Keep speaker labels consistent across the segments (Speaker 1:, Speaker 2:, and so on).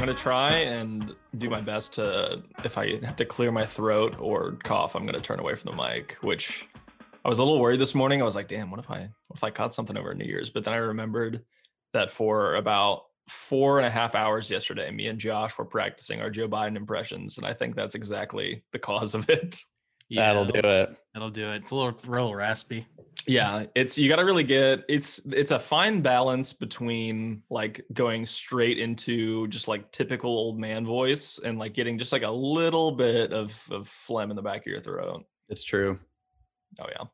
Speaker 1: gonna try and do my best to. If I have to clear my throat or cough, I'm gonna turn away from the mic. Which I was a little worried this morning. I was like, "Damn, what if I what if I caught something over New Year's?" But then I remembered that for about four and a half hours yesterday, me and Josh were practicing our Joe Biden impressions, and I think that's exactly the cause of it.
Speaker 2: That'll do it.
Speaker 3: That'll do it. It's a little, real raspy.
Speaker 1: Yeah, it's you got to really get it's it's a fine balance between like going straight into just like typical old man voice and like getting just like a little bit of of phlegm in the back of your throat.
Speaker 2: It's true.
Speaker 1: Oh yeah,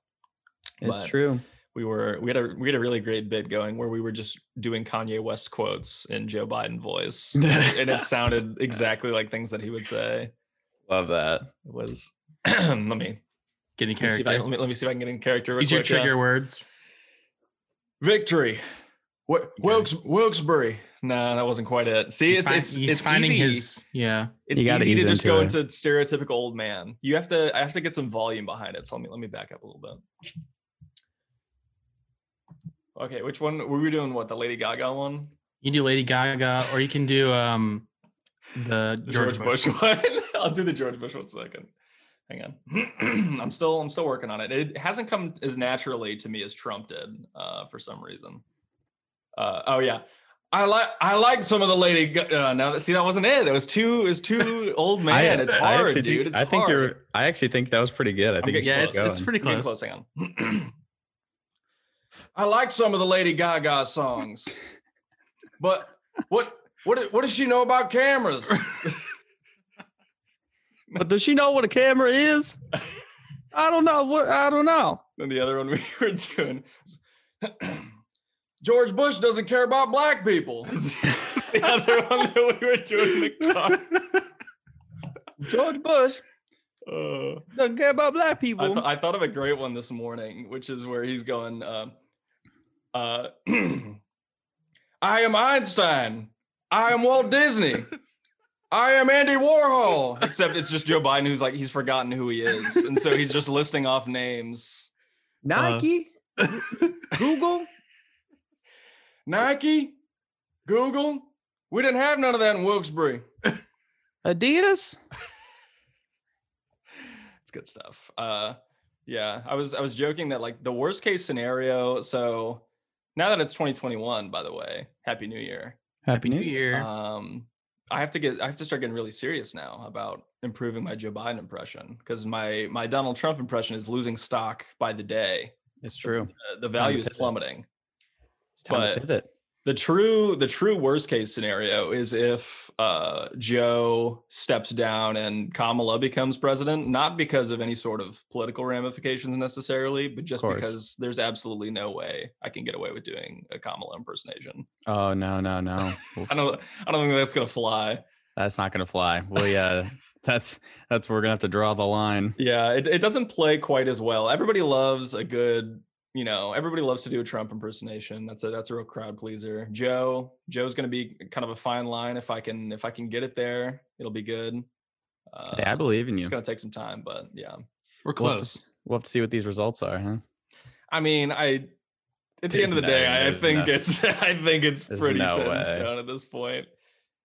Speaker 2: It's
Speaker 1: But
Speaker 2: true.
Speaker 1: We were we had a we had a really great bit going where we were just doing Kanye West quotes in Joe Biden voice, and it sounded exactly like things that he would say.
Speaker 2: Love that.
Speaker 1: It was let me
Speaker 3: Getting
Speaker 1: let me, see if I,
Speaker 3: character.
Speaker 1: let, me, let me see if I can get in character. real
Speaker 3: Use your
Speaker 1: quick, uh,
Speaker 3: trigger words.
Speaker 1: Victory. What
Speaker 3: Wilkes-
Speaker 1: Wilkesbury? No, that wasn't quite it. See,
Speaker 3: He's,
Speaker 1: it's
Speaker 3: fi-
Speaker 1: it's
Speaker 3: he's
Speaker 1: it's
Speaker 3: finding
Speaker 1: easy.
Speaker 3: his yeah.
Speaker 1: It's
Speaker 2: You gotta
Speaker 1: easy
Speaker 2: ease
Speaker 1: to just go
Speaker 2: into
Speaker 1: into stereotypical old man. You have to. I have to get some volume behind it. So let me let me back up a little bit. Okay, which one were we doing? What the Lady Gaga one?
Speaker 3: You can do Lady Gaga, or you can do um the
Speaker 1: The
Speaker 3: George, Bush.
Speaker 1: one. I'll do the George Bush one second. Hang on. I'm still I'm still working on it. It hasn't come as naturally to me as Trump did uh, for some reason. Uh, oh yeah, I like I like some of the lady. Ga- Uh, now see that wasn't it. It was too it was too old man. it's
Speaker 2: I
Speaker 1: hard,
Speaker 2: actually
Speaker 1: dude.
Speaker 2: Think,
Speaker 1: it's
Speaker 2: I think
Speaker 1: hard.
Speaker 2: you're. I actually think that was pretty good. I think
Speaker 1: getting-
Speaker 2: you
Speaker 3: Yeah,
Speaker 2: should
Speaker 3: it's
Speaker 2: keep
Speaker 3: it's
Speaker 2: going.
Speaker 3: pretty
Speaker 1: Getting
Speaker 3: close.
Speaker 1: Hang on. I like some of the Lady Gaga songs, but what what what does she know about cameras?
Speaker 2: But does she know what a camera is? I don't know. What I don't know.
Speaker 1: And the other one we were doing. George Bush doesn't care about black people. is the other one that we were doing in the car.
Speaker 2: George Bush
Speaker 1: Uh,
Speaker 2: doesn't care about black
Speaker 1: I,
Speaker 2: people.
Speaker 1: th- I thought of a great one this morning, which is where he's going. Uh, uh, I am Einstein. I am Walt Disney. I am Andy Warhol. Except it's just Joe Biden who's like he's forgotten who he is, and so he's just listing off names. uh,
Speaker 2: Nike, Google.
Speaker 1: Nike, Google. We didn't have none of that in Wilkesbury.
Speaker 2: Adidas.
Speaker 1: it's good stuff. Uh, yeah, I was I was joking that like the worst case scenario. So now that it's 2021, by the way, Happy New Year.
Speaker 3: Happy New Year.
Speaker 1: Um, I have to get I have to start getting really serious now about improving my Joe Biden impression because my my Donald Trump impression is losing stock by the day.
Speaker 2: It's true.
Speaker 1: Uh, the value is
Speaker 2: pivot.
Speaker 1: plummeting.
Speaker 2: It's time
Speaker 1: But-
Speaker 2: to pivot.
Speaker 1: the true the true worst case scenario is if uh, Joe steps down and Kamala becomes president, not because of any sort of political ramifications necessarily, but just
Speaker 2: course.
Speaker 1: because there's absolutely no way I can get away with doing a Kamala impersonation.
Speaker 2: Oh no no no. Well,
Speaker 1: I don't I don't think that's gonna fly.
Speaker 2: that's not gonna fly. Well yeah. That's that's where we're gonna have to draw the line.
Speaker 1: Yeah, it, it doesn't play quite as well. Everybody loves a good, you know, everybody loves to do a Trump impersonation. That's a that's a real crowd pleaser. Joe, Joe's gonna be kind of a fine line. If I can if I can get it there, it'll be good. Uh,
Speaker 2: Hey, I believe in you.
Speaker 1: it's gonna take some time, but yeah.
Speaker 3: We're
Speaker 2: We'll have to
Speaker 3: close.
Speaker 2: We'll have to see what these results are, huh?
Speaker 1: I mean, I at the end of
Speaker 2: There's
Speaker 1: the
Speaker 2: no-
Speaker 1: day, I, I
Speaker 2: there's
Speaker 1: think
Speaker 2: no-
Speaker 1: it's I think it's
Speaker 2: there's
Speaker 1: pretty
Speaker 2: no
Speaker 1: set in
Speaker 2: way.
Speaker 1: stone at this point.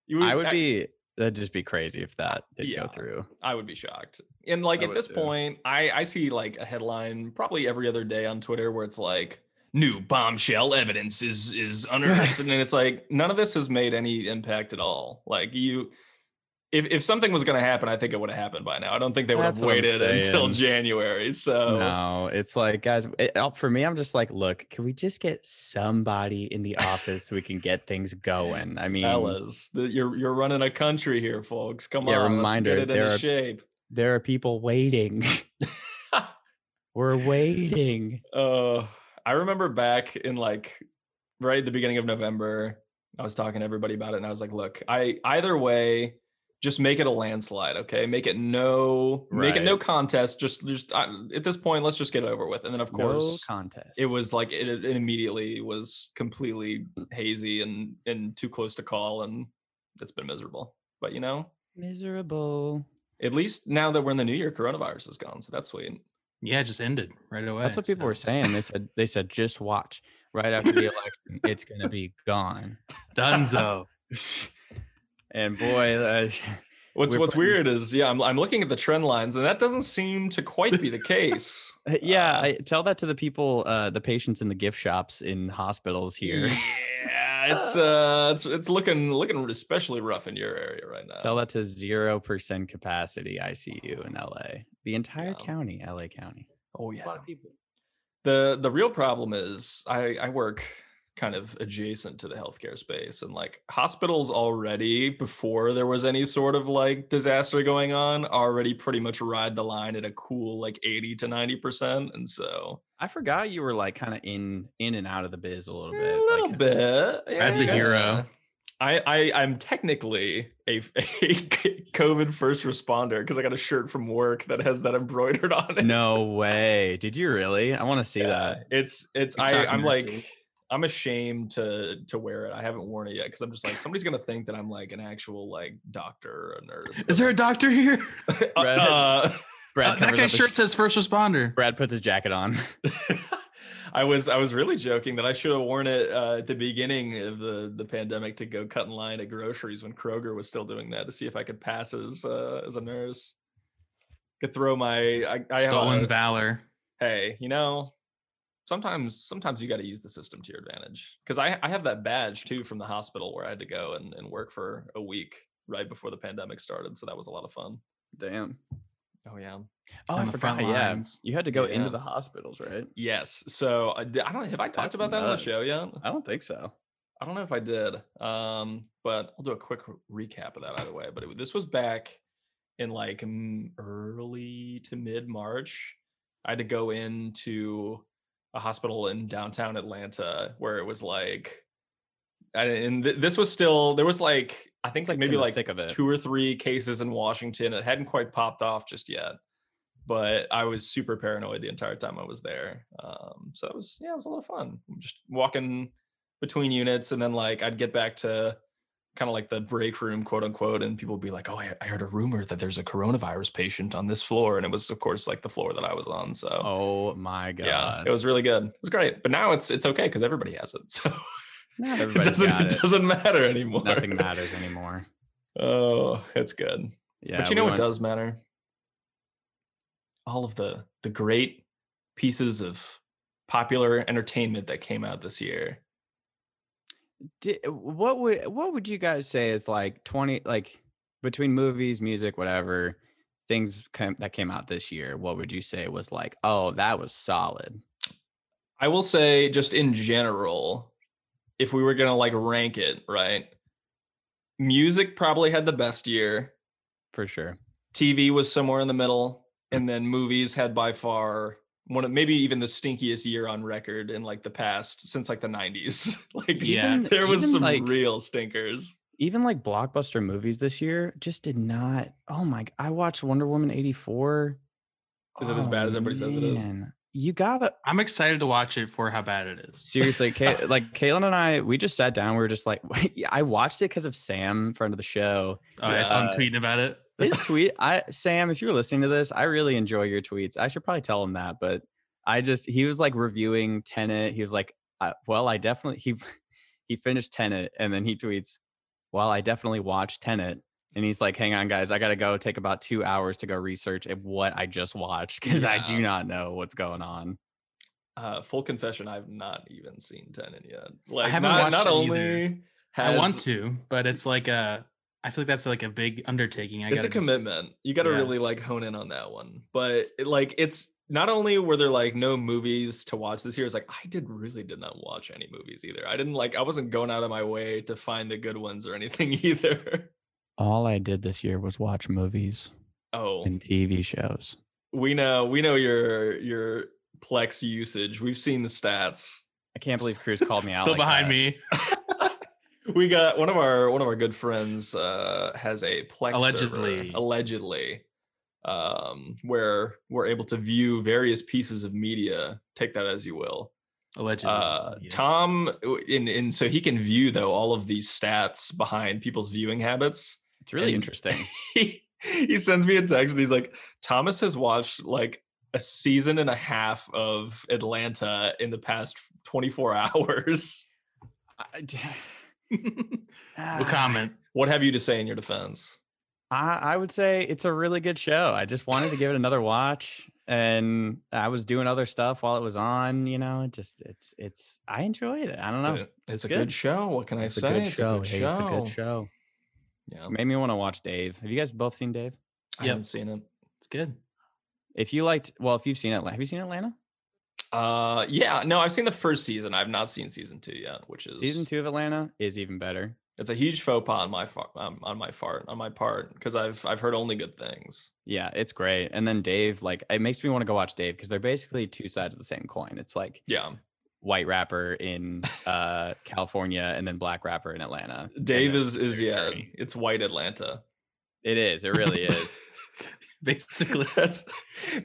Speaker 1: You
Speaker 2: I would be that'd just be crazy if that did
Speaker 1: Yeah.
Speaker 2: go through.
Speaker 1: I would be shocked. And like
Speaker 2: I
Speaker 1: at
Speaker 2: would
Speaker 1: this
Speaker 2: too.
Speaker 1: point, I I see like a headline probably every other day on Twitter where it's like new bombshell evidence is is unearthed and it's like none of this has made any impact at all. Like you if if something was going to happen, I think it would have happened by now. I don't think they would
Speaker 2: That's
Speaker 1: have
Speaker 2: what I'm
Speaker 1: waited until
Speaker 2: saying.
Speaker 1: January. So
Speaker 2: No, it's like guys. It, uh, for me, I'm just like, look, can we just get somebody in the office so we can get things going? I mean,
Speaker 1: Fellas, the, you're you're running a country here, folks. Come
Speaker 2: Yeah,
Speaker 1: on,
Speaker 2: reminder,
Speaker 1: let's get it
Speaker 2: there
Speaker 1: into
Speaker 2: are-
Speaker 1: shape.
Speaker 2: there are people waiting. We're waiting.
Speaker 1: Uh, I remember back in like right at the beginning of November, I was talking to everybody about it, and I was like, "Look, I either way, just make it a landslide, okay? Make it no, make it no
Speaker 2: Right.
Speaker 1: contest. Just, just I, at this point, let's just get it over with." And then, of course,
Speaker 2: no contest.
Speaker 1: it was like it, it immediately was completely hazy and and too close to call, and it's been miserable. But you know,
Speaker 2: miserable.
Speaker 1: at least now that we're in the new year, coronavirus is gone, so that's sweet.
Speaker 3: Yeah, it just ended right away.
Speaker 2: That's what people
Speaker 3: so-
Speaker 2: were saying. They said they said just watch right after the election, it's gonna be gone.
Speaker 3: Dunzo.
Speaker 2: And boy, uh,
Speaker 1: What's
Speaker 2: We're
Speaker 1: What's
Speaker 2: putting-
Speaker 1: weird is, yeah, I'm I'm looking at the trend lines, and that doesn't seem to quite be the case. Um,
Speaker 2: yeah, I, tell that to the people, uh, the patients in the gift shops in hospitals here.
Speaker 1: Yeah, it's uh, it's it's looking looking especially rough in your area right now.
Speaker 2: Tell that to zero percent capacity ICU in LA, the entire
Speaker 1: Yeah.
Speaker 2: county, LA County.
Speaker 1: oh yeah.
Speaker 2: of people.
Speaker 1: the the real problem is I I work kind of adjacent to the healthcare space and like hospitals already before there was any sort of like disaster going on already pretty much ride the line at a cool like 80 to 90% and so
Speaker 2: I forgot you were like kind of in in and out of the biz a little
Speaker 1: a
Speaker 2: bit.
Speaker 1: little
Speaker 2: like, uh,
Speaker 1: bit
Speaker 3: Brad's a
Speaker 1: yeah.
Speaker 3: hero.
Speaker 1: I, I I'm technically a, a COVID first responder because I got a shirt from work that has that embroidered on it.
Speaker 2: No way. Did you really? I want to see
Speaker 1: Yeah,
Speaker 2: that.
Speaker 1: It's it's I,
Speaker 3: TikTok
Speaker 1: I'm
Speaker 3: mercy.
Speaker 1: like I'm ashamed to to wear it. I haven't worn it yet because I'm just like somebody's gonna think that I'm like an actual like doctor or nurse.
Speaker 3: Is there a doctor here?
Speaker 1: Uh,
Speaker 2: Brad-
Speaker 1: uh,
Speaker 2: Brad
Speaker 3: Uh, that
Speaker 2: covers up
Speaker 3: guy's
Speaker 2: his-
Speaker 3: shirt says first responder.
Speaker 2: Brad puts his jacket on.
Speaker 1: I was I was really joking that I should have worn it uh, at the beginning of the the pandemic to go cut in line at groceries when Kroger was still doing that to see if I could pass as uh, as a nurse. Could throw my I, I have
Speaker 3: Stolen
Speaker 1: a-
Speaker 3: valor.
Speaker 1: hey, you know, sometimes sometimes you got to use the system to your advantage. Because I I have that badge too from the hospital where I had to go and, and work for a week right before the pandemic started. So that was a lot of fun.
Speaker 2: Damn.
Speaker 1: Oh yeah.
Speaker 2: Oh,
Speaker 3: on
Speaker 2: I
Speaker 3: the front
Speaker 2: forgot. Yeah,
Speaker 3: lines.
Speaker 2: you had to go into
Speaker 1: Yeah.
Speaker 2: the hospitals, right?
Speaker 1: Yes. So I, di- I don't have I talked
Speaker 2: That's
Speaker 1: about that on the show yet.
Speaker 2: I don't think so.
Speaker 1: I don't know if I did. Um, but I'll do a quick r- recap of that either way. But it, this was back in like mm, early to mid March. I had to go into a hospital in downtown Atlanta where it was like, I- and th- this was still there was like I think
Speaker 2: It's,
Speaker 1: like
Speaker 2: like,
Speaker 1: maybe
Speaker 2: in the
Speaker 1: like
Speaker 2: thick of it.
Speaker 1: two or three cases in Washington. It hadn't quite popped off just yet, but I was super paranoid the entire time I was there. Um, so it was yeah, it was a lot of fun. Just walking between units and then like I'd get back to kind of like the break room quote unquote and people would be like oh I, I heard a rumor that there's a coronavirus patient on this floor and it was of course like the floor that I was on so
Speaker 2: Oh my god.
Speaker 1: yeah it was really good it was great but now it's it's okay because everybody has it so
Speaker 2: Not
Speaker 1: it
Speaker 2: everybody
Speaker 1: doesn't
Speaker 2: got
Speaker 1: it.
Speaker 2: it.
Speaker 1: doesn't matter anymore
Speaker 2: Nothing matters anymore.
Speaker 1: oh it's good
Speaker 2: Yeah,
Speaker 1: but you
Speaker 2: we
Speaker 1: know what
Speaker 2: went to-
Speaker 1: does matter all of the the great pieces of popular entertainment that came out this year
Speaker 2: Di- what would what would you guys say is like 20 like between movies music whatever things came, that came out this year what would you say was like oh that was solid
Speaker 1: I will say, just in general, if we were gonna like rank it, right? Music probably had the best year.
Speaker 2: for sure
Speaker 1: TV was somewhere in the middle,
Speaker 3: Mm.
Speaker 1: and then movies had by far one of maybe even the stinkiest year on record in like the past since like the '90s. like,
Speaker 3: Yeah,
Speaker 2: Even-
Speaker 1: there was
Speaker 2: even,
Speaker 1: some
Speaker 2: like,
Speaker 1: real stinkers.
Speaker 2: even like blockbuster movies this year just did not oh my g- i watched wonder woman 84
Speaker 1: Is it as bad as everybody says it is?
Speaker 2: man. you gotta
Speaker 3: I'm excited to watch it for how bad it is.
Speaker 2: seriously Kay, like Caitlin and i we just sat down we were just like i watched it because of sam friend of the show
Speaker 3: Oh, I saw him
Speaker 2: Uh,
Speaker 3: tweeting about it.
Speaker 2: his tweet i sam if you're listening to this i really enjoy your tweets i should probably tell him that but i just he was like reviewing tenant he was like I, well i definitely he he finished tenant and then he tweets well i definitely watched tenant and he's like hang on guys i gotta go take about two hours to go research at what i just watched because i do
Speaker 1: Yeah.
Speaker 2: not know what's going on
Speaker 1: Uh, full confession, I've not even seen Tenet yet. Like,
Speaker 3: haven't
Speaker 1: not, not
Speaker 3: watched it
Speaker 1: only has
Speaker 3: I want to, but it's like a. I feel like that's like a big undertaking. I
Speaker 1: it's
Speaker 3: gotta
Speaker 1: a
Speaker 3: just-
Speaker 1: commitment. You got to
Speaker 3: yeah.
Speaker 1: really like hone in on that one. But it, like, it's not only were there like no movies to watch this year. It's like I did really did not watch any movies either. I didn't like. I wasn't going out of my way to find the good ones or anything either.
Speaker 2: all i did this year was watch movies
Speaker 1: Oh,
Speaker 2: and tv shows
Speaker 1: we know. We know your your Plex usage. We've seen the stats.
Speaker 2: i can't believe cruz called me out
Speaker 3: still
Speaker 2: like
Speaker 3: behind
Speaker 2: that.
Speaker 3: me.
Speaker 1: we got one of our one of our good friends uh has a plex server,
Speaker 3: Allegedly.
Speaker 1: allegedly um where we're able to view various pieces of media take that as you will
Speaker 3: Allegedly.
Speaker 1: uh
Speaker 3: Yeah.
Speaker 1: tom in in so he can view though all of these stats behind people's viewing habits
Speaker 2: it's really
Speaker 1: And-
Speaker 2: interesting
Speaker 1: he, he sends me a text and he's like, Thomas has watched like a season and a half of Atlanta in the past 24 hours.
Speaker 2: I-
Speaker 3: we'll comment.
Speaker 1: What have you to say in your defense?
Speaker 2: I, I would say it's a really good show. I just wanted to give it another watch, and I was doing other stuff while it was on. You know, it just it's it's I enjoyed it. I don't know.
Speaker 1: It's a, it's a
Speaker 2: good.
Speaker 1: good. show. What can
Speaker 2: It's
Speaker 1: I
Speaker 2: a
Speaker 1: say?
Speaker 2: good show. Hey, it's a good show.
Speaker 1: Yeah,
Speaker 2: Made me want to watch Dave. Have you guys both seen Dave?
Speaker 1: I
Speaker 3: Yep.
Speaker 1: haven't seen it.
Speaker 3: It's good.
Speaker 2: If you liked, well, if you've seen Atlanta, have you seen Atlanta?
Speaker 1: Uh, yeah, no, I've seen the first season. I've not seen season two yet, which is
Speaker 2: Season two of Atlanta is even better.
Speaker 1: It's a huge faux pas on my far, um, on my part on my part because I've I've heard only good things.
Speaker 2: Yeah, it's great. And then Dave, like, it makes me want to go watch Dave because they're basically two sides of the same coin. It's like
Speaker 1: Yeah,
Speaker 2: white rapper in uh California and then black rapper in Atlanta. and
Speaker 1: Dave
Speaker 2: then
Speaker 1: is is
Speaker 2: their
Speaker 1: yeah,
Speaker 2: journey.
Speaker 1: it's white Atlanta.
Speaker 2: It is. It really is.
Speaker 3: Basically,
Speaker 1: That's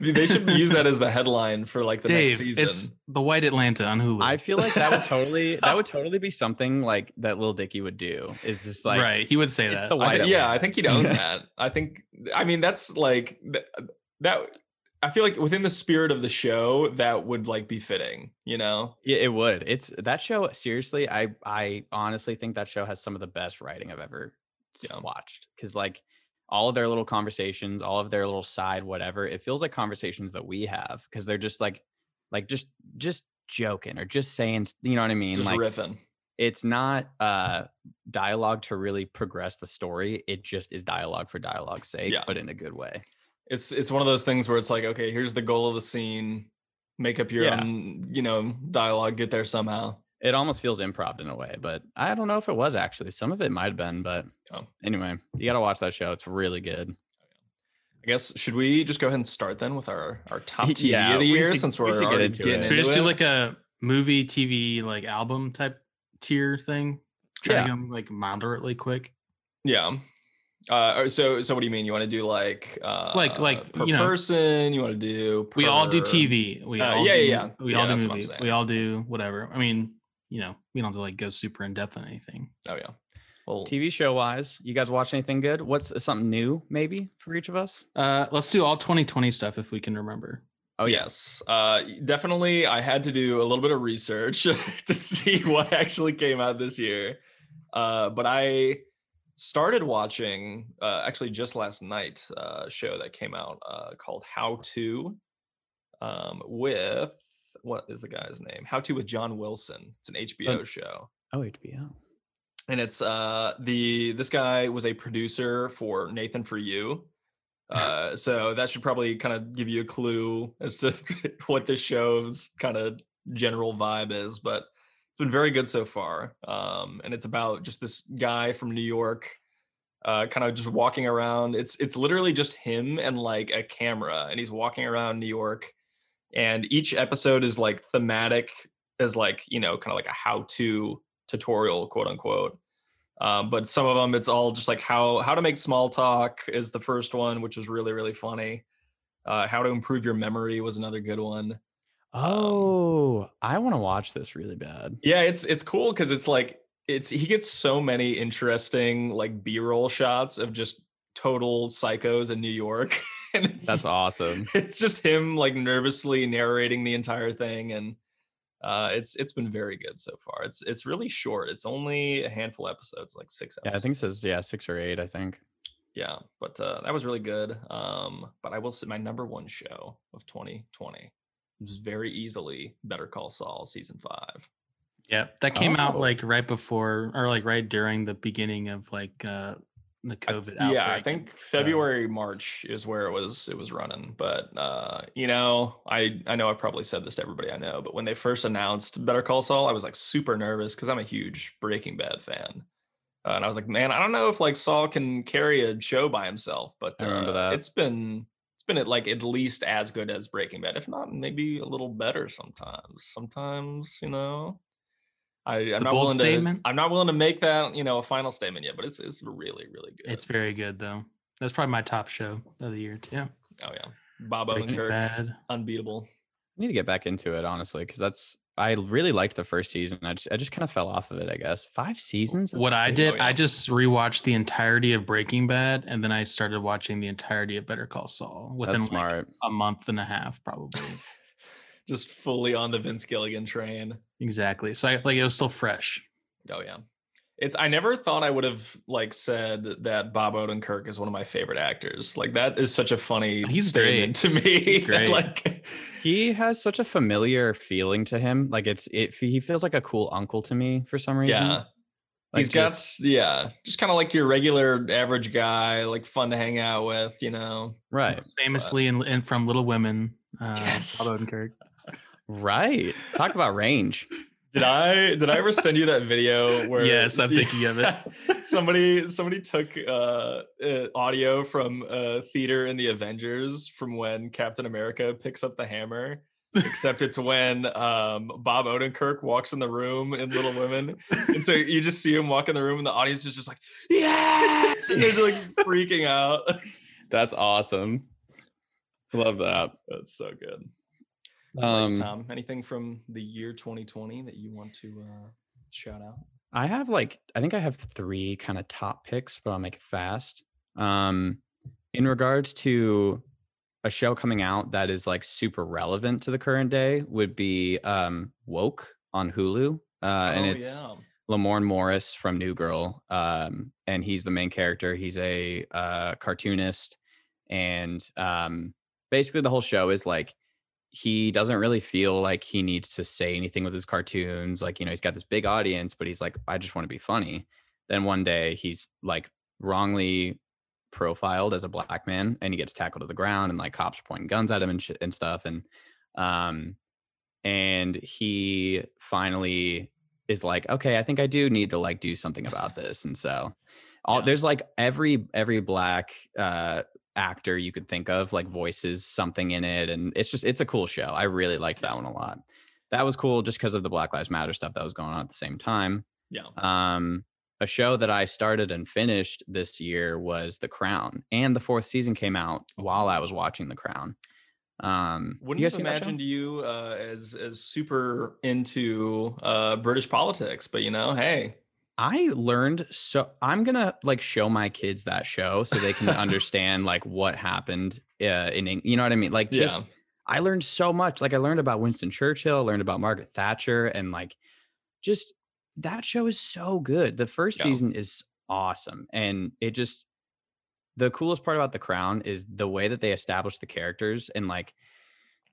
Speaker 1: they should use that as the headline for like the next
Speaker 3: Dave,
Speaker 1: season.
Speaker 3: it's the White Atlanta on Hulu.
Speaker 2: I feel like that would totally that would totally be something like that Lil Dicky would do. Is just like
Speaker 3: right. He would say
Speaker 2: it's
Speaker 3: that.
Speaker 2: the
Speaker 1: I
Speaker 2: white
Speaker 1: thi- yeah, I
Speaker 2: Atlanta.
Speaker 1: think he'd own that. I think I mean that's like th- that. I feel like within the spirit of the show, that would like be fitting. You know,
Speaker 2: Yeah, it would. It's that show. Seriously, I I honestly think that show has some of the best writing I've ever s-
Speaker 1: Yeah.
Speaker 2: watched. Because like all of their little conversations, all of their little side whatever, it feels like conversations that we have because they're just like like just just joking or just saying s- you know what I mean.
Speaker 1: just
Speaker 2: like
Speaker 1: riffing.
Speaker 2: it's not uh dialogue to really progress the story. It just is dialogue for dialogue's sake,
Speaker 1: Yeah.
Speaker 2: but in a good way.
Speaker 1: It's it's one of those things where it's like, okay, here's the goal of the scene. Make up your
Speaker 2: Yeah.
Speaker 1: own, you know, dialogue. Get there somehow.
Speaker 2: It almost feels improv in a way, but I don't know if it was actually. Some of it might have been, but
Speaker 1: Oh.
Speaker 2: anyway, you gotta watch that show. It's really good.
Speaker 1: I guess should we just go ahead and start then with our our top TV
Speaker 2: Yeah,
Speaker 1: of the
Speaker 2: we
Speaker 1: year
Speaker 2: should-
Speaker 1: since
Speaker 2: we
Speaker 1: we're
Speaker 2: should get
Speaker 1: already
Speaker 2: into
Speaker 1: getting
Speaker 2: it.
Speaker 1: into
Speaker 3: Should we just do
Speaker 1: it?
Speaker 3: like a movie, TV, like album type tier thing? Try
Speaker 2: Yeah.
Speaker 3: to get 'em, like moderately quick.
Speaker 1: yeah. Uh, or so so what do you mean? You want to do like uh,
Speaker 3: Like- like,
Speaker 1: per
Speaker 3: you know,
Speaker 1: person? You want to do
Speaker 3: We all do
Speaker 1: per-
Speaker 3: TV. We
Speaker 1: Uh,
Speaker 3: all
Speaker 1: yeah,
Speaker 3: do,
Speaker 1: yeah, yeah.
Speaker 3: We
Speaker 1: Yeah,
Speaker 3: all
Speaker 1: that's
Speaker 3: do
Speaker 1: what I'm
Speaker 3: movie.
Speaker 1: saying.
Speaker 3: We all do whatever. I mean, you know, we don't have to like go super in depth on anything.
Speaker 1: Oh yeah. Well,
Speaker 2: TV show wise, you guys watch anything good? What's uh, something new maybe for each of us?
Speaker 3: Uh, let's do all 2020 stuff if we can remember.
Speaker 2: Oh yeah.
Speaker 1: yes, uh, definitely. I had to do a little bit of research to see what actually came out this year, uh, but I started watching uh, actually just last night uh, a show that came out uh, called How to, um, with what is the guy's name? How to with John Wilson. It's an HBO show.
Speaker 2: Oh HBO.
Speaker 1: Um and it's uh the this guy was a producer for Nathan for You. Uh so that should probably kind of give you a clue as to what this show's kind of general vibe is, but it's been very good so far. Um and it's about just this guy from New York uh kind of just walking around. It's it's literally just him and like a camera and he's walking around New York and each episode is like thematic as like, you know, kind of like a how to tutorial, quote unquote. Um, but some of them, it's all just like how how to make small talk is the first one, which was really really funny. Uh, how to improve your memory was another good one.
Speaker 2: Oh, I want to watch this really bad.
Speaker 1: Yeah, it's it's cool because it's like it's he gets so many interesting like B roll shots of just total psychos in New York, and it's,
Speaker 2: That's awesome.
Speaker 1: it's just him like nervously narrating the entire thing and uh it's it's been very good so far it's it's really short it's only a handful of episodes like six
Speaker 2: Yeah,
Speaker 1: episodes.
Speaker 2: I think it says yeah, six or eight, I think.
Speaker 1: yeah but uh that was really good um but i will say my number one show of 2020 was very easily better call saul season five
Speaker 3: Yeah, that came out
Speaker 2: Oh.
Speaker 3: like right before or like right during the beginning of like uh the
Speaker 1: I-
Speaker 3: COVID outbreak.
Speaker 1: yeah i think
Speaker 3: So,
Speaker 1: february march is where it was it was running but uh you know i i know i've probably said this to everybody i know but when they first announced better call saul i was like super nervous because i'm a huge breaking bad fan uh, and i was like man i don't know if like saul can carry a show by himself but
Speaker 2: I remember
Speaker 1: uh,
Speaker 2: that.
Speaker 1: it's been it's been at like at least as good as breaking bad if not maybe a little better sometimes sometimes you know I, I'm
Speaker 3: a
Speaker 1: not
Speaker 3: bold
Speaker 1: willing
Speaker 3: statement.
Speaker 1: to. I'm not willing to make that, you know, a final statement yet. But it's it's really, really good.
Speaker 3: It's very good though. That's probably my top show of the year too.
Speaker 1: Oh yeah, Bob
Speaker 3: Breaking
Speaker 1: Odenkirk,
Speaker 3: Bad.
Speaker 1: unbeatable.
Speaker 2: I need to get back into it, honestly, because that's I really liked the first season. I just I just kind of fell off of it, I guess. Five seasons? That's
Speaker 3: what I
Speaker 2: crazy.
Speaker 3: did,
Speaker 1: Oh, yeah.
Speaker 3: I just rewatched the entirety of Breaking Bad, and then I started watching the entirety of Better Call Saul within
Speaker 2: That's
Speaker 3: like,
Speaker 2: smart.
Speaker 3: a month and a half, probably.
Speaker 1: Just fully on the Vince Gilligan train.
Speaker 3: exactly. So I, like it was still fresh.
Speaker 1: Oh yeah. It's I never thought I would have like said that Bob Odenkirk is one of my favorite actors. Like that is such a funny
Speaker 3: He's
Speaker 1: statement to me.
Speaker 3: He's great.
Speaker 1: like
Speaker 2: He has such a familiar feeling to him. Like it's it. He feels like a cool uncle to me for some reason.
Speaker 1: yeah.
Speaker 2: Like
Speaker 1: he's got
Speaker 2: just-
Speaker 1: yeah, just kind of like your regular average guy, like fun to hang out with, you know.
Speaker 2: right,
Speaker 3: Famously and and from Little Women. Uh,
Speaker 1: Yes.
Speaker 3: Bob Odenkirk.
Speaker 2: right. Talk about range.
Speaker 1: Did I did I ever send you that video where
Speaker 3: Yes, I'm
Speaker 1: Yeah.
Speaker 3: thinking of it.
Speaker 1: somebody somebody took uh, uh audio from uh theater in the avengers from when captain america picks up the hammer except it's when um bob odenkirk walks in the room in little women and so you just see him walk in the room and the audience is just like yes and they're like freaking out
Speaker 2: That's awesome. Love that.
Speaker 1: that's so good All right,
Speaker 2: Um,
Speaker 1: tom anything from the year 2020 that you want to uh shout out
Speaker 2: I have like I think I have three kind of top picks, but I'll make it fast. Um, in regards to a show coming out that is like super relevant to the current day, would be um, Woke on Hulu, uh, and
Speaker 1: Oh,
Speaker 2: it's
Speaker 1: yeah.
Speaker 2: Lamorne Morris from New Girl, um, and he's the main character. He's a uh, cartoonist, and um, basically the whole show is like he doesn't really feel like he needs to say anything with his cartoons. Like you know, he's got this big audience, but he's like, I just want to be funny. Then one day he's like wrongly profiled as a black man, and he gets tackled to the ground, and like cops are pointing guns at him and shit and stuff, and um, and he finally is like, okay, I think I do need to like do something about this. And so all
Speaker 1: Yeah.
Speaker 2: there's like every every black uh actor you could think of like voices something in it. And it's just it's a cool show. I really liked that one a lot. That was cool just because of the Black Lives Matter stuff that was going on at the same time.
Speaker 1: yeah
Speaker 2: Um a show that I started and finished this year was The Crown. And the fourth season came out while I was watching The Crown. Um you
Speaker 1: Oh, wouldn't
Speaker 2: guys
Speaker 1: have
Speaker 2: seen that show?
Speaker 1: imagined you uh, as as super into uh, British politics, but you know, hey,
Speaker 2: I learned so I'm gonna like show my kids that show so they can understand like what happened uh, in Eng- you know what I mean like just
Speaker 1: yeah,
Speaker 2: I learned so much like I learned about Winston Churchill I learned about Margaret Thatcher and like just that show is so good the first
Speaker 1: Yeah.
Speaker 2: season is awesome and it just the coolest part about the crown is the way that they establish the characters and like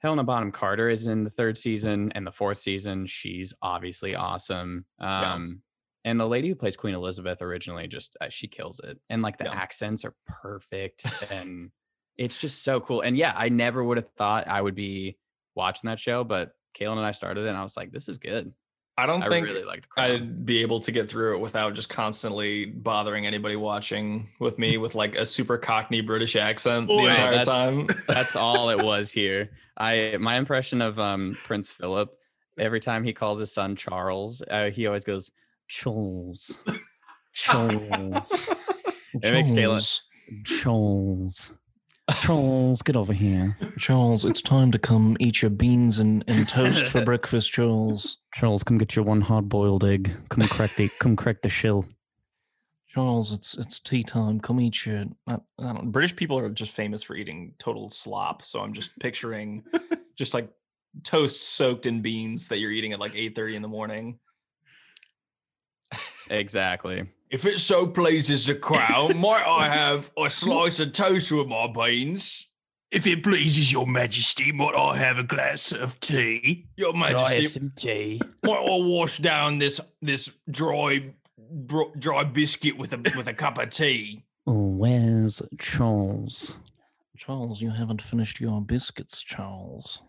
Speaker 2: Helena Bonham Carter is in the third season and the fourth season. She's obviously awesome.
Speaker 1: Yeah.
Speaker 2: Um, and the lady who plays Queen Elizabeth originally just uh, she kills it. And like the
Speaker 1: Yeah.
Speaker 2: accents are perfect, and it's just so cool. And yeah, I never would have thought I would be watching that show, but Kaylin and I started it, and I was like, this is good.
Speaker 1: I don't
Speaker 2: I
Speaker 1: think
Speaker 2: really like the crown.
Speaker 1: I'd be able to get through it without just constantly bothering anybody watching with me with like a super cockney British accent
Speaker 3: Oh,
Speaker 1: the
Speaker 3: yeah,
Speaker 1: entire
Speaker 2: that's-
Speaker 1: time.
Speaker 2: That's all it was here. I my impression of um Prince Philip every time he calls his son Charles, uh, he always goes Charles. Charles. It makes Kayla- Charles. Charles, get over here.
Speaker 4: Charles, it's time to come eat your beans and, and toast for breakfast, Charles.
Speaker 2: Charles, come get your one hard boiled egg. Come crack the come crack the shell.
Speaker 4: Charles, it's it's tea time. Come eat your.
Speaker 1: I, I don't, British people are just famous for eating total slop, so I'm just picturing just like toast soaked in beans that you're eating at like 8:30 in the morning.
Speaker 2: Exactly.
Speaker 1: If it so pleases the crowd, might I have a slice of toast with my beans?
Speaker 4: If it pleases your majesty, might I have a glass of tea?
Speaker 1: Your Majesty,
Speaker 4: some tea?
Speaker 1: might I wash down this this dry bro- dry biscuit with a with a cup of tea?
Speaker 4: Oh, where's Charles? Charles, you haven't finished your biscuits, Charles.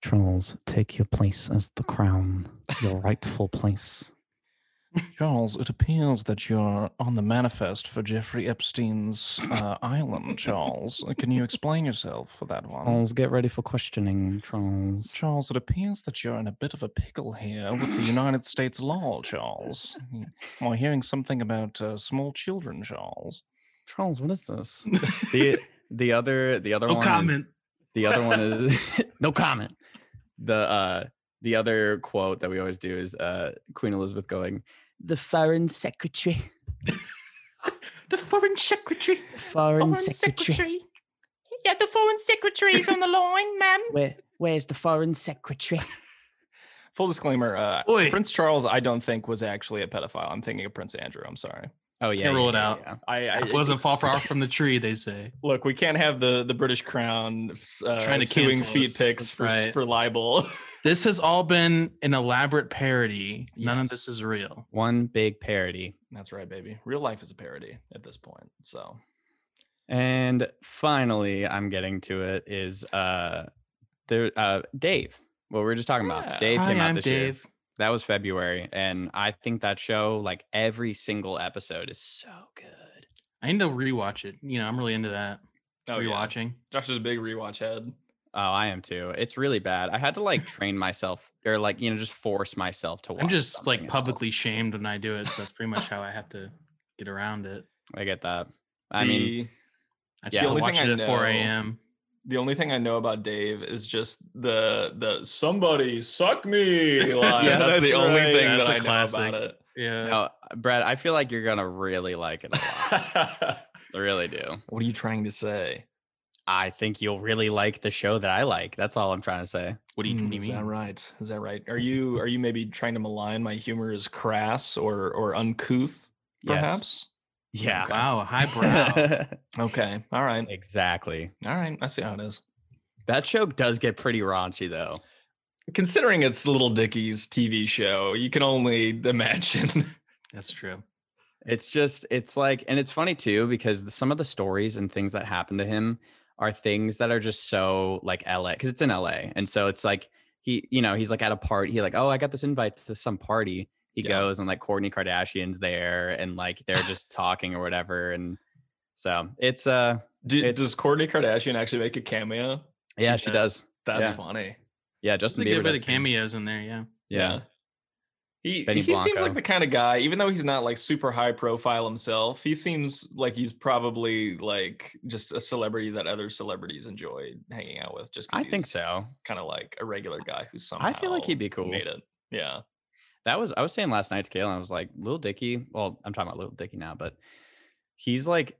Speaker 5: Charles, take your place as the crown, your rightful place.
Speaker 4: Charles, it appears that you're on the manifest for Jeffrey Epstein's uh, island, Charles. Uh, Can you explain yourself for that one?
Speaker 3: Oh.
Speaker 5: Charles, get ready for questioning, Charles.
Speaker 4: Charles, it appears that you're in a bit of a pickle here with the United States law, Charles.
Speaker 1: Hmm.
Speaker 4: Mm, Am I hearing something about uh, small children, Charles?
Speaker 5: Charles, what is this?
Speaker 2: The the other the other
Speaker 3: No
Speaker 2: one
Speaker 3: comment.
Speaker 2: Is, the other one is no comment. The uh the other quote that we always do is uh Queen Elizabeth going, The foreign secretary.
Speaker 6: The foreign secretary.
Speaker 5: Foreign Secretary.
Speaker 6: Yeah, the foreign secretary is on the line, ma'am.
Speaker 5: Where, where's the Foreign Secretary?
Speaker 1: full disclaimer, uh,
Speaker 3: Oi.
Speaker 1: Prince Charles, I don't think was actually a pedophile. I'm thinking of Prince Andrew. I'm sorry.
Speaker 2: Oh yeah,
Speaker 3: roll
Speaker 2: yeah,
Speaker 3: it
Speaker 2: yeah,
Speaker 3: out.
Speaker 2: yeah.
Speaker 1: I, I
Speaker 3: It wasn't fall far from the tree, they say.
Speaker 1: look. We can't have the the British crown uh,
Speaker 3: Trying to
Speaker 1: suing
Speaker 3: cancel
Speaker 1: feet
Speaker 3: us.
Speaker 1: pics for
Speaker 3: That's right.
Speaker 1: for libel.
Speaker 3: This has all been an elaborate parody. None
Speaker 1: Yes.
Speaker 3: of this is real.
Speaker 2: One big parody.
Speaker 1: That's right, baby. Real life is a parody at this point. So
Speaker 2: And finally, I'm getting to it is uh there uh Dave. What we were just talking
Speaker 1: Yeah.
Speaker 2: about. Dave
Speaker 3: Hi,
Speaker 2: came out
Speaker 3: I'm
Speaker 2: this year.
Speaker 3: Dave.
Speaker 2: That was February. And I think that show, like every single episode is so good.
Speaker 3: I need to rewatch it. You know, I'm really into that.
Speaker 1: oh, yeah.
Speaker 3: rewatching.
Speaker 1: Josh is a big rewatch head.
Speaker 2: Oh, I am too. It's really bad. I had to like train myself or like, you know, just force myself to watch.
Speaker 3: I'm just like
Speaker 2: something
Speaker 3: publicly
Speaker 2: else.
Speaker 3: shamed when I do it. So that's pretty much how I have to get around it.
Speaker 2: I get that. I mean,
Speaker 1: The-
Speaker 3: I
Speaker 2: Yeah.
Speaker 3: just
Speaker 2: The
Speaker 3: don't
Speaker 1: only
Speaker 3: watch
Speaker 1: thing
Speaker 3: it
Speaker 1: I
Speaker 3: at 4
Speaker 1: know-
Speaker 3: a.m.
Speaker 1: the only thing I know about Dave is just the the somebody suck me line.
Speaker 2: Yeah,
Speaker 1: that's,
Speaker 2: that's
Speaker 1: the only
Speaker 2: right.
Speaker 1: thing
Speaker 3: That's
Speaker 1: that
Speaker 3: a
Speaker 1: I know
Speaker 3: classic.
Speaker 1: about it.
Speaker 3: Yeah.
Speaker 2: no, Brad, oh, I feel like you're gonna really like it a lot. I really do.
Speaker 1: what are you trying to say?
Speaker 2: I think you'll really like the show that I like. That's all I'm trying to say.
Speaker 3: What do you,
Speaker 1: Mm,
Speaker 3: what do you
Speaker 1: is that
Speaker 3: mean? Mm-hmm.
Speaker 1: right? Is that right? Are you are you maybe trying to malign my humor is crass or or uncouth,
Speaker 2: Yes.
Speaker 1: perhaps?
Speaker 2: Yeah.
Speaker 3: Wow, highbrow.
Speaker 1: Okay. All right.
Speaker 2: exactly.
Speaker 1: All right. I see how it is.
Speaker 2: That show does get pretty raunchy though.
Speaker 1: Considering it's Little Dicky's TV show, you can only imagine.
Speaker 3: That's true.
Speaker 2: It's just it's like and it's funny too because the, some of the stories and things that happen to him are things that are just so like LA cuz it's in LA. And so it's like he you know, he's like at a party, he like, "Oh, I got this invite to some party." He
Speaker 1: Yeah.
Speaker 2: goes and like Courtney Kardashian's there and like they're just talking or whatever and so it's uh
Speaker 1: Do,
Speaker 2: It's-
Speaker 1: does Courtney Kardashian actually make a cameo?
Speaker 2: yeah, she does.
Speaker 1: That's
Speaker 2: Yeah.
Speaker 1: funny.
Speaker 2: Yeah,
Speaker 3: Just a
Speaker 2: Justin
Speaker 3: good
Speaker 2: Bieber
Speaker 3: bit
Speaker 2: does.
Speaker 3: of
Speaker 2: too.
Speaker 3: cameos in there. Yeah.
Speaker 2: Yeah.
Speaker 1: He
Speaker 2: Benny
Speaker 1: he seems like
Speaker 2: Blanco.
Speaker 1: the kind of guy, even though he's not like super high profile himself, he seems like he's probably like just a celebrity that other celebrities enjoy hanging out with. Just 'cause
Speaker 2: I think
Speaker 1: he's
Speaker 2: so.
Speaker 1: Kind of like a regular guy who somehow
Speaker 2: I feel like he'd be cool.
Speaker 1: Made it. Yeah.
Speaker 2: That was I was saying last night to Kayla. I was like, Lil Dicky. Well, I'm talking about Lil Dicky now, but he's like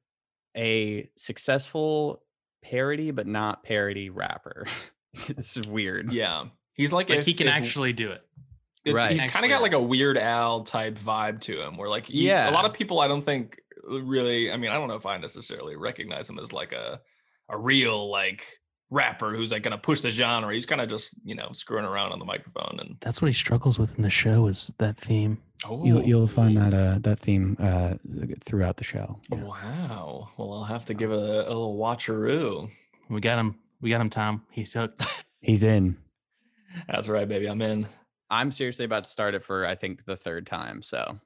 Speaker 2: a successful parody, but not parody rapper. this is weird.
Speaker 1: Yeah. He's like,
Speaker 3: Like
Speaker 1: if-
Speaker 3: he can
Speaker 1: if-
Speaker 3: actually do it.
Speaker 1: it's-
Speaker 2: Right.
Speaker 1: He's kind of
Speaker 3: Actually.
Speaker 1: got like a Weird Al type vibe to him, where like, he-
Speaker 2: Yeah.
Speaker 1: a lot of people I don't think uh, really. I mean, I don't know if I necessarily recognize him as like a a real like rapper who's like gonna push the genre. He's kind of just you know screwing around on the microphone and
Speaker 3: That's what he struggles with in the show is that theme.
Speaker 1: oh,
Speaker 5: You'll, you'll find that uh, that theme uh, throughout the show. Yeah.
Speaker 1: Oh, Wow. Well, I'll have to give it a, a little watcheroo.
Speaker 3: We got him. We got him, Tom. He's hooked.
Speaker 5: He's in.
Speaker 1: That's right, baby. I'm in.
Speaker 2: I'm seriously about to start it for I think the third time. So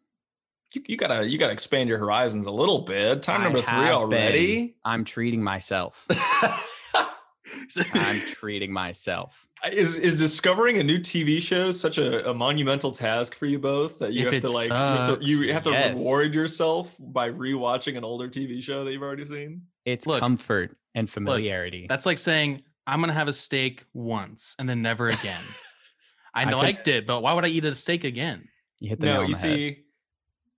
Speaker 1: You, you gotta you gotta expand your horizons a little bit. Time
Speaker 2: I
Speaker 1: number three
Speaker 2: have been.
Speaker 1: already.
Speaker 2: I'm treating myself. I'm treating myself.
Speaker 1: is is discovering a new TV show such a, a monumental task for you both that you
Speaker 3: If
Speaker 1: have to
Speaker 3: it
Speaker 1: like you have to,
Speaker 3: sucks,
Speaker 1: you have to
Speaker 2: yes.
Speaker 1: reward yourself by rewatching an older TV show that you've already seen?
Speaker 2: It's
Speaker 3: Look,
Speaker 2: comfort and familiarity.
Speaker 3: That's like saying I'm gonna have a steak once and then never again. I,
Speaker 5: I could-
Speaker 3: liked it, but why would I eat a steak again?
Speaker 5: You hit the nail
Speaker 1: No,
Speaker 5: on
Speaker 1: you
Speaker 5: the head.
Speaker 1: see,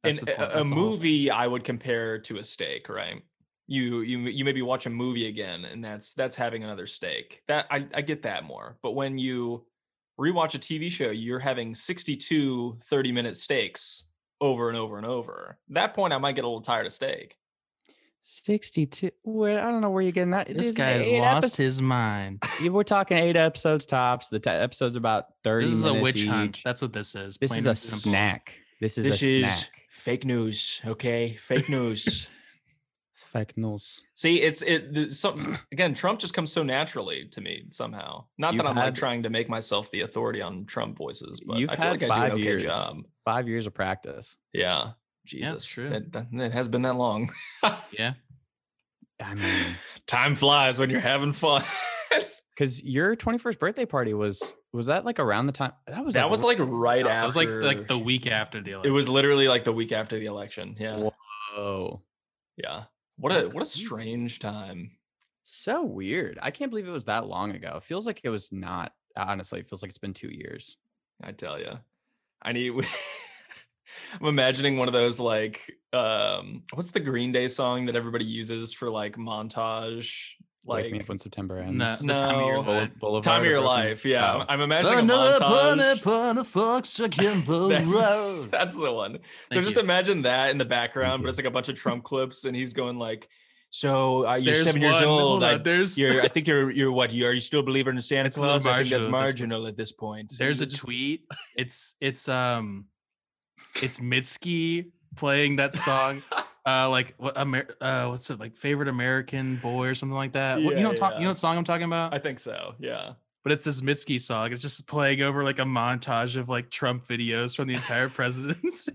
Speaker 3: That's
Speaker 1: an-
Speaker 3: the point,
Speaker 1: a, a
Speaker 3: that's the whole-
Speaker 1: movie I would compare to a steak, right? You you you maybe watch a movie again, and that's that's having another steak. That I I get that more. But when you rewatch a TV show, you're having 62 30 minute steaks over and over and over. At that point, I might get a little tired of steak.
Speaker 5: 62. Where, I don't know where you're getting that.
Speaker 3: This
Speaker 5: These
Speaker 3: guy has
Speaker 5: eight
Speaker 3: lost
Speaker 5: episodes-
Speaker 3: his mind.
Speaker 5: his-
Speaker 2: We're talking eight episodes tops. The t- episode's about 30
Speaker 3: This is a
Speaker 2: minutes
Speaker 3: witch hunt.
Speaker 2: each.
Speaker 3: That's what this is.
Speaker 2: This
Speaker 3: plain
Speaker 2: is a
Speaker 3: and simple.
Speaker 2: snack. This is
Speaker 1: This
Speaker 2: a
Speaker 1: is
Speaker 2: snack.
Speaker 1: fake news, okay? Fake news.
Speaker 5: It's fake news.
Speaker 1: See, it's it. The, some, again, Trump just comes so naturally to me somehow. Not
Speaker 2: You've
Speaker 1: that I'm
Speaker 2: had-
Speaker 1: like trying to make myself the authority on Trump voices, but
Speaker 2: You've
Speaker 1: I feel
Speaker 2: had
Speaker 1: like I
Speaker 2: five
Speaker 1: do an okay
Speaker 2: years.
Speaker 1: job.
Speaker 2: Five years of practice.
Speaker 1: Yeah, Jesus,
Speaker 3: Yeah, it's true.
Speaker 1: It, that- it has been that long.
Speaker 3: Yeah.
Speaker 5: I mean,
Speaker 1: Time flies when you're having fun.
Speaker 2: Because your 21st birthday party was was that like around the time that was
Speaker 1: that was like right
Speaker 3: It
Speaker 1: after.
Speaker 3: was like like the week after the
Speaker 1: It
Speaker 3: election.
Speaker 1: was literally like the week after the election. Yeah,
Speaker 2: oh
Speaker 1: yeah. What
Speaker 2: That's
Speaker 1: a what a
Speaker 2: crazy.
Speaker 1: strange time.
Speaker 2: so weird. I can't believe it was that long ago. It feels like it was not honestly. It feels like it's been two years.
Speaker 1: I tell you, I need. I'm imagining one of those like, um, what's the Green Day song that everybody uses for like montage Like
Speaker 2: Wake me up when September ends.
Speaker 3: No,
Speaker 1: No.
Speaker 3: the time of your life.
Speaker 2: Boule- Boulevard
Speaker 1: time of
Speaker 2: of
Speaker 1: your
Speaker 2: Broken-
Speaker 1: life. Yeah,
Speaker 2: Oh.
Speaker 1: I'm imagining a montage.
Speaker 5: pun, fox again,
Speaker 1: That- That's the one. so
Speaker 3: Thank
Speaker 1: just
Speaker 3: you.
Speaker 1: imagine that in the background, but
Speaker 5: you.
Speaker 1: it's like a bunch of Trump clips, and he's going like, "So uh, you're
Speaker 3: There's
Speaker 1: seven years
Speaker 3: one-
Speaker 1: old.
Speaker 3: hold
Speaker 1: I,
Speaker 3: on, there's
Speaker 1: you're, I think you're you're what? You, are you still a believer in Santa
Speaker 3: It's a little
Speaker 1: Claus? I think that's
Speaker 3: marginal at this point.
Speaker 1: marginal at this point.
Speaker 3: there's a
Speaker 1: Just-
Speaker 3: tweet. It's it's um, it's Mitski playing that song. Uh, like what Amer- uh, what's it like? Favorite American boy or something like that. what,
Speaker 1: Yeah,
Speaker 3: you know, talk,
Speaker 1: yeah.
Speaker 3: you know what song I'm talking about.
Speaker 1: I think so. Yeah.
Speaker 3: but it's this Mitski song. It's just playing over like a montage of like Trump videos from the entire presidency.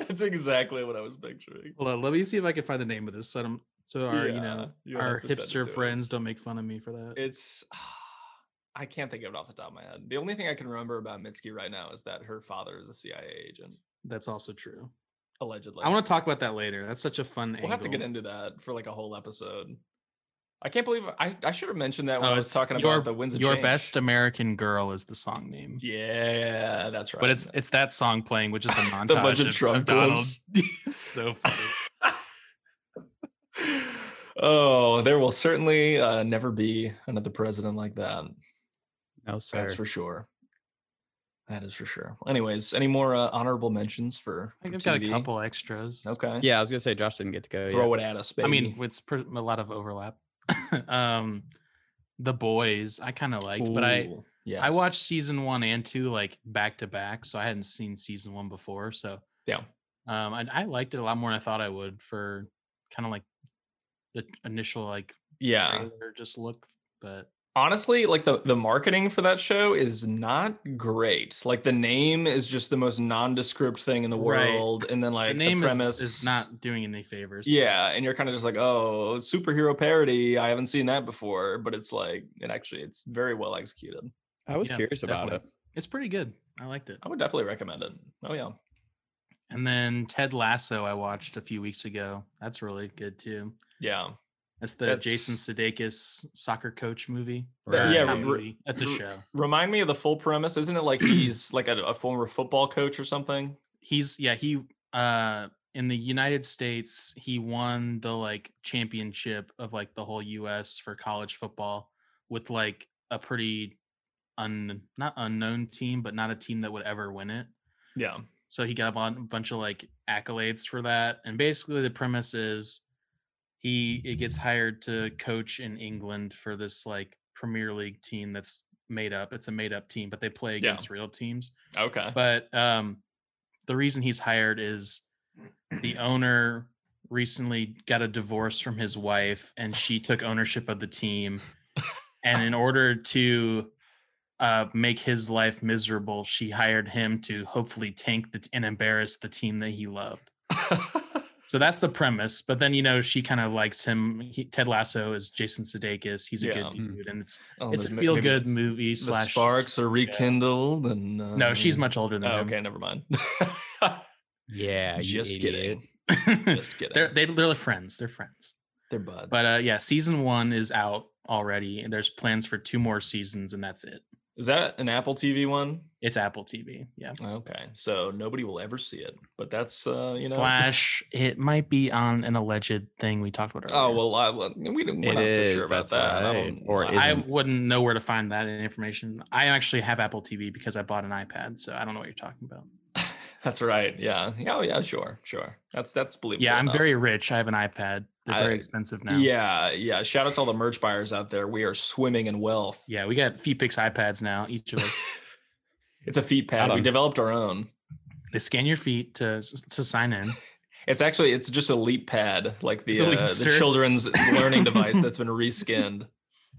Speaker 1: That's exactly what I was picturing.
Speaker 3: Hold on, let me see if I can find the name of this. So, i so our you know
Speaker 1: Yeah, you'll
Speaker 3: our
Speaker 1: have to send it
Speaker 3: hipster
Speaker 1: to us.
Speaker 3: friends don't make fun of me for that.
Speaker 1: It's I can't think of it off the top of my head. The only thing I can remember about Mitski right now is that her father is a CIA agent,
Speaker 3: That's also true.
Speaker 1: allegedly.
Speaker 3: I want to talk about that later. That's such a fun.
Speaker 1: We'll have to get into that for like a whole episode. I can't believe I, I should have mentioned that when
Speaker 3: Oh,
Speaker 1: I was
Speaker 3: it's
Speaker 1: talking
Speaker 3: your,
Speaker 1: about the winds of
Speaker 3: your
Speaker 1: change.
Speaker 3: best American girl is the song name.
Speaker 1: Yeah, that's right.
Speaker 3: But it's it's that song playing, which is a montage
Speaker 1: The bunch of
Speaker 3: of,
Speaker 1: Trump
Speaker 3: of Donald.
Speaker 1: clips.
Speaker 3: it's so funny.
Speaker 1: oh, there will certainly uh, never be another president like that.
Speaker 2: No, sir.
Speaker 1: That's for sure. That is for sure. Anyways, any more uh, honorable mentions for?
Speaker 3: I think
Speaker 1: for
Speaker 3: I've got a
Speaker 1: TV?
Speaker 3: couple extras.
Speaker 1: Okay.
Speaker 2: Yeah, I was gonna say Josh didn't get to go.
Speaker 1: Throw it at us, baby.
Speaker 3: I mean, it's pr- a lot of overlap. um, the boys I kind of liked, but I
Speaker 1: yeah
Speaker 3: I watched season one and two like back to back, so I hadn't seen season one before. So
Speaker 1: Yeah.
Speaker 3: um, I, I liked it a lot more than I thought I would for kind of like the initial like
Speaker 1: Yeah.
Speaker 3: trailer just look, but
Speaker 1: honestly like the the marketing for that show is not great like the name is just the most nondescript thing in the
Speaker 3: Right.
Speaker 1: world and then like
Speaker 3: the name is-
Speaker 1: premise
Speaker 3: is, not doing any favors.
Speaker 1: yeah and you're kind of just like oh superhero parody i haven't seen that before but it's like it actually it's very well executed
Speaker 2: I was
Speaker 3: Yeah,
Speaker 2: curious about
Speaker 3: definitely. it's pretty good. I liked it.
Speaker 1: i would definitely recommend it oh yeah
Speaker 3: And then Ted Lasso I watched a few weeks ago. That's really good too.
Speaker 1: yeah
Speaker 3: That's the Jason Sudeikis soccer coach movie.
Speaker 2: That-
Speaker 3: Or
Speaker 2: yeah,
Speaker 3: not
Speaker 1: re-
Speaker 3: movie. That's a
Speaker 1: re-
Speaker 3: show.
Speaker 1: remind me of the full premise isn't it like he's like a, a former football coach or something
Speaker 3: he's yeah he uh in the united states he won the like championship of like the whole us for college football with like a pretty un not unknown team but not a team that would ever win it
Speaker 1: yeah
Speaker 3: so he got a bun- bunch of like accolades for that and basically the premise is he it gets hired to coach in england for this like premier league team that's made up it's a made up team but they play against real teams
Speaker 1: okay
Speaker 3: but um, the reason he's hired is the owner recently got a divorce from his wife, and she took ownership of the team. And in order to uh, make his life miserable, she hired him to hopefully tank the t- and embarrass the team that he loved. So that's the premise. But then you know she kind of likes him. He, Ted Lasso is Jason Sudeikis. He's a
Speaker 1: Yeah.
Speaker 3: good
Speaker 2: Mm.
Speaker 3: dude, and it's
Speaker 1: Oh,
Speaker 3: it's a
Speaker 1: there's ma-
Speaker 3: feel
Speaker 1: maybe
Speaker 3: good movie
Speaker 1: the
Speaker 3: slash.
Speaker 1: sparks are rekindled and uh,
Speaker 3: No, she's much older than
Speaker 1: Oh,
Speaker 3: him.
Speaker 1: okay, never mind.
Speaker 2: it. Yeah, you
Speaker 1: Just
Speaker 2: idiot.
Speaker 1: kidding. Just kidding.
Speaker 3: they're they, they're friends. They're friends.
Speaker 1: They're buds.
Speaker 3: But uh, yeah, season one is out already, and there's plans for two more seasons, and that's it.
Speaker 1: is that an Apple TV one?
Speaker 3: It's Apple TV, yeah.
Speaker 1: Okay, so nobody will ever see it. But that's uh, you know.
Speaker 3: Slash, it might be on an alleged thing we talked about earlier.
Speaker 1: Oh well, I, well, we don't, we're
Speaker 2: It
Speaker 1: not so
Speaker 2: is,
Speaker 1: sure about
Speaker 2: that's
Speaker 1: that. I
Speaker 2: right.
Speaker 1: don't-
Speaker 2: Or
Speaker 1: I-
Speaker 2: is
Speaker 3: I
Speaker 2: isn't.
Speaker 3: wouldn't know where to find that information. I actually have Apple TV because I bought an iPad, so I don't know what you're talking about.
Speaker 1: That's right. Yeah. Yeah, Oh yeah. Sure. Sure. That's that's believable.
Speaker 3: Yeah, I'm
Speaker 1: enough.
Speaker 3: very rich. I have an iPad. They're
Speaker 1: I-
Speaker 3: very expensive now.
Speaker 1: Yeah. Yeah. Shout out to all the merch buyers out there. We are swimming in wealth.
Speaker 3: yeah. We got FeetPix iPads now. Each of us.
Speaker 1: It's a feet pad. We
Speaker 2: Adam.
Speaker 1: developed our own.
Speaker 3: they scan your feet to to sign in.
Speaker 1: It's actually it's just a leap pad, like the
Speaker 3: It's a
Speaker 1: uh, the
Speaker 3: leapster.
Speaker 1: children's learning device that's been reskinned.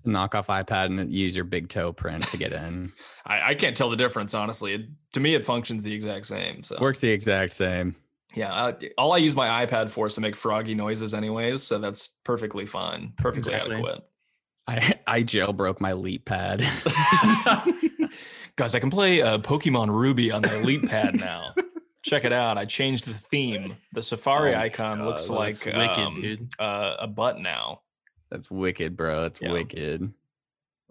Speaker 2: Knock off iPad and use your big toe print to get in.
Speaker 1: I, I can't tell the difference, honestly. It, to me, it functions the exact same. So
Speaker 2: Works the exact same.
Speaker 1: yeah, I, all I use my iPad for is to make froggy noises, anyways. So that's perfectly fine, perfectly
Speaker 3: Exactly.
Speaker 2: I I jailbroke my leap pad.
Speaker 1: adequate. Guys, I can play uh, Pokemon Ruby on my Leap Pad now. Check it out. I changed the theme. The Safari
Speaker 2: Oh my
Speaker 1: icon looks
Speaker 2: God,
Speaker 1: like
Speaker 3: that's wicked,
Speaker 1: um,
Speaker 3: dude.
Speaker 1: Uh, a butt now.
Speaker 2: That's wicked, bro. That's
Speaker 1: Yeah.
Speaker 2: wicked. Um,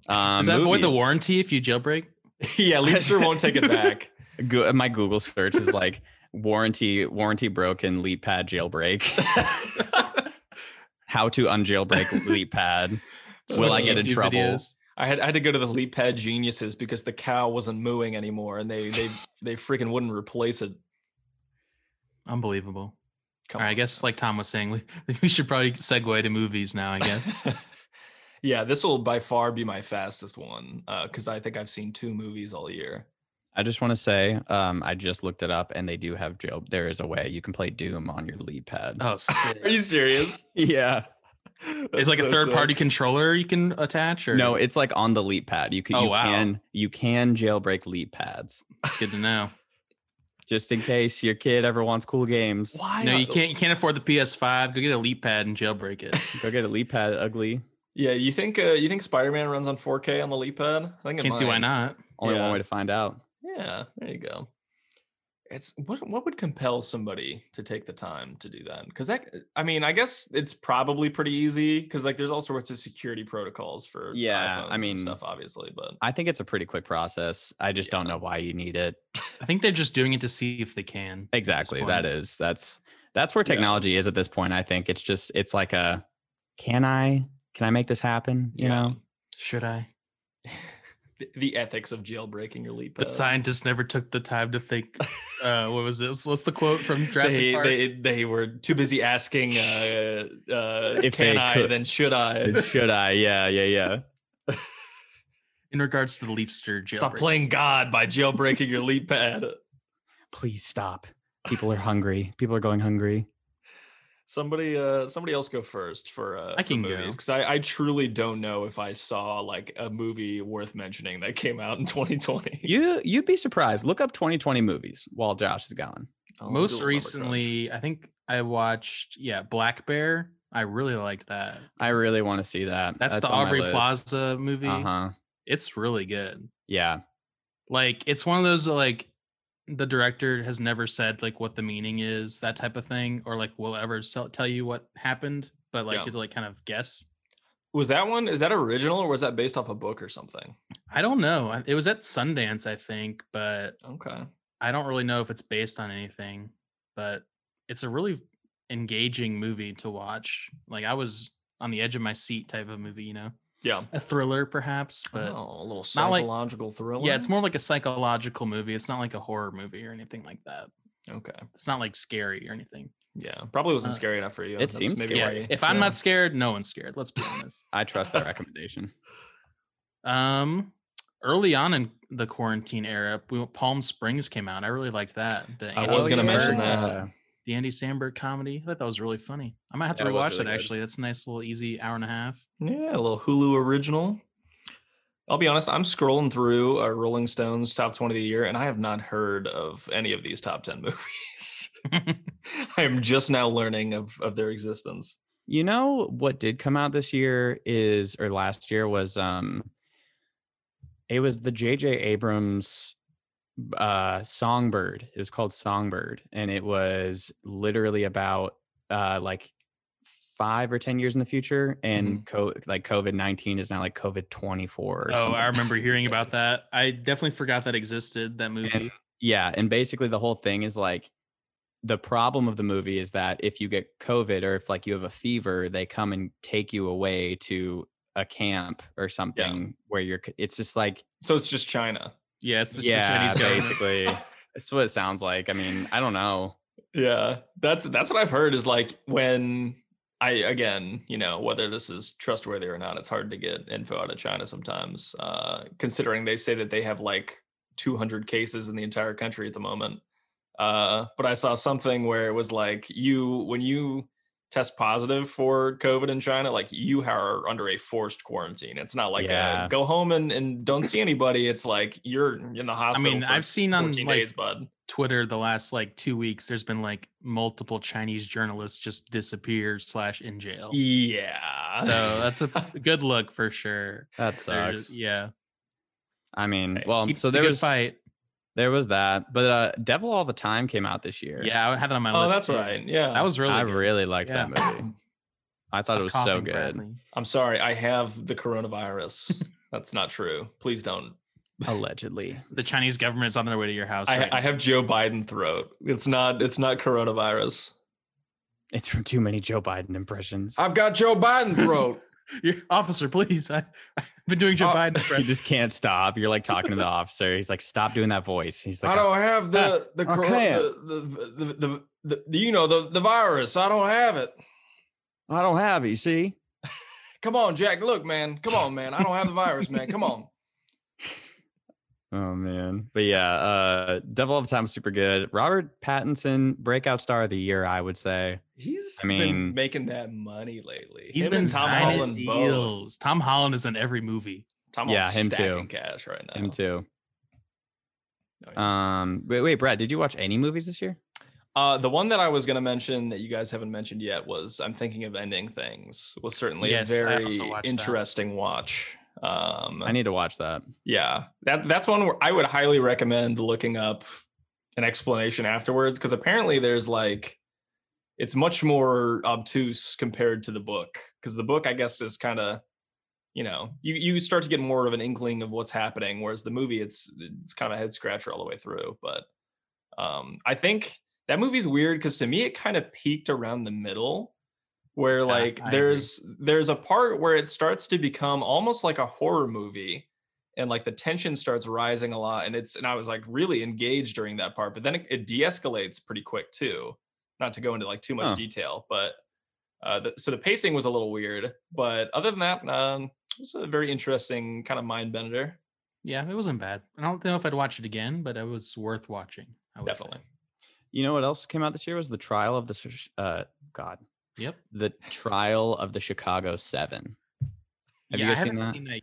Speaker 3: Does that void the
Speaker 2: movies.
Speaker 3: warranty if you jailbreak?
Speaker 1: yeah, Leapster won't take it back.
Speaker 2: Go- my Google search is like warranty warranty broken leap pad jailbreak. how to unjailbreak leap pad. Will I
Speaker 3: Watching
Speaker 2: get in
Speaker 3: YouTube
Speaker 2: trouble?
Speaker 3: videos.
Speaker 1: I had I had to go to the leap pad geniuses because the cow wasn't mooing anymore, and they they they freaking wouldn't replace it.
Speaker 3: Unbelievable.
Speaker 2: Oh.
Speaker 1: Come
Speaker 3: All right, I
Speaker 1: on,
Speaker 3: guess like Tom was saying, we, we should probably segue to movies now. I guess.
Speaker 1: yeah, this will by far be my fastest one because I think I've seen two movies all year.
Speaker 2: I just want to say, um, I just looked it up, and they do have jail. There is a way you can play Doom on your lead pad.
Speaker 3: Oh, sick.
Speaker 1: Are you serious?
Speaker 2: yeah.
Speaker 3: it's like a third party controller you can attach, or
Speaker 2: No, it's like on the leap pad. You can,
Speaker 3: Oh,
Speaker 2: you
Speaker 3: wow.
Speaker 2: can, you can jailbreak leap pads
Speaker 3: it's good to know.
Speaker 2: just in case your kid ever wants cool games.
Speaker 1: Why?
Speaker 3: No,
Speaker 1: on-
Speaker 3: you can't. You can't afford the PS5. Go get a Leap Pad and jailbreak it.
Speaker 2: Go get a leap pad, ugly.
Speaker 1: Yeah, you think uh, you think Spider Man runs on 4K on the leap pad? I think it
Speaker 3: Can't see why
Speaker 1: might.
Speaker 3: not.
Speaker 2: Only
Speaker 1: Yeah.
Speaker 2: one way to find out.
Speaker 1: Yeah, there you go. It's what what would compel somebody to take the time to do that? Because that I mean, I guess it's probably pretty easy because like there's all sorts of security protocols for
Speaker 2: Yeah, I
Speaker 1: iPhones and
Speaker 2: mean-
Speaker 1: stuff obviously, but
Speaker 2: I think it's a pretty quick process. I just don't know why you need it.
Speaker 3: I think they're just doing it to see if they can.
Speaker 2: Exactly.
Speaker 3: point.
Speaker 2: That is that's that's where technology is at this point. I think it's just it's like a can I can I make this happen? You know.
Speaker 3: Should I?
Speaker 1: the, the ethics of jailbreaking your leap.
Speaker 2: Uh.
Speaker 3: The
Speaker 1: pad.
Speaker 3: scientists never took the time to think. Uh, what was this? What's the quote from Jurassic
Speaker 1: they,
Speaker 3: Park?
Speaker 1: they they were too busy asking uh, uh,
Speaker 2: If they
Speaker 1: can I
Speaker 2: could-
Speaker 1: then should I
Speaker 2: Should I? Yeah, yeah, yeah.
Speaker 3: in regards to the Leapster jailbreak.
Speaker 1: stop playing God by jailbreaking your leap pad.
Speaker 2: Please stop. People are hungry. People are going hungry.
Speaker 1: Somebody, uh, somebody else go first for uh,
Speaker 3: I can go.
Speaker 1: because I, I truly don't know if I saw like a movie worth mentioning that came out in 2020.
Speaker 2: You you'd be surprised. Look up 2020 movies while Josh is gone.
Speaker 1: I'll Oh, do a
Speaker 3: Most
Speaker 1: lumber crunch.
Speaker 3: recently, I think I watched yeah Black Bear. I really liked that.
Speaker 2: I really want to see that.
Speaker 3: That's, the Aubrey Plaza movie.
Speaker 2: Uh
Speaker 1: Uh-huh.
Speaker 2: huh.
Speaker 3: It's really good.
Speaker 2: Yeah.
Speaker 3: Like it's one of those like the director has never said like what the meaning is, that type of thing, or like will ever sell, tell you what happened, but like
Speaker 1: Yeah.
Speaker 3: you have to like kind of guess.
Speaker 1: was that one? Is that original or was that based off a book or something?
Speaker 3: I don't know. I- It was at Sundance, I think, but
Speaker 1: Okay,
Speaker 3: I don't really know if it's based on anything. But it's a really engaging movie to watch. Like I was on the edge of my seat type of movie, you know,
Speaker 1: yeah,
Speaker 3: a thriller perhaps, but
Speaker 1: oh, a little
Speaker 3: not like-
Speaker 1: psychological thriller.
Speaker 3: yeah, it's more like a psychological movie. It's not like a horror movie or anything like that.
Speaker 1: okay.
Speaker 3: It's not like scary or anything.
Speaker 1: Yeah, probably wasn't
Speaker 3: Uh,
Speaker 1: scary enough for you.
Speaker 2: it seems
Speaker 3: Yeah,
Speaker 1: why-
Speaker 3: if I'm
Speaker 1: yeah.
Speaker 3: not scared, no one's scared. Let's be honest.
Speaker 2: I trust that recommendation.
Speaker 3: Um, early on in the quarantine era, we, Palm Springs came out. I really liked that. The
Speaker 1: I was gonna mention that.
Speaker 3: The Andy Samberg comedy. I thought that was really funny. I might have to
Speaker 2: Yeah, it was
Speaker 3: rewatch
Speaker 2: really
Speaker 3: that
Speaker 2: good.
Speaker 3: actually. That's a nice little easy hour and a half.
Speaker 1: Yeah, a little Hulu original. I'll be honest, I'm scrolling through uh, Rolling Stones top 20 of the year, and I have not heard of any of these top 10 movies. I am just now learning of, of their existence.
Speaker 2: You know what did come out this year is or last year was um it was the JJ Abrams uh Songbird. It was called Songbird and it was literally about uh like 5 or 10 years in the future and co- like COVID-19 is now like COVID-24 or
Speaker 3: Mm-hmm. Oh,
Speaker 2: something.
Speaker 3: I remember hearing about that. I definitely forgot that existed. That movie.
Speaker 2: And yeah, and basically the whole thing is like the problem of the movie is that if you get COVID or if like you have a fever, they come and take you away to a camp or something where you're. c- It's just like
Speaker 1: So it's just China.
Speaker 3: yeah, it's just
Speaker 2: yeah,
Speaker 3: the Chinese government.
Speaker 2: basically. That's what it sounds like. I mean, I don't know.
Speaker 1: Yeah, that's that's what I've heard is like when I again, you know, whether this is trustworthy or not, it's hard to get info out of China sometimes. Uh, considering they say that they have like 200 cases in the entire country at the moment. Uh, but I saw something where it was like you when you test positive for COVID in China, like you are under a forced quarantine. It's not like
Speaker 2: Yeah.
Speaker 1: a, go home and, and don't see anybody. It's like you're in the
Speaker 3: I
Speaker 1: hospital.
Speaker 3: mean,
Speaker 1: for
Speaker 3: I've seen on
Speaker 1: 14
Speaker 3: like
Speaker 1: days, bud.
Speaker 3: Twitter the last like two weeks, there's been like multiple Chinese journalists just disappear slash in jail.
Speaker 1: Yeah.
Speaker 3: So that's a good look for sure. They're
Speaker 2: That sucks.
Speaker 3: just- yeah.
Speaker 2: I mean,
Speaker 3: Hey,
Speaker 2: well,
Speaker 3: keep
Speaker 2: so
Speaker 3: the
Speaker 2: there
Speaker 3: good
Speaker 2: was
Speaker 3: fight.
Speaker 2: there was that, but uh, Devil All the Time came out this year.
Speaker 3: Yeah, I had it on my
Speaker 1: Oh,
Speaker 3: list.
Speaker 1: that's
Speaker 3: too.
Speaker 1: right. Yeah.
Speaker 3: That was really.
Speaker 2: I
Speaker 3: good.
Speaker 2: really liked
Speaker 3: Yeah.
Speaker 2: that movie. I thought
Speaker 3: Stop
Speaker 2: it was so
Speaker 3: coughing,
Speaker 2: good.
Speaker 3: Bradley.
Speaker 1: I'm sorry. I have the coronavirus. That's not true. Please don't.
Speaker 2: Allegedly,
Speaker 3: The Chinese government is on their way to your house.
Speaker 1: I,
Speaker 3: right
Speaker 1: I have Joe Biden throat. It's not. It's not coronavirus.
Speaker 2: It's from too many Joe Biden impressions.
Speaker 7: I've got Joe Biden throat.
Speaker 3: Your officer, please. I, I've been doing Joe
Speaker 7: Oh,
Speaker 3: Biden.
Speaker 2: you
Speaker 3: impression.
Speaker 2: just can't stop. You're like talking to the officer. He's like, stop doing that voice. He's like,
Speaker 7: I don't have the the,
Speaker 2: I
Speaker 7: cor-
Speaker 2: can't.
Speaker 7: the, the, the, the, the, the you know the, the virus. I don't have it.
Speaker 2: I don't have it. You see?
Speaker 7: Come on, Jack. Look, man. Come on, man. I don't have the virus, man. Come on.
Speaker 2: Oh man. But yeah, uh Devil All the Time was super good. Robert Pattinson, breakout star of the year, I would say.
Speaker 1: He's
Speaker 2: I mean-
Speaker 1: been making that money lately.
Speaker 3: He's
Speaker 1: Him
Speaker 3: been
Speaker 1: and Tom
Speaker 3: signing
Speaker 1: Holland both.
Speaker 3: deals. Tom Holland is in every movie.
Speaker 1: Tom
Speaker 2: Yeah,
Speaker 1: Holland's
Speaker 2: him too.
Speaker 1: stacking Cash right now.
Speaker 2: Him too.
Speaker 1: Oh, yeah.
Speaker 2: Um wait, wait, Brad, did you watch any movies this year?
Speaker 1: Uh, the one that I was going to mention that you guys haven't mentioned yet was "I'm Thinking of Ending Things." Was certainly
Speaker 3: Yes,
Speaker 1: a
Speaker 3: I
Speaker 1: very
Speaker 3: also watched that.
Speaker 1: interesting watch. Um,
Speaker 2: I need to watch that.
Speaker 1: yeah, that that's one where I would highly recommend looking up an explanation afterwards because apparently there's like it's much more obtuse compared to the book because the book I guess is kind of you know you you start to get more of an inkling of what's happening whereas the movie it's it's kind of a head scratcher all the way through but um I think that movie's weird because to me it kind of peaked around the middle where like
Speaker 3: I agree.
Speaker 1: there's there's a part where it starts to become almost like a horror movie and like the tension starts rising a lot and it's and i was like really engaged during that part but then it, it de-escalates pretty quick too not to go into like too much
Speaker 2: Huh.
Speaker 1: detail but uh the, so the pacing was a little weird but other than that um it was a very interesting kind of mind bender
Speaker 3: Yeah, it wasn't bad. I don't know if I'd watch it again, but it was worth watching. I would say.
Speaker 1: definitely
Speaker 2: You know what else came out this year was the trial of the Sh- uh God.
Speaker 3: Yep.
Speaker 2: The trial of the Chicago Seven. Have
Speaker 3: yeah,
Speaker 2: you
Speaker 3: I
Speaker 2: guys seen
Speaker 3: haven't
Speaker 2: that?
Speaker 3: seen that.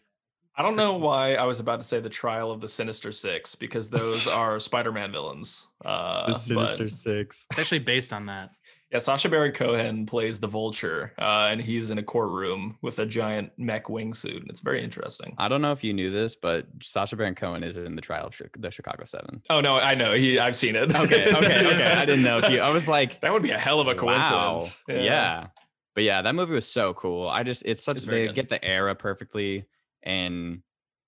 Speaker 1: i don't
Speaker 3: For
Speaker 1: know
Speaker 3: sure.
Speaker 1: why i was about to say the trial of the sinister six because those are spider-man villains uh
Speaker 2: the
Speaker 1: but-
Speaker 2: Sinister Six.
Speaker 3: It's actually based on that.
Speaker 1: Yeah, Sasha Baron Cohen plays the Vulture, uh, and he's in a courtroom with a giant mech wingsuit, and it's very interesting.
Speaker 2: I don't know if you knew this, but Sasha Baron Cohen is in the trial of Chi- the Chicago Seven.
Speaker 1: Oh no, I know. He, I've seen it.
Speaker 2: Okay, okay, okay. I didn't know if you. I was like,
Speaker 1: that would be a hell of a coincidence.
Speaker 2: Wow. Yeah. But yeah, that movie was so cool. I just it's such
Speaker 1: It's very
Speaker 2: they
Speaker 1: good.
Speaker 2: get the era perfectly and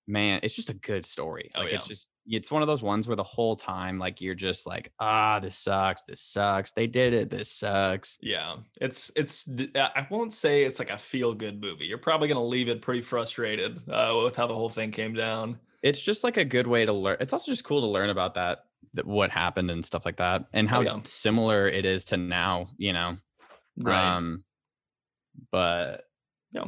Speaker 2: man, it's just a good story.
Speaker 1: Oh,
Speaker 2: Like it's
Speaker 1: yeah.
Speaker 2: just it's one of those ones where the whole time like you're just like, ah, this sucks, this sucks. They did it, this sucks.
Speaker 1: Yeah, it's it's. d- uh, I won't say it's like a feel good movie. You're probably gonna leave it pretty frustrated uh, with how the whole thing came down.
Speaker 2: It's just like a good way to learn. It's also just cool to learn about that, that what happened and stuff like that and how
Speaker 1: yeah.
Speaker 2: similar it is to now, you know. Um but
Speaker 1: Yeah.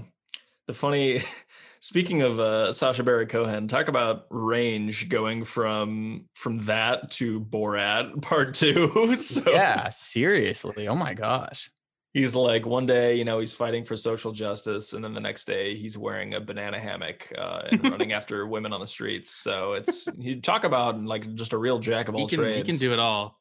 Speaker 1: The funny, speaking of uh, Sasha Baron Cohen, talk about range going from from that to Borat Part Two. so
Speaker 2: yeah, seriously. Oh my gosh.
Speaker 1: he's like one day you know he's fighting for social justice and then the next day he's wearing a banana hammock uh, and running after women on the streets so it's you talk about like just a real jack of
Speaker 3: He
Speaker 1: all
Speaker 3: can, he
Speaker 1: trades
Speaker 3: can do it all.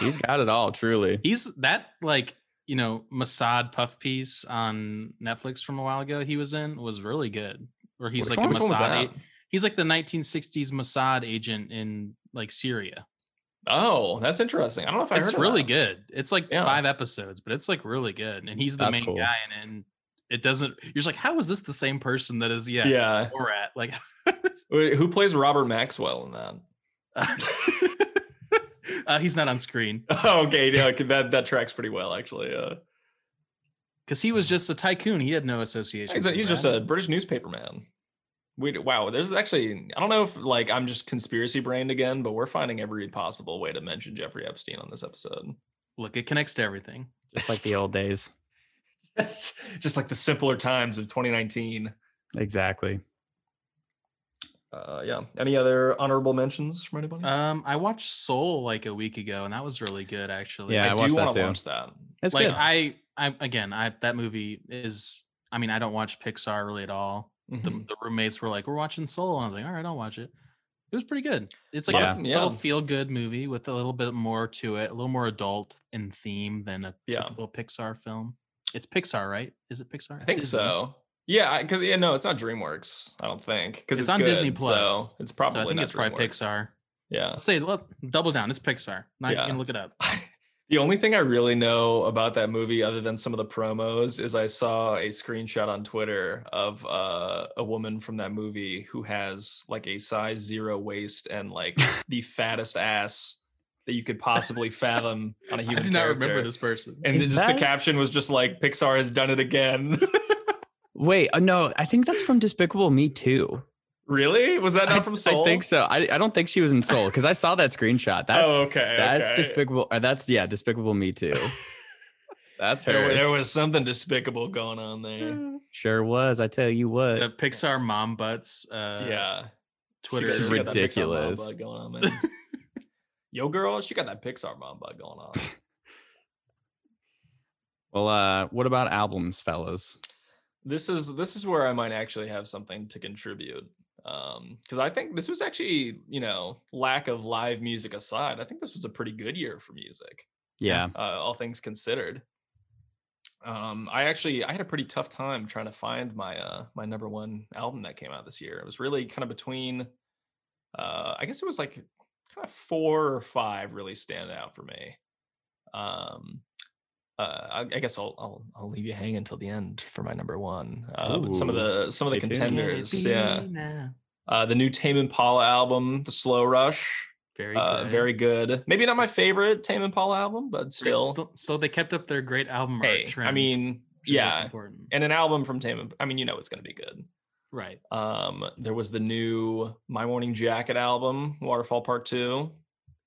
Speaker 2: He's got it all, truly.
Speaker 3: He's that like you know Mossad puff piece on Netflix from a while ago. He was in was really good. Where he's
Speaker 1: Which one-
Speaker 3: like a
Speaker 1: which one was
Speaker 3: Mossad.
Speaker 1: that?
Speaker 3: a- He's like the 1960s Mossad agent in like Syria.
Speaker 1: oh that's interesting i don't know if i
Speaker 3: it's
Speaker 1: heard of
Speaker 3: really
Speaker 1: that.
Speaker 3: good. It's like
Speaker 1: Yeah.
Speaker 3: five episodes, but it's like really good. And he's the
Speaker 2: That's
Speaker 3: main
Speaker 2: cool.
Speaker 3: guy in it. And it doesn't. You're just like, how is this the same person that is? Yeah,
Speaker 1: yeah
Speaker 3: Borat. Like,
Speaker 1: Wait, who plays robert maxwell in that
Speaker 3: uh, he's not on screen
Speaker 1: Oh, okay yeah okay, that that tracks pretty well actually uh
Speaker 3: because he was just a tycoon. He had no association.
Speaker 1: he's, a-
Speaker 3: with
Speaker 1: he's
Speaker 3: Borat.
Speaker 1: just a british newspaper man we wow there's actually i don't know if like i'm just conspiracy brained again but we're finding every possible way to mention jeffrey epstein on this episode
Speaker 3: look. It connects to everything.
Speaker 2: Just like the old days.
Speaker 1: Yes, just like the simpler times of 2019.
Speaker 2: Exactly.
Speaker 1: Uh, yeah. Any other honorable mentions from anybody?
Speaker 3: Um, I watched Soul like a week ago, and that was really good actually.
Speaker 2: Yeah, I
Speaker 1: I,
Speaker 2: watched
Speaker 1: do
Speaker 2: that
Speaker 1: want to
Speaker 2: too.
Speaker 1: watch that.
Speaker 2: It's
Speaker 3: like
Speaker 2: good.
Speaker 3: I, I again, I that movie is. I mean, I don't watch Pixar really at all. The,
Speaker 1: Mhm.
Speaker 3: the roommates were like, "We're watching Soul," and I was like, "All right, I'll watch it." It was pretty good. It's like
Speaker 1: Yeah.
Speaker 3: a
Speaker 1: Yeah.
Speaker 3: little feel-good movie with a little bit more to it, a little more adult in theme than a
Speaker 1: Yeah.
Speaker 3: typical Pixar film. It's Pixar, right? Is it Pixar?
Speaker 1: I think so. Yeah, because yeah, no, it's not DreamWorks. I don't think because
Speaker 3: It's
Speaker 1: it's,
Speaker 3: on Disney
Speaker 1: good,
Speaker 3: Plus,
Speaker 1: So it's
Speaker 3: Probably.
Speaker 1: probably
Speaker 3: I think
Speaker 1: not
Speaker 3: it's probably
Speaker 1: DreamWorks.
Speaker 3: Pixar.
Speaker 1: Yeah.
Speaker 3: I'll say, look, double down. It's Pixar. Now you
Speaker 1: Yeah.
Speaker 3: can look it up.
Speaker 1: The only thing I really know about that movie, other than some of the promos, is I saw a screenshot on Twitter of uh, a woman from that movie who has like a size zero waist and like the fattest ass that you could possibly fathom on a
Speaker 3: I
Speaker 1: human.
Speaker 3: do not remember
Speaker 1: character.
Speaker 3: this person.
Speaker 1: And
Speaker 2: Is
Speaker 1: then just
Speaker 2: that-
Speaker 1: the caption was just like Pixar has done it again.
Speaker 2: Wait, uh, no, I think that's from Despicable Me too.
Speaker 1: really? Was that
Speaker 2: I-
Speaker 1: not from Soul?
Speaker 2: I think so. I, I don't think she was in Soul because I saw that screenshot. That's
Speaker 1: oh, okay.
Speaker 2: that's
Speaker 1: okay.
Speaker 2: Despicable. uh, that's yeah, Despicable Me too. that's
Speaker 1: There,
Speaker 2: her.
Speaker 1: wa- there was something despicable going on there.
Speaker 2: Sure was. I tell you what.
Speaker 3: The Pixar mom butts uh
Speaker 1: yeah.
Speaker 3: Twitter.
Speaker 2: She's
Speaker 1: She got that Pixar mom
Speaker 2: ridiculous.
Speaker 1: bug Going on, man. Yo, girl, she got that Pixar mom bug going on.
Speaker 2: Well, uh, what about albums, fellas?
Speaker 1: this is this is where I might actually have something to contribute. Um, because I think this was actually, you know, lack of live music aside, I think this was a pretty good year for music.
Speaker 2: Yeah.
Speaker 1: Uh, all things considered. Um, I actually I had a pretty tough time trying to find my uh my number one album that came out this year. It was really kind of between uh I guess it was like kind of four or five really stand out for me. Um uh, I, I guess I'll, I'll I'll leave you hanging till the end for my number one. Uh, but some of
Speaker 2: Ooh,
Speaker 1: the some of the
Speaker 2: stay tuned. Can it
Speaker 1: contenders, yeah. Uh, the new Tame Impala album, the Slow Rush,
Speaker 3: Very
Speaker 1: uh,
Speaker 3: good.
Speaker 1: very good. Maybe not my favorite Tame Impala album, but
Speaker 3: Great.
Speaker 1: still,
Speaker 3: So, so they kept up their great album
Speaker 1: hey,
Speaker 3: art trend.
Speaker 1: I mean,
Speaker 3: which is what's
Speaker 1: yeah,
Speaker 3: important.
Speaker 1: and an album from Tame. Imp- I mean, you know it's gonna be good.
Speaker 3: right.
Speaker 1: Um, there was the new My Morning Jacket album, Waterfall Part Two,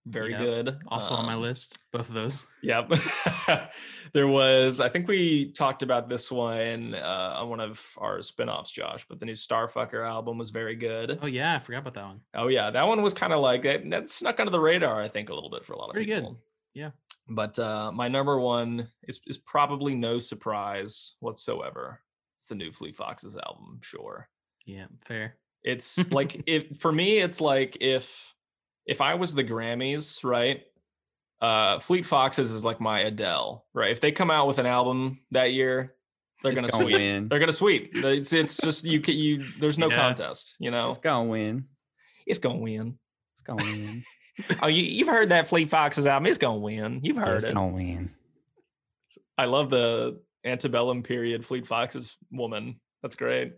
Speaker 1: very
Speaker 3: Yep.
Speaker 1: good.
Speaker 3: Also on my
Speaker 1: Um,
Speaker 3: list, both of those.
Speaker 1: Yep. there was, I think we talked about this one uh, on one of our spin-offs, Josh, but the new Starfucker album was very good.
Speaker 3: Oh yeah, I forgot about that one.
Speaker 1: Oh yeah, that one was kind of like that, that snuck under the radar, I think, a little bit for a lot of
Speaker 3: Pretty good.
Speaker 1: people.
Speaker 3: Yeah.
Speaker 1: But uh, my number one is is probably no surprise whatsoever. It's the new Fleet Foxes album, sure
Speaker 3: Yeah, fair.
Speaker 1: it's like if for me it's like if if i was the grammys right uh fleet foxes is like my adele right if they come out with an album that year they're
Speaker 2: It's
Speaker 1: gonna,
Speaker 2: gonna
Speaker 1: sweep
Speaker 2: win.
Speaker 1: they're gonna sweep it's it's just you can you there's no
Speaker 3: Yeah.
Speaker 1: contest you know
Speaker 2: It's gonna win.
Speaker 1: it's gonna win
Speaker 5: It's going in.
Speaker 1: oh you, you've heard that fleet foxes album it's gonna win you've heard
Speaker 5: It's
Speaker 1: it
Speaker 5: going in.
Speaker 1: i love the antebellum period fleet foxes woman that's great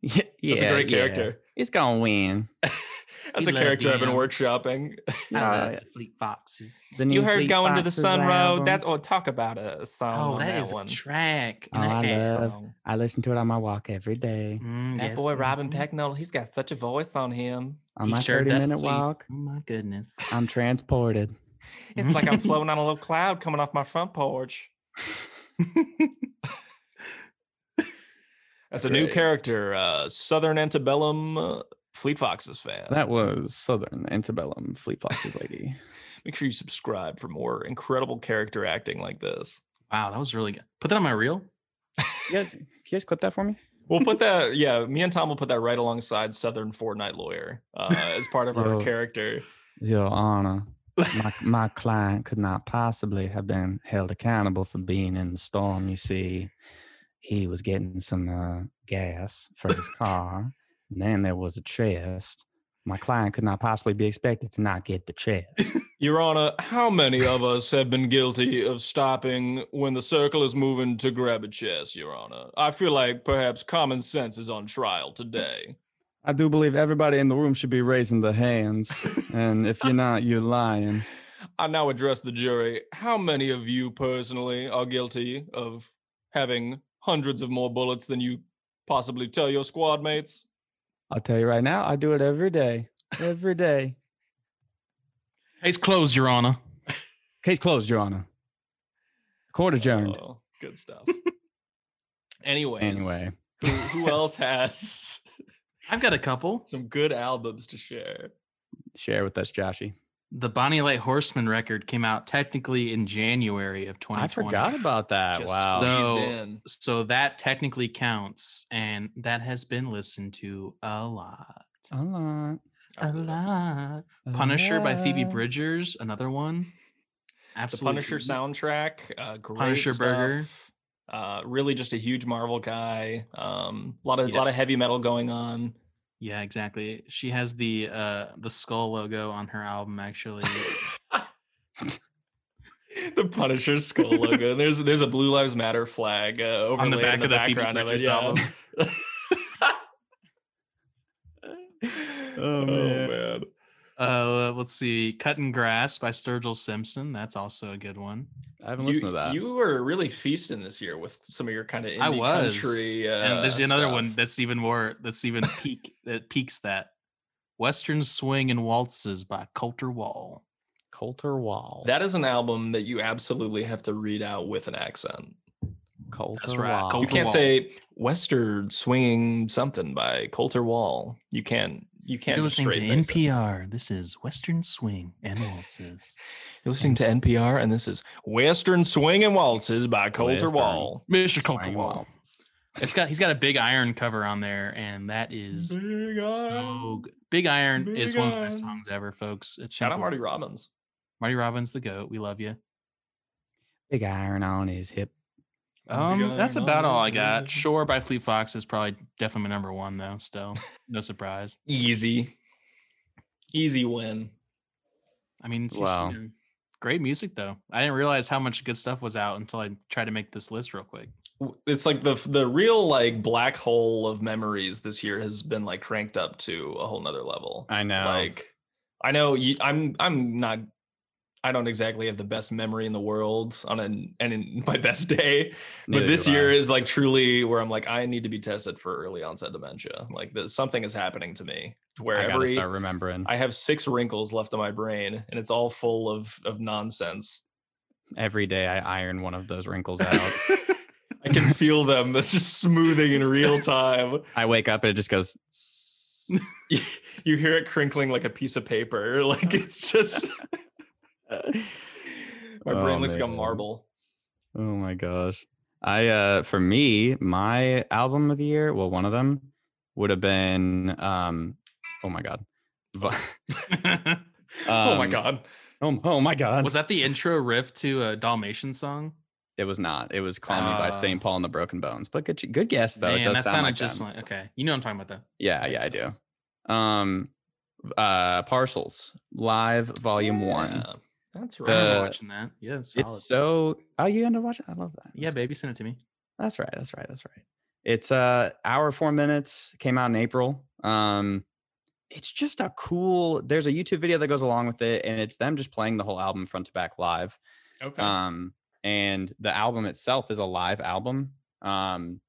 Speaker 2: Yeah,
Speaker 1: that's a great
Speaker 2: yeah.
Speaker 1: character
Speaker 2: It's gonna win.
Speaker 1: that's a
Speaker 3: love
Speaker 1: character i've been
Speaker 3: Liam.
Speaker 1: workshopping
Speaker 2: Yeah,
Speaker 3: Fleet Foxes.
Speaker 2: Uh, the
Speaker 1: You
Speaker 2: new
Speaker 1: heard
Speaker 2: Fleet
Speaker 1: "Going to the
Speaker 2: Foxes
Speaker 1: Sun
Speaker 2: album.
Speaker 1: Road." That's oh, talk about a song
Speaker 3: Oh,
Speaker 1: on
Speaker 3: that
Speaker 1: that,
Speaker 3: is
Speaker 1: one.
Speaker 3: a track.
Speaker 5: Oh, I love I listen to it on my walk every day.
Speaker 3: mm,
Speaker 1: that boy Robin Pecknold, he's got such a voice on him.
Speaker 5: On my 30 minute walk,
Speaker 3: Oh my goodness.
Speaker 5: I'm transported.
Speaker 1: It's like I'm floating on a little cloud coming off my front porch. That's a new
Speaker 2: great.
Speaker 1: character, uh, Southern Antebellum uh, Fleet Foxes fan.
Speaker 2: That was Southern Antebellum Fleet Foxes lady.
Speaker 1: Make sure you subscribe for more incredible character acting like this.
Speaker 3: Wow, that was really good. Put that on my reel.
Speaker 2: You guys, can you guys clip that for me?
Speaker 1: We'll put that, yeah. Me and Tom will put that right alongside Southern Fortnite Lawyer uh, as part of our
Speaker 5: Yo.
Speaker 1: character.
Speaker 5: Your Honor, my, my client could not possibly have been held accountable for being in the storm. You see, he was getting some uh, gas for his car, and then there was a chest. My client could not possibly be expected to not get the chest.
Speaker 1: Your Honor, how many of us have been guilty of stopping when the circle is moving to grab a chest, Your Honor? I feel like perhaps common sense is on trial today.
Speaker 2: I do believe everybody in the room should be raising their hands, and if you're not, you're lying.
Speaker 1: I now address the jury. How many of you personally are guilty of having hundreds of more bullets than you possibly tell your squad mates?
Speaker 2: I'll tell you right now, I do it every day. Every day.
Speaker 3: Case closed, Your Honor.
Speaker 2: Case closed, Your Honor. Court adjourned.
Speaker 1: Oh, good stuff.
Speaker 5: Oh,
Speaker 1: Anyways,
Speaker 2: anyway,
Speaker 1: who, who else has
Speaker 3: I've got a couple.
Speaker 1: some good albums to share?
Speaker 2: share with us, Joshy.
Speaker 3: The Bonnie Light Horseman record came out technically in January of 2020.
Speaker 2: I forgot about that.
Speaker 1: Just
Speaker 2: Ah, wow.
Speaker 1: squeezed
Speaker 3: So-
Speaker 1: in.
Speaker 3: So that technically counts, and that has been listened to a lot.
Speaker 5: A lot.
Speaker 1: I
Speaker 3: A
Speaker 1: believe it.
Speaker 3: lot.
Speaker 5: a
Speaker 3: Punisher by
Speaker 2: Uh,
Speaker 3: Phoebe
Speaker 5: lot.
Speaker 3: Bridgers, another one.
Speaker 1: the
Speaker 3: Absolutely.
Speaker 1: Punisher soundtrack, uh, great
Speaker 3: Punisher Burger.
Speaker 1: stuff. Uh, really, just a huge Marvel guy. Um, a lot of
Speaker 3: Yeah.
Speaker 1: lot of heavy metal going on.
Speaker 3: Yeah, exactly. She has the uh the skull logo on her album actually.
Speaker 1: the Punisher skull logo. And there's there's a Blue Lives Matter flag uh, overlaid
Speaker 3: on the back
Speaker 1: in
Speaker 3: of the Phoebe
Speaker 1: background of it.
Speaker 3: Bridgers
Speaker 1: yeah.
Speaker 3: album.
Speaker 1: oh,
Speaker 2: man. Oh,
Speaker 3: Oh,
Speaker 1: man.
Speaker 3: Uh, let's see. Cutting Grass by Sturgill Simpson. That's also a good one.
Speaker 2: I haven't listened
Speaker 4: you,
Speaker 2: to that.
Speaker 4: You were really feasting this year with some of your kind of indie
Speaker 3: I was.
Speaker 4: country. Uh,
Speaker 3: and there's another
Speaker 4: stuff.
Speaker 3: one that's even more, that's even peak, that peaks that. Western Swing and Waltzes by Coulter Wall.
Speaker 2: Coulter Wall.
Speaker 4: That is an album that you absolutely have to read out with an accent.
Speaker 2: Coulter
Speaker 3: That's right,
Speaker 2: Wall.
Speaker 4: You
Speaker 3: Coulter
Speaker 4: can't
Speaker 3: Wall.
Speaker 4: say "Western Swinging Something" by Coulter Wall. You can't. You can't.
Speaker 3: You're
Speaker 4: just
Speaker 3: listening to
Speaker 4: straight face it.
Speaker 3: NPR. This is Western Swing and Waltzes.
Speaker 4: You're listening to NPR, and this is "Western Swinging Waltzes" by Coulter
Speaker 2: Western.
Speaker 4: Wall.
Speaker 3: Mr.
Speaker 2: Wang
Speaker 3: Coulter Wall.
Speaker 2: Waltzes.
Speaker 3: It's got he's got a big iron cover on there, and that is
Speaker 4: Big
Speaker 3: so good. Big Iron is
Speaker 4: Big
Speaker 3: one of the best
Speaker 4: Iron.
Speaker 3: songs ever, folks. It's
Speaker 4: Shout out
Speaker 3: simple.
Speaker 4: Marty Robbins.
Speaker 3: Marty Robbins, the goat. We love you.
Speaker 8: Big iron on his hip.
Speaker 3: Um, that's
Speaker 4: Iron
Speaker 3: about all I
Speaker 4: is
Speaker 3: got.
Speaker 4: good.
Speaker 3: Shore by Fleet Fox is probably definitely my number one though. Still, no surprise.
Speaker 4: Easy, easy win.
Speaker 3: I mean, it's
Speaker 2: Wow.
Speaker 3: wow. great music though. I didn't realize how much good stuff was out until I tried to make this list real quick.
Speaker 4: w- it's like the f- the real like black hole of memories this year has been like cranked up to a whole nother level.
Speaker 2: I know.
Speaker 4: Like I know you, I'm I'm not I don't exactly have the best memory in the world on an and in my best day,
Speaker 2: Neither
Speaker 4: but this
Speaker 2: do I.
Speaker 4: year is like truly where I'm like I need to be tested for early onset dementia. Like this, something is happening to me where
Speaker 2: I gotta
Speaker 4: every
Speaker 2: start remembering
Speaker 4: I have six wrinkles left in my brain and it's all full of of nonsense.
Speaker 2: every day. I iron one of those wrinkles out.
Speaker 4: I can feel them. That's just smoothing in real time.
Speaker 2: I wake up and it just goes.
Speaker 4: you you hear it crinkling like a piece of paper. Like it's just my
Speaker 2: Oh,
Speaker 4: brain looks like a
Speaker 2: man.
Speaker 4: marble.
Speaker 2: Oh my gosh. I uh for me, my album of the year, well, one of them would have been um oh my god. Vi-
Speaker 4: oh my
Speaker 2: um,
Speaker 4: god.
Speaker 2: Oh, oh my god.
Speaker 3: was that the intro riff to a Dalmatian song?
Speaker 2: it was not. It was Call Me by St.
Speaker 3: Ah.
Speaker 2: Paul and the Broken Bones. But good good guess though. it
Speaker 3: Man,
Speaker 2: does
Speaker 3: that
Speaker 2: sound
Speaker 3: sounded
Speaker 2: like
Speaker 3: just
Speaker 2: them.
Speaker 3: like okay. You know what I'm talking about
Speaker 2: Yeah, yeah, I do. Um uh Parcels Live Volume 1.
Speaker 4: Yeah, that's
Speaker 3: though. I remember
Speaker 2: The-
Speaker 4: right.
Speaker 3: watching that. Yeah, it's solid.
Speaker 2: It's so Oh, you end up watching. I love that.
Speaker 3: yeah,
Speaker 2: That's
Speaker 3: baby, send it to me.
Speaker 2: That's right. That's right. That's right. It's uh hour four minutes. Came out in April. Um, it's just a cool. There's a YouTube video that goes along with it, and it's them just playing the whole album front to back live.
Speaker 4: okay.
Speaker 2: Um, and the album itself is a live album. Um,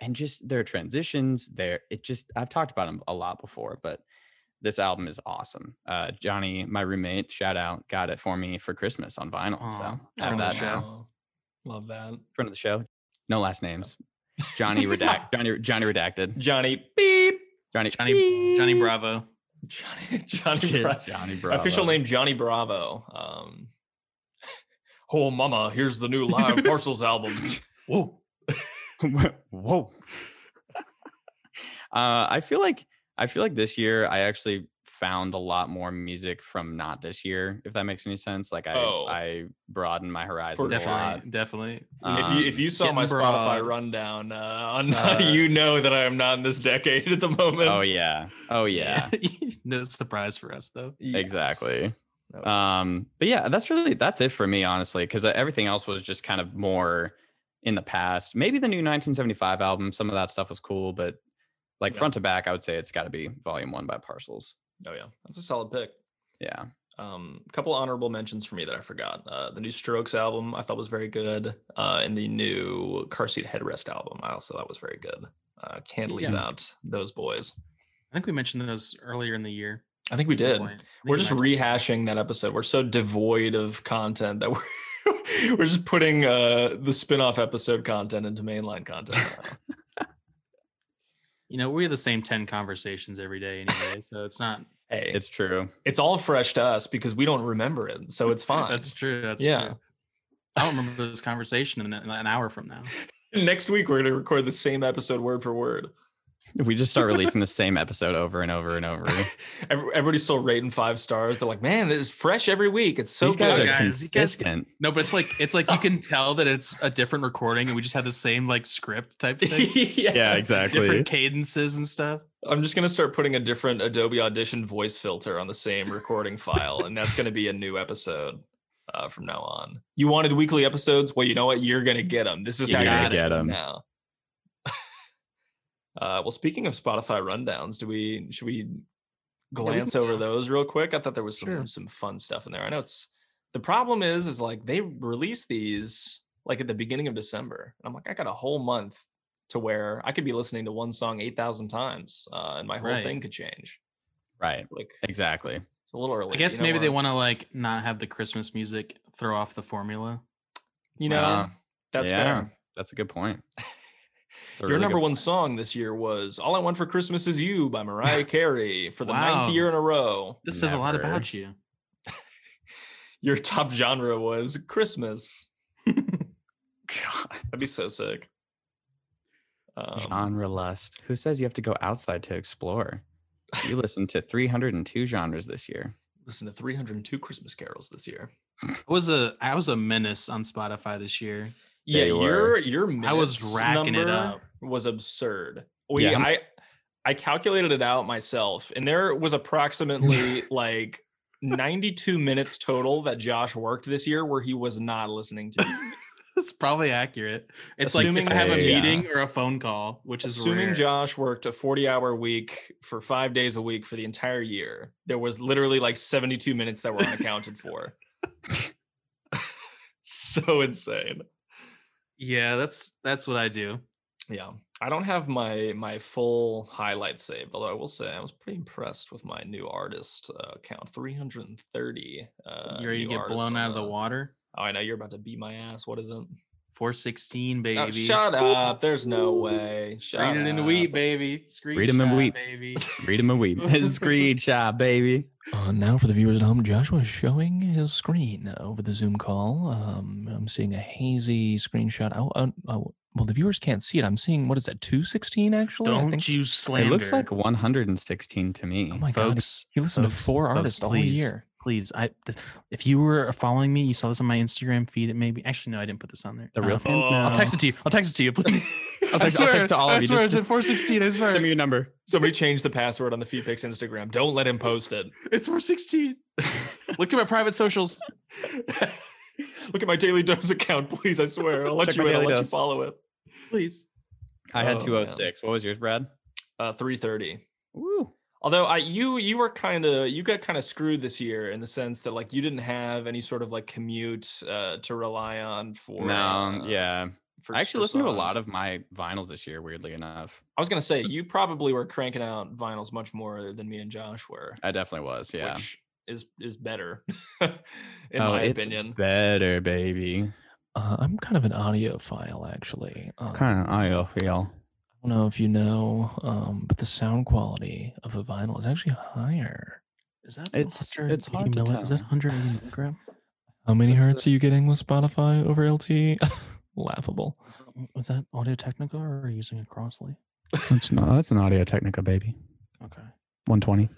Speaker 2: and just their transitions, there. It just I've talked about them a lot before, but this album is awesome. Uh, Johnny, my roommate, shout out, got it for me for Christmas on vinyl. so
Speaker 3: Aw,
Speaker 2: I have
Speaker 3: friend of
Speaker 2: that
Speaker 3: the
Speaker 2: now
Speaker 4: Oh, Love that.
Speaker 2: front of the show. No last names. Johnny redact. Johnny Johnny redacted.
Speaker 4: Johnny beep.
Speaker 2: Johnny
Speaker 3: Johnny Johnny Bravo.
Speaker 4: Johnny Johnny,
Speaker 2: Shit,
Speaker 4: Bra-
Speaker 2: Johnny Bravo.
Speaker 4: Official name Johnny Bravo. Um Oh mama, here's the new live parcels album.
Speaker 3: Whoa.
Speaker 2: Whoa. uh, I feel like I feel like this year I actually found a lot more music from not this year, if that makes any sense. Like I
Speaker 4: Oh.
Speaker 2: I broadened my horizons a
Speaker 4: sure.
Speaker 2: lot.
Speaker 3: Definitely, definitely.
Speaker 4: if you if
Speaker 2: Um,
Speaker 4: you saw my
Speaker 3: getting
Speaker 4: Spotify
Speaker 3: broad.
Speaker 4: rundown, uh, on,
Speaker 3: Uh,
Speaker 4: you know that I am not in this decade at the moment.
Speaker 2: Oh yeah. Oh yeah.
Speaker 3: no surprise for us though.
Speaker 2: Exactly.
Speaker 4: No,
Speaker 2: um but yeah that's really that's it for me honestly because everything else was just kind of more in the past maybe the new 1975 album some of that stuff was cool but like
Speaker 4: Yeah.
Speaker 2: front to back i would say it's got to be volume one by parcels
Speaker 4: Oh yeah, that's a solid pick.
Speaker 2: yeah
Speaker 4: Um, a couple honorable mentions for me that I forgot. Uh, the new Strokes album I thought was very good, uh, and the new Car Seat Headrest album I also thought was very good. Uh, can't leave
Speaker 3: Yeah.
Speaker 4: out those boys.
Speaker 3: I think we mentioned those earlier in the year.
Speaker 4: I think we
Speaker 3: at some
Speaker 4: did.
Speaker 3: point. I think
Speaker 4: We're
Speaker 3: we
Speaker 4: just
Speaker 3: might talk about it.
Speaker 4: rehashing that episode. We're so devoid of content that we're we're just putting uh, the spin-off episode content into mainline content. now.
Speaker 3: You know, we have the same ten conversations every day anyway, so it's not.
Speaker 4: hey,
Speaker 2: it's true
Speaker 4: it's all fresh to us because we don't remember it, so it's fine.
Speaker 3: That's true. That's
Speaker 4: Yeah.
Speaker 3: True. I don't remember this conversation in an an hour from now.
Speaker 4: Next week we're gonna record the same episode word for word.
Speaker 2: we just start releasing the same episode over and over and over
Speaker 4: Every- Everybody's still rating five stars. They're like, man, this is fresh every week. It's so
Speaker 2: these guys
Speaker 4: good.
Speaker 2: are
Speaker 3: guys- these guys-
Speaker 2: consistent
Speaker 3: No, but it's like it's like you can tell that it's a different recording, and we just had the same like script type thing,
Speaker 2: yeah exactly
Speaker 3: different cadences and stuff.
Speaker 4: I'm just gonna start putting a different Adobe Audition voice filter on the same recording file, and that's gonna be a new episode uh, from now on. You wanted weekly episodes? Well, you know what? You're gonna get them. This is how
Speaker 2: You're
Speaker 4: you
Speaker 2: gonna
Speaker 4: gotta
Speaker 2: get
Speaker 4: do
Speaker 2: 'em.
Speaker 4: now. uh, well, speaking of Spotify rundowns, do we should we glance over those real quick. I thought there was some some fun stuff in there. I know it's the problem is is like they release these like at the beginning of December. And I'm like, I got a whole month to where I could be listening to one song eight thousand times, uh, and my whole
Speaker 3: Right.
Speaker 4: thing could change.
Speaker 2: Right.
Speaker 4: Like
Speaker 2: Exactly.
Speaker 4: it's a little early.
Speaker 3: I guess
Speaker 4: you know,
Speaker 3: maybe they
Speaker 4: or-
Speaker 3: want to like not have the Christmas music throw off the formula.
Speaker 4: you know
Speaker 2: Ah,
Speaker 4: that's
Speaker 2: yeah.
Speaker 4: fair.
Speaker 2: That's a good point. It's a
Speaker 4: Your
Speaker 2: really
Speaker 4: number
Speaker 2: good-
Speaker 4: one song this year was "All I Want for Christmas Is You" by Mariah Carey for the
Speaker 3: Wow.
Speaker 4: ninth year in a row.
Speaker 3: This says a lot
Speaker 2: Never.
Speaker 3: about you.
Speaker 4: Your top genre was Christmas. That'd be so sick. Um,
Speaker 2: genre lust. Who says you have to go outside to explore? You listened to 302 genres this year.
Speaker 4: Listen to 302 Christmas carols this year.
Speaker 3: I was a I was a menace on Spotify this year.
Speaker 4: Yeah,
Speaker 2: They
Speaker 4: your
Speaker 2: were.
Speaker 4: your
Speaker 3: I was
Speaker 4: minutes
Speaker 3: racking it
Speaker 4: number
Speaker 3: up.
Speaker 4: Was absurd. We
Speaker 2: Yeah, I'm-
Speaker 4: I I calculated it out myself, and there was approximately like 92 minutes total that Josh worked this year where he was not listening to.
Speaker 3: That's probably accurate. It's like if
Speaker 4: Assuming-
Speaker 3: I have a
Speaker 2: Say, yeah.
Speaker 3: meeting or a phone call, which is
Speaker 4: Assuming
Speaker 3: rare.
Speaker 4: Josh worked a 40 hour week for five days a week for the entire year, there was literally like 72 minutes that were unaccounted for. so insane.
Speaker 3: Yeah, that's that's what I do.
Speaker 4: Yeah. I don't have my my full highlight saved, although I will say I was pretty impressed with my new artist uh, count 330. Uh,
Speaker 3: you ready
Speaker 4: new
Speaker 3: to get
Speaker 4: artists
Speaker 3: blown
Speaker 4: on
Speaker 3: out of the water?
Speaker 4: Oh, I know you're about to beat my ass. What is it?
Speaker 3: 416, baby.
Speaker 4: Oh, shut up. There's no way. Shut
Speaker 3: Read it in the
Speaker 4: up.
Speaker 3: wheat, baby.
Speaker 2: Read 'em in
Speaker 3: Screenshot,
Speaker 2: wheat.
Speaker 3: baby.
Speaker 2: Read him a weep. Screenshot, baby.
Speaker 1: Uh, now, for the viewers at home, Joshua is showing his screen over the Zoom call. Um, I'm seeing a hazy screenshot. Oh, oh, oh, well, the viewers can't see it. I'm seeing what is that? Two sixteen, actually. I think-
Speaker 3: Don't you
Speaker 2: It
Speaker 3: slander.
Speaker 2: looks like 116 to me.
Speaker 1: Oh my god,
Speaker 3: folks.
Speaker 1: he listened
Speaker 3: folks,
Speaker 1: to four
Speaker 3: folks,
Speaker 1: artists all
Speaker 3: please.
Speaker 1: year.
Speaker 3: Please, I. th- If you were following me, you saw this on my Instagram feed. It maybe actually no, I didn't put this on there.
Speaker 2: the real
Speaker 3: Um,
Speaker 2: fans now.
Speaker 3: I'll text it to you. I'll text it to you, please.
Speaker 2: I'll text, I'll text to all
Speaker 3: I
Speaker 2: of you.
Speaker 3: swear,
Speaker 2: Just-
Speaker 3: it's at 416. I
Speaker 2: just
Speaker 3: swear.
Speaker 2: Send me your number.
Speaker 4: Somebody changed the password on the Feepix Instagram. Don't let him post it.
Speaker 3: It's 416. Look at my private socials.
Speaker 4: Look at my Daily Dose account, please. I swear. I'll let
Speaker 2: Check
Speaker 4: you
Speaker 2: my
Speaker 4: in. I'll
Speaker 2: Daily
Speaker 4: let you
Speaker 2: Dose.
Speaker 4: follow it.
Speaker 3: Please.
Speaker 2: I had
Speaker 4: Oh,
Speaker 2: 206. What was yours, Brad?
Speaker 4: Uh, 330.
Speaker 2: Woo.
Speaker 4: Although I you you were kind of you got kind of screwed this year in the sense that like you didn't have any sort of like commute uh, to rely on for
Speaker 2: No,
Speaker 4: uh,
Speaker 2: yeah.
Speaker 4: for,
Speaker 2: I actually
Speaker 4: for
Speaker 2: listened to a lot of
Speaker 4: songs.
Speaker 2: my vinyls this year, weirdly enough.
Speaker 4: I was gonna say you probably were cranking out vinyls much more than me and Josh were,
Speaker 2: I definitely was. Yeah.
Speaker 4: which is is better in
Speaker 2: Oh,
Speaker 4: my
Speaker 2: it's
Speaker 4: opinion.
Speaker 2: Better, baby.
Speaker 1: Uh, I'm kind of an audiophile, actually. Um,
Speaker 9: Kind of audio feel.
Speaker 1: I don't know if you know, um, but the sound quality of a vinyl is actually higher.
Speaker 3: Is that
Speaker 9: It's- it's hard to
Speaker 3: milli- Is that
Speaker 9: tell.
Speaker 3: 180 milligram?
Speaker 1: How many
Speaker 3: That's
Speaker 1: hertz are you getting with Spotify over LTE? Laughable.
Speaker 3: Is that- Was that Audio Technica or are you using a Crossley?
Speaker 9: That's, not, that's an Audio Technica, baby.
Speaker 3: Okay.
Speaker 9: 120.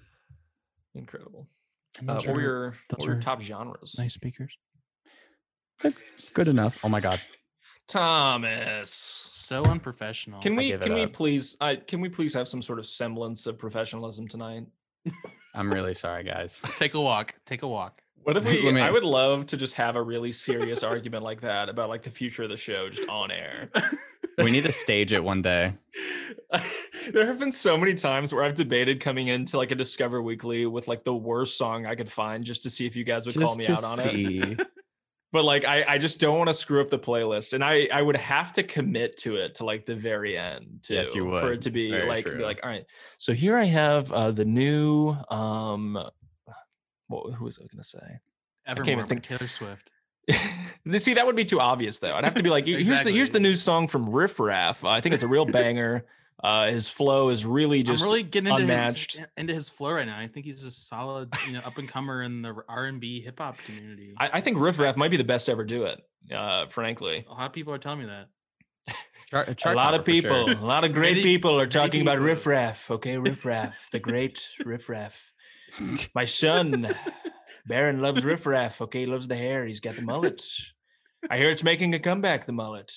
Speaker 4: Incredible.
Speaker 3: And
Speaker 4: Uh,
Speaker 3: those
Speaker 4: what were
Speaker 3: are
Speaker 4: your what
Speaker 3: those
Speaker 4: were your
Speaker 3: are
Speaker 4: top genres?
Speaker 3: nice speakers.
Speaker 9: That's good enough.
Speaker 2: Oh my God.
Speaker 4: Thomas.
Speaker 3: So unprofessional.
Speaker 4: Can we
Speaker 2: give it
Speaker 4: can we
Speaker 2: up.
Speaker 4: please I can we please have some sort of semblance of professionalism tonight?
Speaker 2: I'm really sorry, guys.
Speaker 3: take a walk? Take a walk.
Speaker 4: What if
Speaker 2: Let
Speaker 4: we I
Speaker 2: me-
Speaker 4: would love to just have a really serious argument like that about like the future of the show just on air.
Speaker 2: We need to stage it one day.
Speaker 4: there have been so many times where I've debated coming into like a Discover Weekly with like the worst song I could find just to see if you guys would call me out on it. But like I, I just don't want to screw up the playlist. And I I would have to commit to it to like the very end too.
Speaker 2: Yes, you
Speaker 4: For
Speaker 2: would.
Speaker 4: it
Speaker 2: It's
Speaker 4: to be
Speaker 2: very
Speaker 4: like be
Speaker 2: true.
Speaker 4: like, all right, so here I have uh the new um what who was I gonna say?
Speaker 3: Evermore
Speaker 4: even
Speaker 3: by
Speaker 4: think-
Speaker 3: Taylor Swift.
Speaker 4: See, that would be too obvious, though. I'd have to be like, here's the here's the
Speaker 3: Exactly.
Speaker 4: new song from Riff Raff. I think it's a real banger. Uh, his flow is really just
Speaker 3: I'm really getting into
Speaker 4: unmatched.
Speaker 3: his into his flow right now. I think he's a solid, you know, up and comer in the R and B hip hop community.
Speaker 4: I, I think Riff Raff might be the best to ever do it. Uh, frankly,
Speaker 3: A lot of people are telling me that.
Speaker 2: Char-
Speaker 4: a
Speaker 2: chart
Speaker 4: lot
Speaker 2: topper
Speaker 4: of
Speaker 2: for sure.
Speaker 4: people, a lot of great
Speaker 3: Many-
Speaker 4: people are talking about
Speaker 3: people.
Speaker 4: Riff Raff. Okay, Riff Raff, the great Riff Raff. My son, Baron loves Riff Raff. Okay, he loves the hair. He's got the mullet. I hear it's making a comeback. The mullet,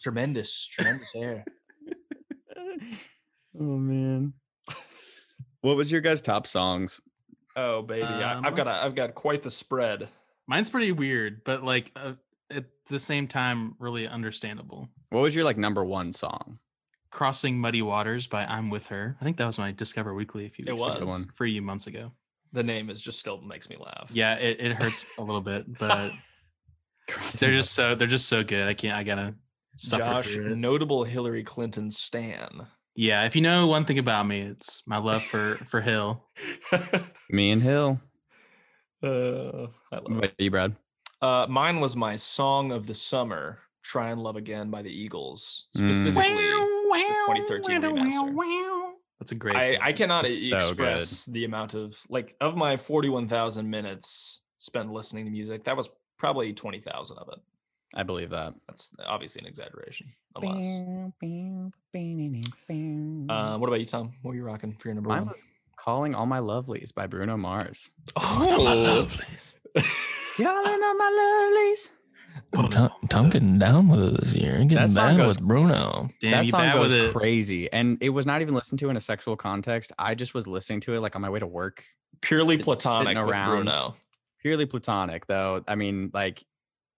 Speaker 4: tremendous, tremendous hair.
Speaker 9: Oh, man.
Speaker 2: What was your guys' top songs?
Speaker 4: Oh baby, I, I've
Speaker 3: Um,
Speaker 4: got a, I've got quite the spread.
Speaker 3: Mine's pretty weird, but like uh, at the same time, really understandable.
Speaker 2: What was your like number one song?
Speaker 3: Crossing Muddy Waters by I'm With Her. I think that was my Discover Weekly a few
Speaker 4: It
Speaker 3: weeks ago,
Speaker 4: was.
Speaker 3: one for you months ago.
Speaker 4: The name is just still makes me laugh.
Speaker 3: Yeah, it, it hurts a little bit, but they're just so they're just so good. I can't. I gotta suffer
Speaker 4: Josh,
Speaker 3: through it.
Speaker 4: notable Hillary Clinton stan.
Speaker 3: Yeah, if you know one thing about me, it's my love for for Hill.
Speaker 2: Me and Hill.
Speaker 4: Uh, I love
Speaker 2: What
Speaker 4: it.
Speaker 2: about you, Brad?
Speaker 4: Uh, mine was my song of the summer, "Try and Love Again" by the Eagles,
Speaker 2: Mm.
Speaker 4: specifically.
Speaker 6: the
Speaker 4: 2013 remaster.
Speaker 3: That's a great.
Speaker 4: I,
Speaker 3: song.
Speaker 4: I cannot
Speaker 2: It's
Speaker 4: e-
Speaker 2: so good.
Speaker 4: express the amount of like of my forty-one thousand minutes spent listening to music. That was probably twenty thousand of it.
Speaker 2: I believe that.
Speaker 4: That's obviously an exaggeration. Unless, uh, what about you, Tom? What were you rocking for your number
Speaker 2: Mine
Speaker 4: one?
Speaker 2: was "Calling All My Lovelies" by Bruno Mars.
Speaker 4: Oh,
Speaker 2: Calling all my lovelies.
Speaker 3: Oh,
Speaker 1: Tom,
Speaker 3: no.
Speaker 1: Tom getting down with it this year. Getting
Speaker 2: That
Speaker 1: down
Speaker 2: song goes-
Speaker 1: with Bruno.
Speaker 3: Damn,
Speaker 2: that
Speaker 3: you
Speaker 2: song
Speaker 3: bad with
Speaker 2: goes
Speaker 3: it.
Speaker 2: crazy, and it was not even listened to in a sexual context. I just was listening to it like on my way to work,
Speaker 4: purely
Speaker 2: Sit- sitting
Speaker 4: platonic with
Speaker 2: around.
Speaker 4: Bruno.
Speaker 2: purely platonic. Though I mean, like,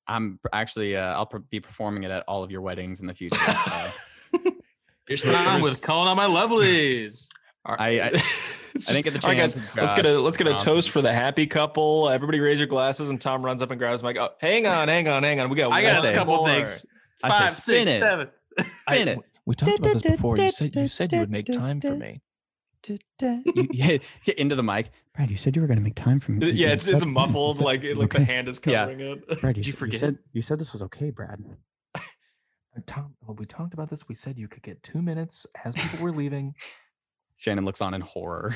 Speaker 2: I'm p- actually uh, I'll pr- be performing it at all of your weddings in the future. So
Speaker 3: You're starting with calling on my lovelies.
Speaker 2: I- I- I didn't get the
Speaker 4: All right,
Speaker 2: chance.
Speaker 4: guys, let's get a
Speaker 2: Josh
Speaker 4: let's get a toast
Speaker 2: Johnson.
Speaker 4: for the happy couple. Everybody raise your glasses, and Tom runs up and grabs my. Oh, hang on, hang on, hang on. We got.
Speaker 3: I
Speaker 2: I
Speaker 3: got
Speaker 4: one
Speaker 3: a couple
Speaker 4: more.
Speaker 3: things.
Speaker 2: I
Speaker 3: Five,
Speaker 2: say, spin
Speaker 3: six,
Speaker 2: it,
Speaker 3: seven.
Speaker 2: spin it.
Speaker 1: We talked about this before. You said you said you would make time for me.
Speaker 2: You- yeah, yeah, into the mic.
Speaker 5: Brad, you said you were going to make time for me.
Speaker 4: Th-
Speaker 5: You
Speaker 4: Uh, Yeah,
Speaker 5: did.
Speaker 4: it's it's
Speaker 5: Brad,
Speaker 4: muffled,
Speaker 5: this is-
Speaker 4: like
Speaker 5: this
Speaker 4: it,
Speaker 5: is
Speaker 4: like the
Speaker 5: okay.
Speaker 4: hand is
Speaker 2: Yeah.
Speaker 4: covering it.
Speaker 5: Brad, you,
Speaker 3: Did you
Speaker 5: s-
Speaker 3: forget?
Speaker 5: said, you said this was okay, Brad.
Speaker 1: Tom, well, we talked about this. We said you could get two minutes as people were leaving.
Speaker 2: Shannon looks on in horror.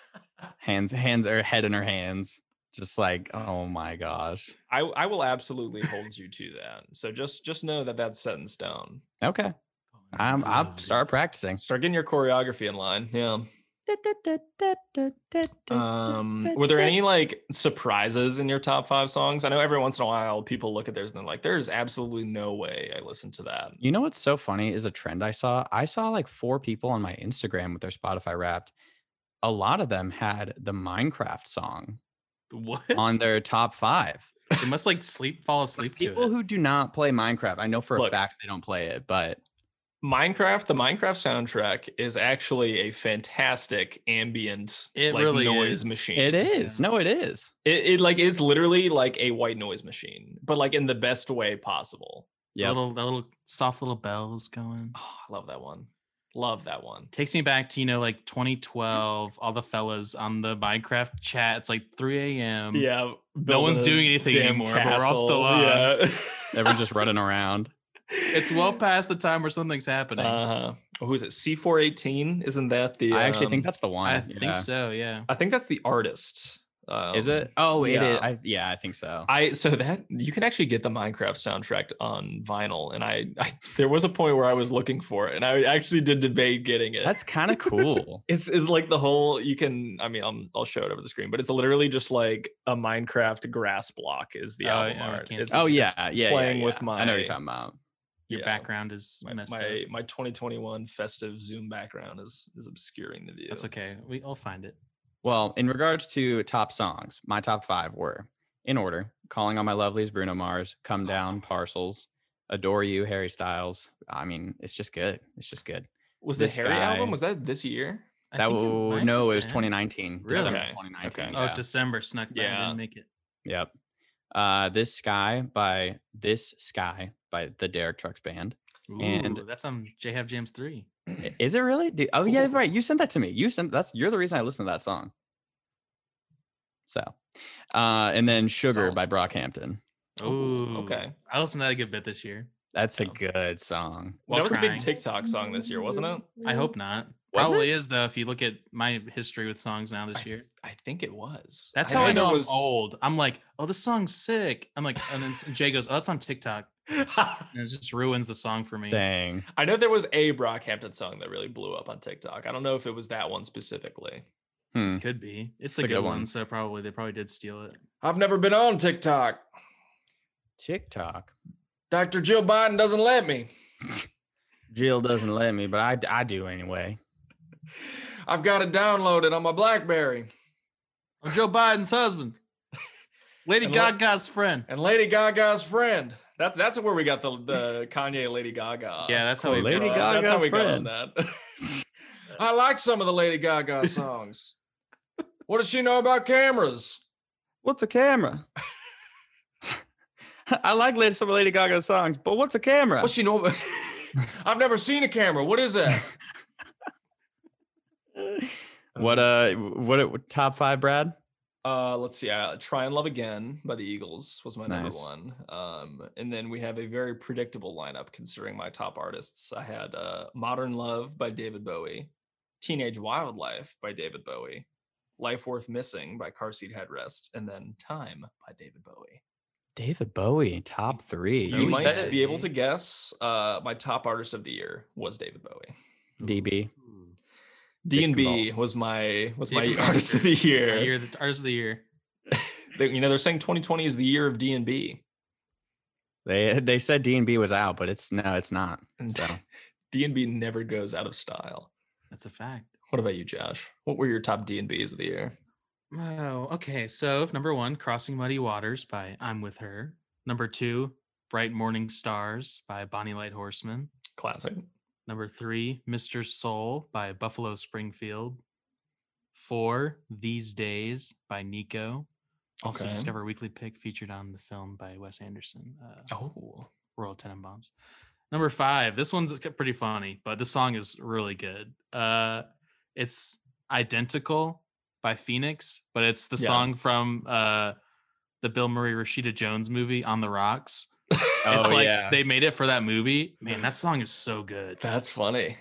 Speaker 2: hands, hands, her head in her hands, just like, oh my gosh.
Speaker 4: I I will absolutely hold you to that. So just just know that that's set in stone.
Speaker 2: Okay, I'm. I'll start practicing.
Speaker 4: Start getting your choreography in line. Yeah. Um, were there any like surprises in your top five songs? I know every once in a while people look at theirs and they're like, "There's absolutely no way I listened to that."
Speaker 2: You know what's so funny is a trend I saw. I saw like four people on my Instagram with their Spotify Wrapped. A lot of them had the Minecraft song
Speaker 3: What?
Speaker 2: on their top five.
Speaker 3: They must like sleep, fall asleep to it.
Speaker 2: People who do not play Minecraft, I know for
Speaker 4: Look.
Speaker 2: a fact they don't play it, but
Speaker 4: Minecraft, the Minecraft soundtrack is actually a fantastic ambient
Speaker 3: It
Speaker 4: like,
Speaker 3: really
Speaker 4: noise
Speaker 3: is.
Speaker 4: machine.
Speaker 2: it is. No, it is.
Speaker 4: It, it like is literally like a white noise machine, but like in the best way possible.
Speaker 3: The
Speaker 2: Yep.
Speaker 3: little, the little soft little bells going.
Speaker 4: Oh, I love that one. Love that one.
Speaker 3: Takes me back to you know like 2012. All the fellas on the Minecraft chat. It's like 3 a.m.
Speaker 4: Yeah.
Speaker 3: No one's
Speaker 4: building a
Speaker 3: doing anything
Speaker 4: damn
Speaker 3: anymore, but we're all still on.
Speaker 4: castle.
Speaker 2: Everyone just running around.
Speaker 4: Yeah.
Speaker 3: It's well past the time where something's happening.
Speaker 4: Uh, who is it? C418? Isn't that the?
Speaker 2: I actually
Speaker 4: um,
Speaker 2: think that's the one.
Speaker 3: I
Speaker 2: yeah.
Speaker 3: think so. Yeah.
Speaker 4: I think that's the artist. Um,
Speaker 2: Is it? Oh, it is.
Speaker 4: yeah.
Speaker 2: I, yeah, I think so.
Speaker 4: I so that you can actually get the Minecraft soundtrack on vinyl, and I, I there was a point where I was looking for it, and I actually did debate getting it.
Speaker 2: That's kind of cool.
Speaker 4: it's, it's like the whole you can I mean I'm, I'll show it over the screen, but it's literally just like a Minecraft grass block is the
Speaker 3: Oh,
Speaker 4: album
Speaker 3: yeah, we
Speaker 4: art.
Speaker 3: can't
Speaker 4: It's,
Speaker 3: see
Speaker 2: oh
Speaker 3: it's
Speaker 2: yeah, yeah, yeah,
Speaker 4: playing with
Speaker 2: yeah. I know what
Speaker 4: my-
Speaker 2: you're talking about.
Speaker 3: Your
Speaker 4: yeah.
Speaker 3: background is
Speaker 4: my
Speaker 3: messed
Speaker 4: my,
Speaker 3: up.
Speaker 4: my 2021 festive Zoom background is is obscuring the view.
Speaker 3: That's okay. We all find it.
Speaker 2: Well, in regards to top songs, my top five were in order: "Calling on My Lovelies," Bruno Mars, "Come Down," Parcels, "Adore You," Harry Styles. I mean, it's just good. It's just good.
Speaker 4: Was the
Speaker 2: This
Speaker 4: Harry album
Speaker 2: guy-
Speaker 4: was that this year?
Speaker 3: I
Speaker 2: that
Speaker 3: think it might
Speaker 2: w-
Speaker 3: have
Speaker 2: no, it was
Speaker 3: been.
Speaker 2: 2019.
Speaker 3: Really?
Speaker 2: December
Speaker 4: Okay,
Speaker 2: 2019.
Speaker 4: okay.
Speaker 3: Oh,
Speaker 2: yeah.
Speaker 3: December snuck by. Yeah.
Speaker 4: Yeah.
Speaker 3: Didn't make it.
Speaker 2: Yep. Uh, this sky by this sky by the Derek Trucks Band.
Speaker 3: Ooh,
Speaker 2: And-
Speaker 3: that's on J Have Jams three.
Speaker 2: I- Is it really? Do- oh yeah, right. You sent that to me. You sent that's you're the reason I listened to that song. So, uh, and then Sugar by
Speaker 4: Solid.
Speaker 2: Brockhampton.
Speaker 4: Ooh,
Speaker 3: Ooh,
Speaker 4: okay.
Speaker 3: I listened to that a good bit this year.
Speaker 2: That's a
Speaker 4: Yeah.
Speaker 2: good song.
Speaker 3: While
Speaker 4: that was a
Speaker 3: crying.
Speaker 4: big TikTok song this year, wasn't it?
Speaker 3: I hope not.
Speaker 2: Was
Speaker 3: Probably is though. If you look at my history with songs now this
Speaker 4: I
Speaker 3: year,
Speaker 4: th- I, think it was.
Speaker 3: that's how I, know
Speaker 4: it
Speaker 3: I'm old. I'm like, oh, this song's sick. I'm like, and then s- Jay goes, oh, that's on TikTok, and it just ruins the song for me.
Speaker 2: Dang.
Speaker 4: I know there was a Brockhampton song that really blew up on TikTok. I don't know if it was that one specifically.
Speaker 2: Hmm.
Speaker 3: Could be. It's, a, good, one. So probably they probably did steal it.
Speaker 10: I've never been on TikTok.
Speaker 2: TikTok.
Speaker 10: Dr. Jill Biden doesn't let me.
Speaker 2: Jill doesn't let me, but I d- I do anyway.
Speaker 10: I've got it downloaded on my BlackBerry.
Speaker 3: Joe Biden's husband, Lady
Speaker 4: And what-
Speaker 3: Gaga's friend.
Speaker 10: And Lady Gaga's friend.
Speaker 1: That's that's where we got the the Kanye Lady Gaga. Uh,
Speaker 3: Yeah, that's how we
Speaker 2: Lady
Speaker 3: draw it.
Speaker 2: Gaga.
Speaker 1: that's how we
Speaker 2: friend.
Speaker 1: got on that.
Speaker 7: I like some of the Lady Gaga songs. what does she know about cameras?
Speaker 2: What's a camera? I like la- some of Lady Gaga's songs, but what's a camera?
Speaker 7: What's she know? About- I've never seen a camera. What is that?
Speaker 2: What uh what it- top 5 Brad?
Speaker 1: Uh, let's see. Uh, "Try and Love Again" by the Eagles was my
Speaker 2: Nice.
Speaker 1: number one. Um, and then we have a very predictable lineup considering my top artists. I had uh, "Modern Love" by David Bowie, "Teenage Wildlife" by David Bowie, "Life Worth Missing" by Car Seat Headrest, and then "Time" by David Bowie.
Speaker 2: David Bowie top 3.
Speaker 1: you
Speaker 3: we
Speaker 1: might
Speaker 3: said it.
Speaker 1: be able to guess. Uh, my top artist of the year was David Bowie.
Speaker 2: DB.
Speaker 1: D and B
Speaker 2: balls.
Speaker 1: was my was
Speaker 3: David
Speaker 1: my
Speaker 3: Bowie
Speaker 1: artist of the
Speaker 3: is
Speaker 1: year.
Speaker 3: My year, the artist of the year.
Speaker 1: They- you know they're saying 2020 is the year of D and B.
Speaker 2: They they said D&B was out, but it's no, it's not. So
Speaker 1: D and B never goes out of style.
Speaker 3: That's a fact.
Speaker 1: What about you, Josh? What were your top D and B's of the year?
Speaker 3: Oh, okay. So number one, Crossing Muddy Waters by I'm With Her. Number two, Bright Morning Stars by Bonnie Light Horseman.
Speaker 1: Classic.
Speaker 3: Number three, Mr. Soul by Buffalo Springfield. Four, These Days by Nico. Also,
Speaker 1: Okay.
Speaker 3: Discover Weekly Pick featured on the film by Wes Anderson, uh,
Speaker 1: Oh,
Speaker 3: Royal Tenenbaums. Number five, this one's k- pretty funny, but this song is really good. Uh, it's Identical by Phoenix, but it's the
Speaker 1: Yeah.
Speaker 3: song from uh, the Bill Murray Rashida Jones movie, On the Rocks.
Speaker 2: Oh,
Speaker 3: it's like
Speaker 2: yeah.
Speaker 3: they made it for that movie. Man, that song is so good.
Speaker 1: that's funny.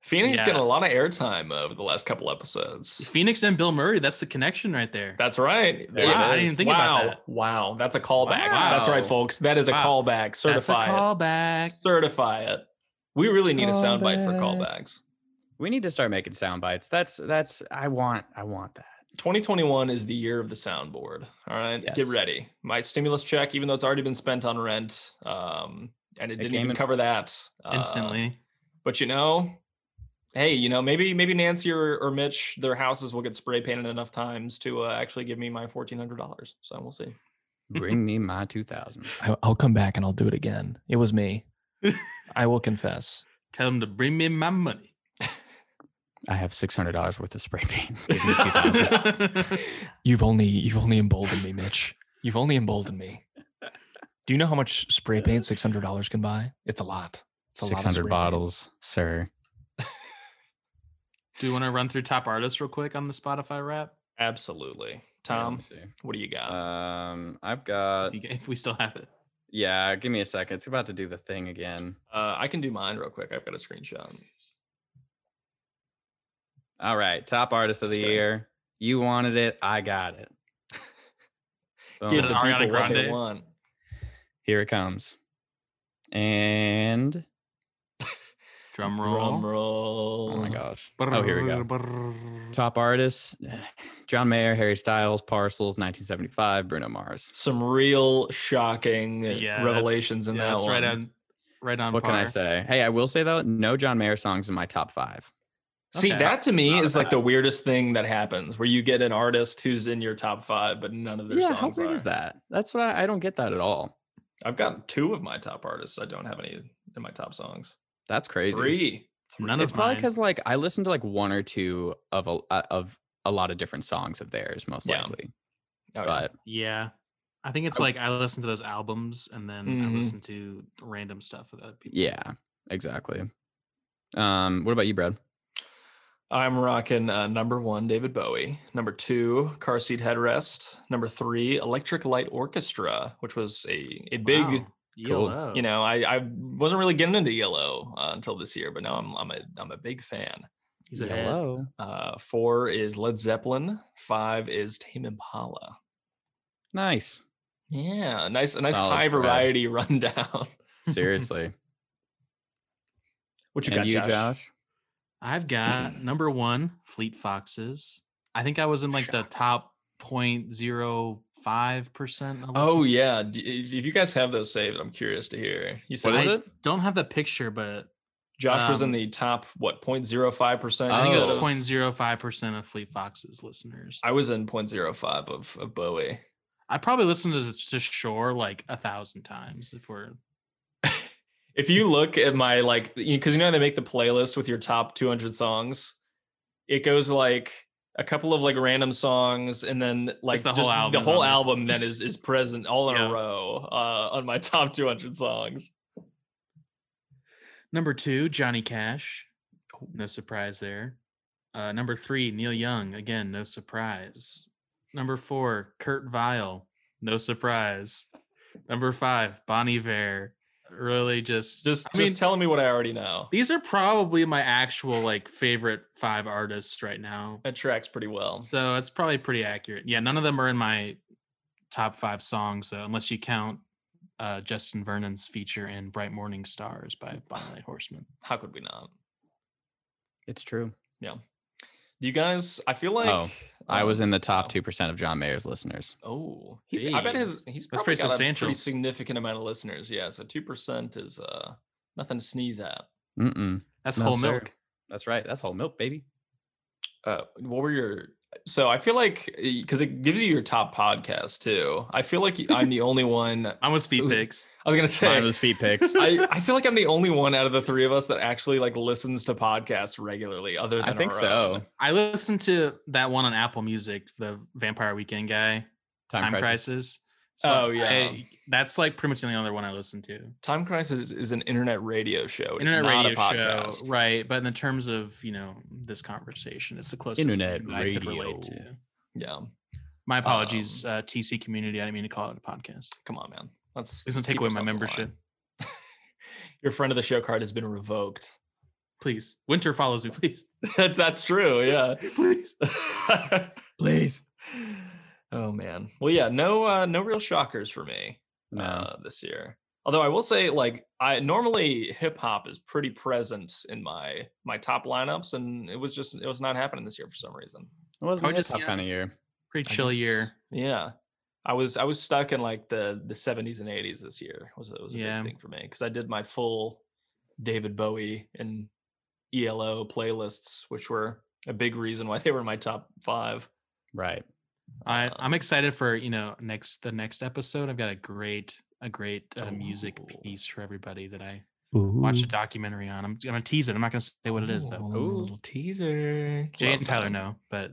Speaker 1: Phoenix
Speaker 3: Yeah.
Speaker 1: getting a lot of airtime over the last couple episodes.
Speaker 3: Phoenix and Bill Murray. That's the connection right there.
Speaker 1: That's right. There it
Speaker 3: Wow, I didn't
Speaker 1: is.
Speaker 3: think
Speaker 1: wow.
Speaker 3: about that.
Speaker 1: Wow, that's a callback. That's right,
Speaker 3: Wow.
Speaker 1: folks. That is a
Speaker 3: Wow.
Speaker 1: callback. Certify
Speaker 3: That's a
Speaker 1: it.
Speaker 3: callback.
Speaker 1: Certify it. We really need a soundbite for
Speaker 2: Callback.
Speaker 1: callbacks.
Speaker 2: we need to start making sound bites. That's that's I want I want that.
Speaker 1: 2021 is the year of the soundboard. All right, get
Speaker 2: Yes.
Speaker 1: ready. My stimulus check, even though it's already been spent on rent, um, and it didn't
Speaker 2: came
Speaker 1: even
Speaker 2: in-
Speaker 1: cover that uh,
Speaker 3: Instantly.
Speaker 1: but you know hey you know maybe maybe nancy or, or mitch their houses will get spray painted enough times to uh, actually give me my $1400 so we'll see
Speaker 2: Bring me my 2000.
Speaker 4: I- I'll come back and I'll do it again. It was me. I will confess.
Speaker 3: Tell them to bring me my money.
Speaker 2: I have $600 worth of spray paint. Give me 2000.
Speaker 3: That's
Speaker 4: You've only you've only emboldened me, Mitch. You've only emboldened me. Do you know how much spray paint six hundred dollars can buy? It's a lot. It's a lot of
Speaker 2: Six
Speaker 4: spray
Speaker 2: hundred
Speaker 4: paint.
Speaker 2: bottles, sir.
Speaker 3: Do you want to run through top artists real quick on the Spotify rap?
Speaker 1: absolutely
Speaker 2: Yeah, let
Speaker 1: tom uh
Speaker 2: me see.
Speaker 1: what do you got
Speaker 2: Um, I've got
Speaker 3: You g- If we still have it.
Speaker 2: yeah. Give me a second. It's about to do the thing again.
Speaker 1: uh, i can do mine real quick i've got a screenshot
Speaker 2: All right, top artist of the
Speaker 1: Sure.
Speaker 2: year. You wanted it, I got it. Boom.
Speaker 1: give
Speaker 3: it
Speaker 1: the
Speaker 3: Ariana
Speaker 1: people what they
Speaker 3: Grande?
Speaker 1: want
Speaker 2: Here it comes. And
Speaker 3: Drum roll.
Speaker 1: Drum roll.
Speaker 2: oh my gosh. Oh, here we go.
Speaker 3: Brrrr.
Speaker 2: Top artists: John Mayer, Harry Styles, Parcels, 1975, Bruno Mars.
Speaker 1: some real shocking
Speaker 3: Yeah, that's-
Speaker 1: revelations in
Speaker 3: yeah,
Speaker 1: that
Speaker 3: that's
Speaker 1: one
Speaker 3: right on right on
Speaker 2: What can I
Speaker 3: par.
Speaker 2: say? Hey, I will say though, no John Mayer songs in my top five.
Speaker 1: See,
Speaker 3: Okay.
Speaker 1: that to me
Speaker 2: Not
Speaker 1: is like the weirdest thing that happens where you get an artist who's in your top five, but none of their
Speaker 2: yeah,
Speaker 1: songs
Speaker 2: how weird
Speaker 1: are.
Speaker 2: is that? That's what I, I don't get that at all.
Speaker 1: I've got two of my top artists. I don't have any in my top songs.
Speaker 2: That's crazy.
Speaker 1: Three.
Speaker 3: None
Speaker 2: it's
Speaker 3: of
Speaker 2: probably
Speaker 3: mine.
Speaker 2: because like I listened to like one or two of a uh, of a lot of different songs of theirs, most
Speaker 1: Yeah.
Speaker 2: likely.
Speaker 1: Oh, yeah.
Speaker 2: But
Speaker 3: Yeah. I think it's like I listen to those albums and then
Speaker 1: Mhm.
Speaker 3: I listen to random stuff with other people.
Speaker 2: yeah, exactly. Um, what about you, Brad?
Speaker 1: I'm rocking uh, number one, David Bowie. Number two, Car Seat Headrest. Number three, Electric Light Orchestra, which was a, a big,
Speaker 3: Wow. YOLO.
Speaker 1: you know, I, I wasn't really getting into yellow uh, until this year, but now I'm, I'm, a, I'm a big fan.
Speaker 3: He's a head.
Speaker 2: Hello.
Speaker 1: Uh, four is Led Zeppelin. Five is Tame Impala.
Speaker 2: Nice.
Speaker 1: Yeah, nice, a nice
Speaker 2: Solid
Speaker 1: high
Speaker 2: spread.
Speaker 1: variety rundown.
Speaker 2: Seriously.
Speaker 1: What you
Speaker 2: and
Speaker 1: got,
Speaker 2: you, Josh?
Speaker 3: I've got number one, Fleet Foxes. I think I was in like the top 0.05%. of
Speaker 1: Oh
Speaker 3: listeners.
Speaker 1: yeah, D- if you guys have those saved, I'm curious to hear. You said
Speaker 2: What is
Speaker 1: I-
Speaker 2: it?
Speaker 3: Don't have the picture, but
Speaker 1: Josh was in
Speaker 3: Um,
Speaker 1: the top what 0.05 percent.
Speaker 3: I think it
Speaker 2: Oh.
Speaker 3: was 0.05% of Fleet Foxes listeners.
Speaker 1: I was in 0.05 of, of Bowie.
Speaker 3: I probably listened to, to Shore like a thousand times if we're
Speaker 1: If you look at my like, because you, 'cause you know how they make the playlist with your top 200 songs, it goes like a couple of like random songs, and then like
Speaker 3: the whole
Speaker 1: just
Speaker 3: album
Speaker 1: The
Speaker 3: is
Speaker 1: whole
Speaker 3: on there.
Speaker 1: album then is is present all in
Speaker 3: Yeah.
Speaker 1: a row uh, on my top 200 songs.
Speaker 3: number two, Johnny Cash. No surprise there. Uh, number three, Neil Young. Again, no surprise. Number four, Kurt Vile. No surprise. Number five, Bonnie Vare. Really just
Speaker 1: Just
Speaker 3: I mean,
Speaker 1: just telling me what I already know.
Speaker 3: these are probably my actual like favorite five artists right now.
Speaker 1: That tracks pretty well.
Speaker 3: So it's probably pretty accurate. Yeah, none of them are in my top five songs though, unless you count uh, Justin Vernon's feature in "Bright Morning Stars" by Bonnie Horseman.
Speaker 1: How could we not?
Speaker 2: It's true.
Speaker 1: Do you guys? I feel like Oh.
Speaker 2: Oh, I was in the top
Speaker 1: wow.
Speaker 2: two percent of John Mayer's listeners.
Speaker 1: Oh, he's, I bet
Speaker 3: Jeez.
Speaker 1: his he's
Speaker 3: That's
Speaker 1: probably
Speaker 3: pretty
Speaker 1: got A
Speaker 3: substantial.
Speaker 1: pretty significant amount of listeners. Yeah, so two percent is uh nothing to sneeze at.
Speaker 2: Mm-mm.
Speaker 3: That's
Speaker 2: No,
Speaker 3: whole
Speaker 2: sir.
Speaker 3: milk.
Speaker 2: That's right. That's whole milk, baby.
Speaker 1: Uh, what were your? So I feel like because it gives you your top podcast too. I feel like I'm the only one. I
Speaker 3: I was feet
Speaker 1: Ooh.
Speaker 3: pics.
Speaker 1: was gonna
Speaker 2: Mine
Speaker 1: say.
Speaker 2: was feet picks.
Speaker 1: I, I feel like I'm the only one out of the three of us that actually like listens to podcasts regularly. Other than
Speaker 2: I think
Speaker 1: our
Speaker 2: so.
Speaker 1: own.
Speaker 3: I listened to that one on Apple Music, the Vampire Weekend guy, Time, Crisis.
Speaker 1: Oh, yeah.
Speaker 3: I- that's like pretty much the only other one I listened to.
Speaker 1: Time Crisis is, is an internet radio show. It's
Speaker 3: Internet
Speaker 1: not
Speaker 3: radio
Speaker 1: a podcast.
Speaker 3: show, right? But in the terms of you know this conversation, it's the closest
Speaker 2: Internet
Speaker 3: thing that I could relate
Speaker 2: radio.
Speaker 3: to.
Speaker 1: Yeah,
Speaker 3: My apologies,
Speaker 1: Um.
Speaker 3: uh, TC community. I didn't mean to call it a podcast.
Speaker 1: come on, man. Let's
Speaker 3: Please don't take
Speaker 1: keep
Speaker 3: away my
Speaker 1: ourselves aligned.
Speaker 3: membership.
Speaker 1: Your friend of the show card has been revoked.
Speaker 3: Please. Winter follows me, please.
Speaker 1: That's that's true. Yeah.
Speaker 3: Please.
Speaker 2: Please.
Speaker 1: oh man. Well, yeah. No, uh, no real shockers for me
Speaker 2: No.
Speaker 1: uh, this year. Although I will say, like, I normally hip hop is pretty present in my my top lineups, and it was just it was not happening this year for some reason.
Speaker 2: it wasn't
Speaker 3: just-
Speaker 2: just
Speaker 3: yeah,
Speaker 2: kind of
Speaker 3: it's-
Speaker 2: year.
Speaker 3: Pretty
Speaker 1: I
Speaker 3: chill
Speaker 1: guess-
Speaker 3: year.
Speaker 1: Yeah. I was I was stuck in like the the 70s and 80s this year. Was it was a
Speaker 3: Yeah.
Speaker 1: big thing for me because I did my full David Bowie and ELO playlists, which were a big reason why they were in my top five.
Speaker 2: Right.
Speaker 3: I,
Speaker 1: Uh,
Speaker 3: I'm excited for you know next the next episode. I've got a great a great uh, music
Speaker 1: Ooh.
Speaker 3: piece for everybody that I watched a documentary on. I'm, I'm gonna tease it. I'm not gonna say what it is though.
Speaker 4: Ooh, little teaser.
Speaker 3: Jay
Speaker 1: love
Speaker 3: and Tyler
Speaker 1: that.
Speaker 3: know, but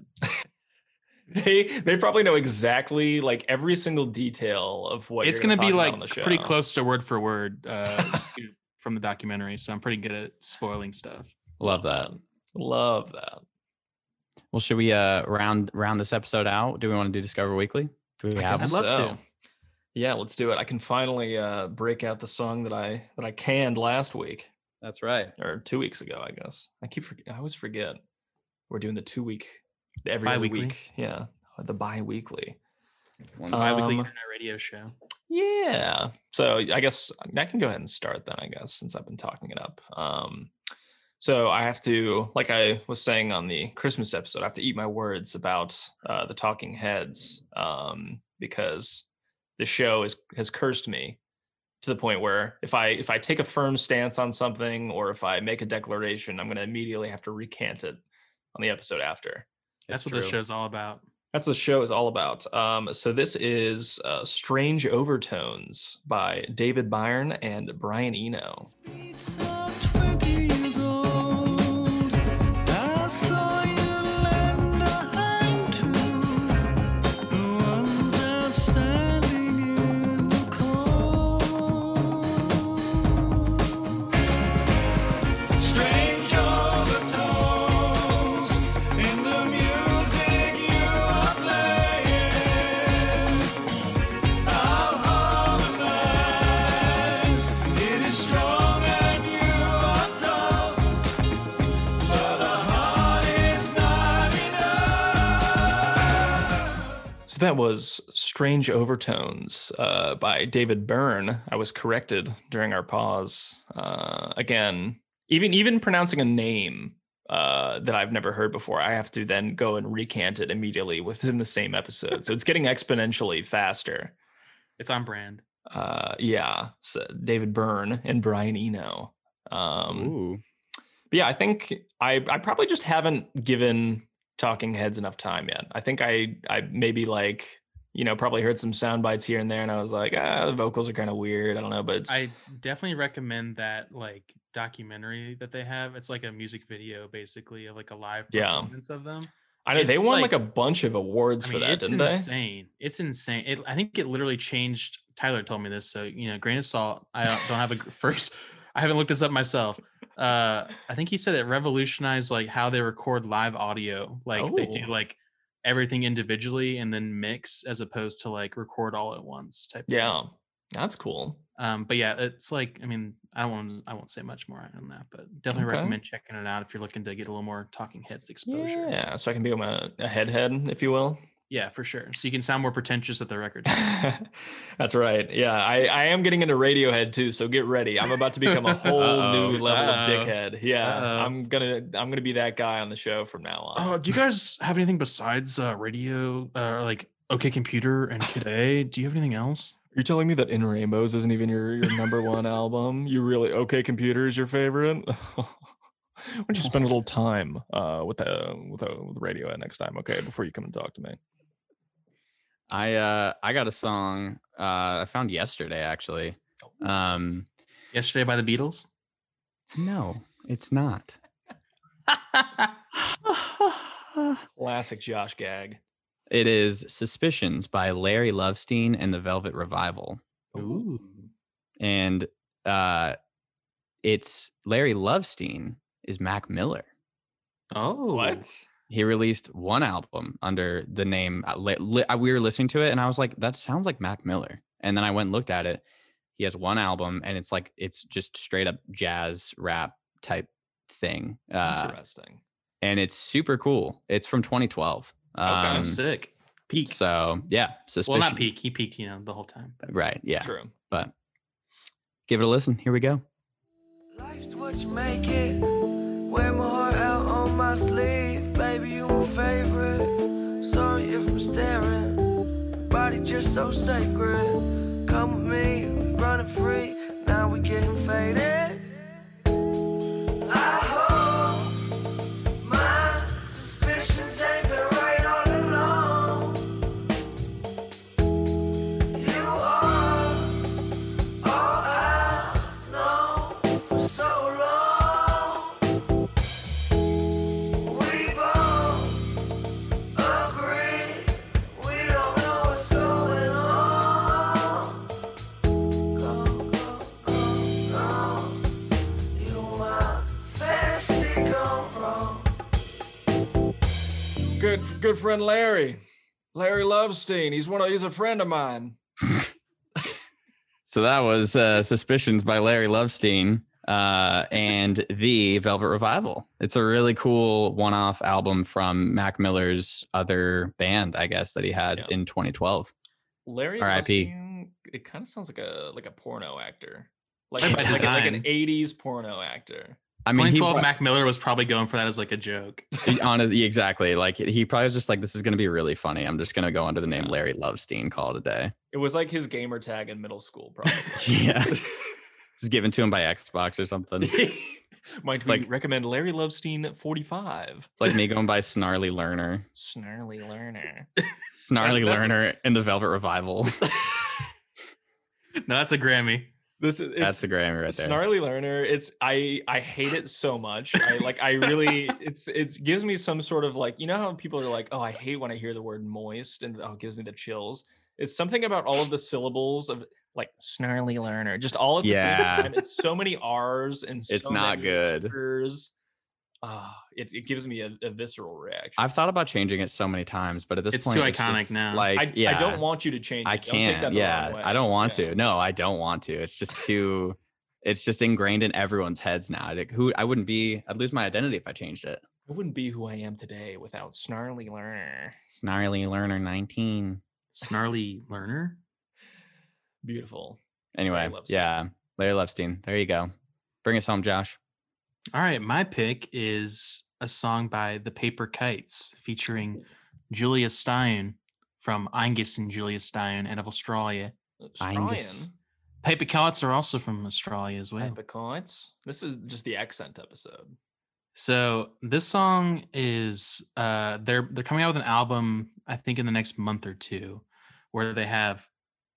Speaker 1: They they probably know exactly like every single detail of what
Speaker 3: it's
Speaker 1: you're
Speaker 3: gonna be
Speaker 1: talk about
Speaker 3: like
Speaker 1: on the
Speaker 3: pretty
Speaker 1: show.
Speaker 3: close to word for word uh, scoop from the documentary. So I'm pretty good at spoiling stuff.
Speaker 2: Love that.
Speaker 1: Love that.
Speaker 2: Well, should we uh round round this episode out? Do we want to do Discover Weekly? Do we
Speaker 1: I
Speaker 2: have
Speaker 1: guess
Speaker 3: I'd
Speaker 2: one?
Speaker 3: love to.
Speaker 1: Yeah, let's do it. I can finally uh break out the song that I that I canned last week.
Speaker 2: That's right.
Speaker 1: or two weeks ago, I guess. I keep forget. I always forget. We're doing the two week, the every other
Speaker 3: Bi-weekly.
Speaker 1: week. Yeah, the bi-weekly.
Speaker 2: One
Speaker 1: Uh,
Speaker 3: It's my weekly
Speaker 1: Um,
Speaker 3: internet radio show.
Speaker 1: Yeah. So I guess I can go ahead and start then. I guess since I've been talking it up. Um, so I have to, like I was saying on the Christmas episode, I have to eat my words about uh, the Talking Heads um, because the show is has cursed me to the point where if I if I take a firm stance on something or if I make a declaration, I'm going to immediately have to recant it on the episode after.
Speaker 3: That's
Speaker 2: It's
Speaker 3: what the
Speaker 2: true.
Speaker 3: show's all about.
Speaker 1: That's what the show is all about. Um, so this is uh, "Strange Overtones" by David Byrne and Brian Eno. So that was "Strange Overtones" uh, by David Byrne. I was corrected during our pause. Uh, again, even even pronouncing a name uh, that I've never heard before, I have to then go and recant it immediately within the same episode. so it's getting exponentially faster.
Speaker 3: It's on brand.
Speaker 1: uh yeah so david byrne and brian eno um
Speaker 2: Ooh.
Speaker 1: but yeah i think i i probably just haven't given talking heads enough time yet i think i i maybe like you know, probably heard some sound bites here and there, and I was like, ah, the vocals are kind of weird. I don't know, but it's,
Speaker 3: I definitely recommend that like documentary that they have. It's like a music video basically of like a live
Speaker 1: Yeah.
Speaker 3: performance of them.
Speaker 1: I know they
Speaker 3: it's
Speaker 1: won like,
Speaker 3: like-
Speaker 1: a bunch of awards
Speaker 3: I mean,
Speaker 1: for that,
Speaker 3: it's
Speaker 1: didn't they?
Speaker 3: insane. It's insane. It, I think it literally changed. Tyler told me this, so you know, grain of salt. I don't don't have a gr- first. I haven't looked this up myself. Uh, I think he said it revolutionized like how they record live audio. Like they do
Speaker 1: Oh.
Speaker 3: like everything individually and then mix as opposed to like record all at once type. thing.
Speaker 1: Yeah, that's cool.
Speaker 3: Um, but yeah, it's like I mean, I won't I won't say much more on that, but definitely
Speaker 1: Okay.
Speaker 3: recommend checking it out if you're looking to get a little more talking heads exposure.
Speaker 1: Yeah, so I can become a, a head head, if you will.
Speaker 3: Yeah, for sure. So you can sound more pretentious at the record. time.
Speaker 1: That's right. Yeah, I, I am getting into Radiohead too, so get ready. I'm about to become a whole new
Speaker 3: Uh-oh,
Speaker 1: level
Speaker 3: uh-oh,
Speaker 1: of dickhead. Yeah,
Speaker 3: uh-oh.
Speaker 1: I'm gonna I'm gonna be that guy on the show from now on.
Speaker 3: Uh, do you guys have anything besides uh, radio, uh, like OK Computer and Kid A? Do you have anything else?
Speaker 1: You're telling me that In Rainbows isn't even your, your number one album? You really okay? Computer is your favorite. Why don't you spend a little time uh, with the with the with Radiohead next time, okay? Before you come and talk to me.
Speaker 2: I uh I got a song uh I found yesterday actually. Um
Speaker 3: Yesterday by the Beatles.
Speaker 2: no, it's not.
Speaker 1: Classic Josh gag.
Speaker 2: It is Suspicions by Larry Lovestein and the Velvet Revival.
Speaker 5: Oh.
Speaker 3: Ooh.
Speaker 2: And uh it's Larry Lovestein is Mac Miller.
Speaker 3: Oh.
Speaker 2: He released one album under the name uh, li- li- uh, we were listening to it and I was like that sounds like Mac Miller. And then I went and looked at it. He has one album and it's like it's just straight up jazz rap type thing. Uh
Speaker 1: Interesting.
Speaker 2: and it's super cool. It's from 2012.
Speaker 3: I'm
Speaker 2: Um,
Speaker 3: sick. Peak.
Speaker 2: so yeah, suspicious.
Speaker 3: well, not peak. He peaked, you know, the whole time.
Speaker 2: Right. Yeah.
Speaker 1: True.
Speaker 2: But give it a listen. Here we go.
Speaker 11: Life's what you make it. Wear my heart out on my sleeve. Baby, you my favorite. Sorry if I'm staring. Body just so sacred. Come with me, running free. Now we getting faded. I hope my suspicions ain't been right all along. You are all I known for so long. We both agree we don't know what's going on. Go, go, go, go. You my fantasy gone wrong.
Speaker 7: Good, good friend Larry, Larry Lovestein. He's one of he's a friend of mine.
Speaker 2: So that was uh, Suspicions by Larry Lovestein uh, and the Velvet Revival. It's a really cool one off album from Mac Miller's other band, I guess, that he had
Speaker 1: Yeah.
Speaker 2: in 2012.
Speaker 1: Larry
Speaker 2: R.I.P..
Speaker 1: Lovestein, It kind of sounds like a like a porno actor, like,
Speaker 3: By
Speaker 1: like, like, like an
Speaker 3: design.
Speaker 1: '80s porno actor.
Speaker 2: I mean, he
Speaker 3: 2012
Speaker 2: brought-
Speaker 3: Mac Miller was probably going for that as like a joke.
Speaker 2: he honest, yeah, exactly. Like he probably was just like, this is going to be really funny. I'm just going to go under the name
Speaker 1: Yeah.
Speaker 2: Larry Lovestein, call it a day.
Speaker 1: It was like his gamer tag in middle school, probably.
Speaker 2: yeah. It's given to him by Xbox or something. It's
Speaker 1: Might
Speaker 2: It's
Speaker 1: we
Speaker 2: like-
Speaker 1: recommend Larry Lovestein 45?
Speaker 2: like me going by Snarly Learner.
Speaker 1: Snarly learner.
Speaker 2: Snarly
Speaker 3: that's-
Speaker 2: Learner and the Velvet Revival.
Speaker 3: No, that's a Grammy.
Speaker 1: This is
Speaker 2: That's the Grammy right there.
Speaker 1: Snarly learner. It's I I hate it so much. I like I really it's it gives me some sort of like you know how people are like oh I hate when I hear the word moist and oh it gives me the chills. It's something about all of the syllables of like snarly learner just all at the
Speaker 2: Yeah.
Speaker 1: same time. It's so many R's and
Speaker 2: it's
Speaker 1: so
Speaker 2: not
Speaker 1: many
Speaker 2: good.
Speaker 1: R's. Ah, it, it gives me a, a visceral reaction.
Speaker 2: I've thought about changing it so many times, but at this
Speaker 3: It's
Speaker 2: point,
Speaker 3: too iconic
Speaker 2: just
Speaker 3: now.
Speaker 2: Like,
Speaker 1: I,
Speaker 2: yeah,
Speaker 1: I don't want you to change. It.
Speaker 2: I
Speaker 1: Don't take that
Speaker 2: can't.
Speaker 1: the wrong
Speaker 2: Yeah,
Speaker 1: way.
Speaker 2: I don't want
Speaker 1: Yeah.
Speaker 2: to. No, I don't want to. It's just too. It's just ingrained in everyone's heads now. Like, who I wouldn't be. I'd lose my identity if I changed it.
Speaker 1: I wouldn't be who I am today without Snarly Learner.
Speaker 2: Snarly Learner 19.
Speaker 3: Snarly Learner.
Speaker 1: Beautiful.
Speaker 2: Anyway,
Speaker 1: Lovestein.
Speaker 2: yeah, Larry Lovestein. There you go. Bring us home, Josh.
Speaker 3: All right, my pick is a song by The Paper Kites featuring Julia Stein from Angus and Julia Stein out of Australia.
Speaker 2: Angus.
Speaker 1: Australian
Speaker 3: Paper Kites are also from Australia as well.
Speaker 1: Apricots. This is just the accent episode.
Speaker 3: So this song is uh they're they're coming out with an album I think in the next month or two where they have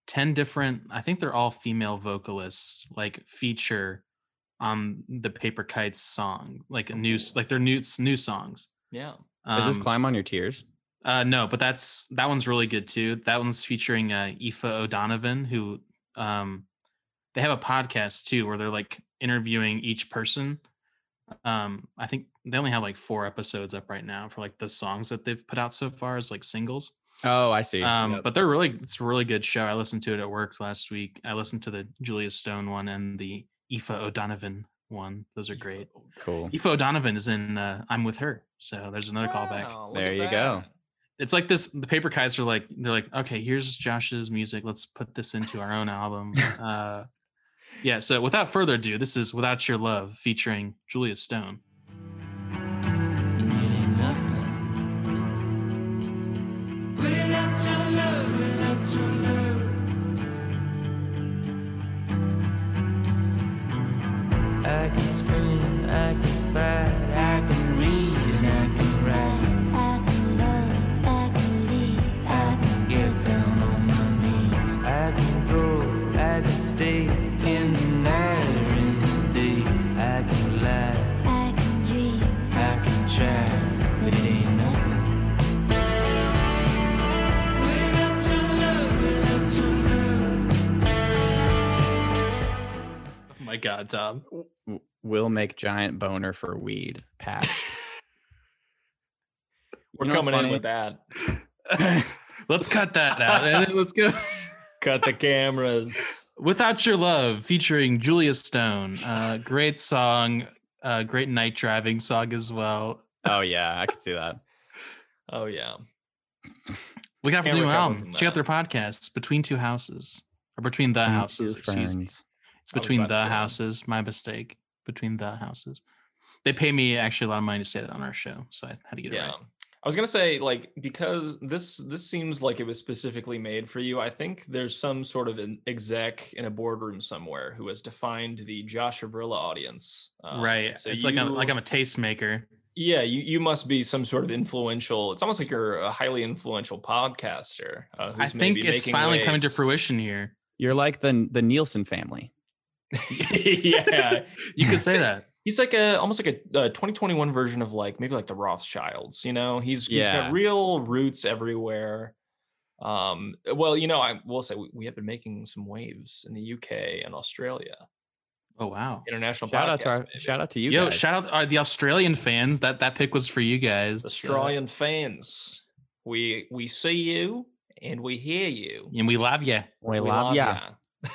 Speaker 3: 10 different, I think they're all female vocalists, like feature on the Paper Kites song, like a new, s- like their new, s- new songs.
Speaker 1: Yeah.
Speaker 3: Um,
Speaker 2: Oh. Is this climb on your tears?
Speaker 3: Uh, no, but that's that one's really good too. That one's featuring uh, Aoife O'Donovan, who um, they have a podcast too, where they're like interviewing each person. Um, I think they only have like four episodes up right now for like the songs that they've put out so far as like singles.
Speaker 2: Oh, I see.
Speaker 3: Um,
Speaker 2: Yep.
Speaker 3: But they're really it's a really good show. I listened to it at work last week. I listened to the Julia Stone one and the Aoife O'Donovan one. Those are great.
Speaker 2: cool.
Speaker 3: Aoife O'Donovan is in uh, I'm with her, so there's another callback
Speaker 1: Wow, look
Speaker 2: There
Speaker 1: at
Speaker 2: you go.
Speaker 1: that.
Speaker 3: it's like this the paper kites are like they're like okay here's josh's music let's put this into our own album uh yeah so without further ado this is without your love featuring julia stone
Speaker 11: Really nothing. Without your love, without your love. I can scream, I can fight, I can read and I can write.
Speaker 12: I can love, I can leave, I can
Speaker 11: Get down on my knees. I can go, I can stay in the night or in the day. I can lie,
Speaker 12: I can dream,
Speaker 11: I can try, but it ain't nothing. Without your love, without your love.
Speaker 3: oh my god tom
Speaker 2: W- We'll make giant boner for weed patch.
Speaker 1: We're
Speaker 2: You know what's
Speaker 1: coming in
Speaker 2: funny?
Speaker 1: with that.
Speaker 3: let's cut that out and then let's go
Speaker 1: Cut the cameras.
Speaker 3: without your love featuring julia stone uh great song uh great night driving song as well
Speaker 2: oh yeah, I could see that.
Speaker 1: Oh yeah.
Speaker 3: look out for the
Speaker 1: Can't
Speaker 3: new
Speaker 1: recover
Speaker 3: album
Speaker 1: from
Speaker 3: check out their
Speaker 1: that.
Speaker 3: podcasts between two houses or between the houses excuse me It's
Speaker 1: I was
Speaker 3: between
Speaker 1: about to
Speaker 3: the
Speaker 1: say that.
Speaker 3: houses. My mistake. Between the houses. They pay me actually a lot of money to say that on our show, so I had to get it
Speaker 1: Yeah.
Speaker 3: right.
Speaker 1: I was gonna say, like, because this this seems like it was specifically made for you. I think there's some sort of an exec in a boardroom somewhere who has defined the Josh Avrilla audience. Um,
Speaker 3: right.
Speaker 1: so
Speaker 3: it's like I'm like
Speaker 1: you-
Speaker 3: I'm a tastemaker.
Speaker 1: Yeah, you, you must be some sort of influential. It's almost like you're a highly influential podcaster. Uh,
Speaker 3: I
Speaker 1: who's
Speaker 3: think
Speaker 1: maybe
Speaker 3: it's
Speaker 1: making
Speaker 3: finally coming to
Speaker 1: waves.
Speaker 3: fruition here.
Speaker 2: You're like the the Nielsen family.
Speaker 1: yeah,
Speaker 3: You could say that.
Speaker 1: he's like a almost like a, a 2021 version of like maybe like the Rothschilds. You know, he's he's
Speaker 2: Yeah.
Speaker 1: got real roots everywhere. Um, well, you know, I will say we, we have been making some waves in the UK and Australia.
Speaker 3: Oh wow.
Speaker 1: International
Speaker 2: Shout
Speaker 1: podcast,
Speaker 2: out to our,
Speaker 1: baby.
Speaker 2: shout out to you
Speaker 3: Yo,
Speaker 2: guys.
Speaker 3: shout out uh, the Australian fans. That that pick was for you guys. so-
Speaker 1: Australian fans. We we see you and we hear you.
Speaker 3: and we love you.
Speaker 2: we
Speaker 1: We
Speaker 2: love
Speaker 1: love
Speaker 2: ya.
Speaker 1: ya.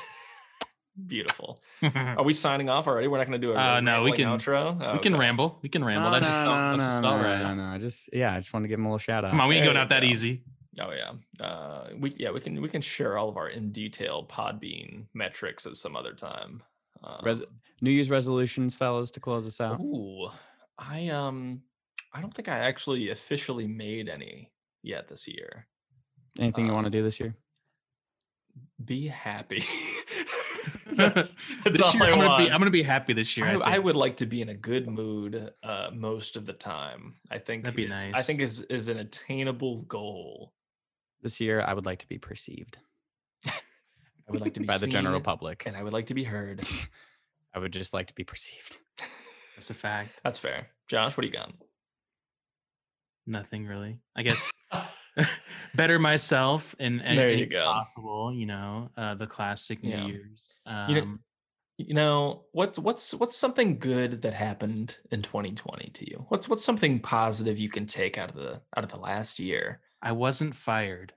Speaker 1: Beautiful. Are we signing off already? We're not going to do a
Speaker 3: Uh, no, we
Speaker 1: rambling
Speaker 3: can-
Speaker 1: outro.
Speaker 3: we can ramble. We can ramble.
Speaker 2: No,
Speaker 3: That's
Speaker 2: no,
Speaker 3: just
Speaker 2: no,
Speaker 3: felt- that's
Speaker 2: no,
Speaker 3: just felt
Speaker 2: no,
Speaker 3: right.
Speaker 2: no, no. I just yeah, I just want to give him a little shout out.
Speaker 3: Come on, we ain't
Speaker 1: There
Speaker 3: going
Speaker 1: you
Speaker 3: out that
Speaker 1: go.
Speaker 3: easy.
Speaker 1: Oh yeah. Uh, we yeah we can we can share all of our in detail Podbean metrics at some other time. Um,
Speaker 2: Res- uh-huh. New Year's resolutions, fellas, to close us out.
Speaker 1: Ooh, I um I don't think I actually officially made any yet this year.
Speaker 2: Anything you
Speaker 1: uh,
Speaker 2: want to do this year?
Speaker 1: Be happy.
Speaker 3: this
Speaker 1: that's that's all
Speaker 3: year,
Speaker 1: I
Speaker 3: I'm gonna
Speaker 1: want.
Speaker 3: be I'm gonna be happy this year. I,
Speaker 1: I, I
Speaker 3: think.
Speaker 1: would like to be in a good mood uh, most of the time. I think
Speaker 3: That'd be
Speaker 1: it's- I
Speaker 3: nice.
Speaker 1: think is is an attainable goal.
Speaker 2: This year, I would like to be perceived
Speaker 1: I would like to be
Speaker 2: by the general
Speaker 1: seen,
Speaker 2: public.
Speaker 1: and I would like to be heard.
Speaker 2: I would just like to be perceived.
Speaker 3: That's a fact.
Speaker 1: That's fair. Josh, what do you got?
Speaker 3: Nothing really. I guess better myself and, and
Speaker 1: There you
Speaker 3: if
Speaker 1: go.
Speaker 3: possible, you know, uh the classic New
Speaker 1: Yeah.
Speaker 3: Year's.
Speaker 1: You know-
Speaker 3: Um,
Speaker 1: You know, what's what's what's something good that happened in 2020 to you? What's what's something positive you can take out of the out of the last year?
Speaker 3: I wasn't fired.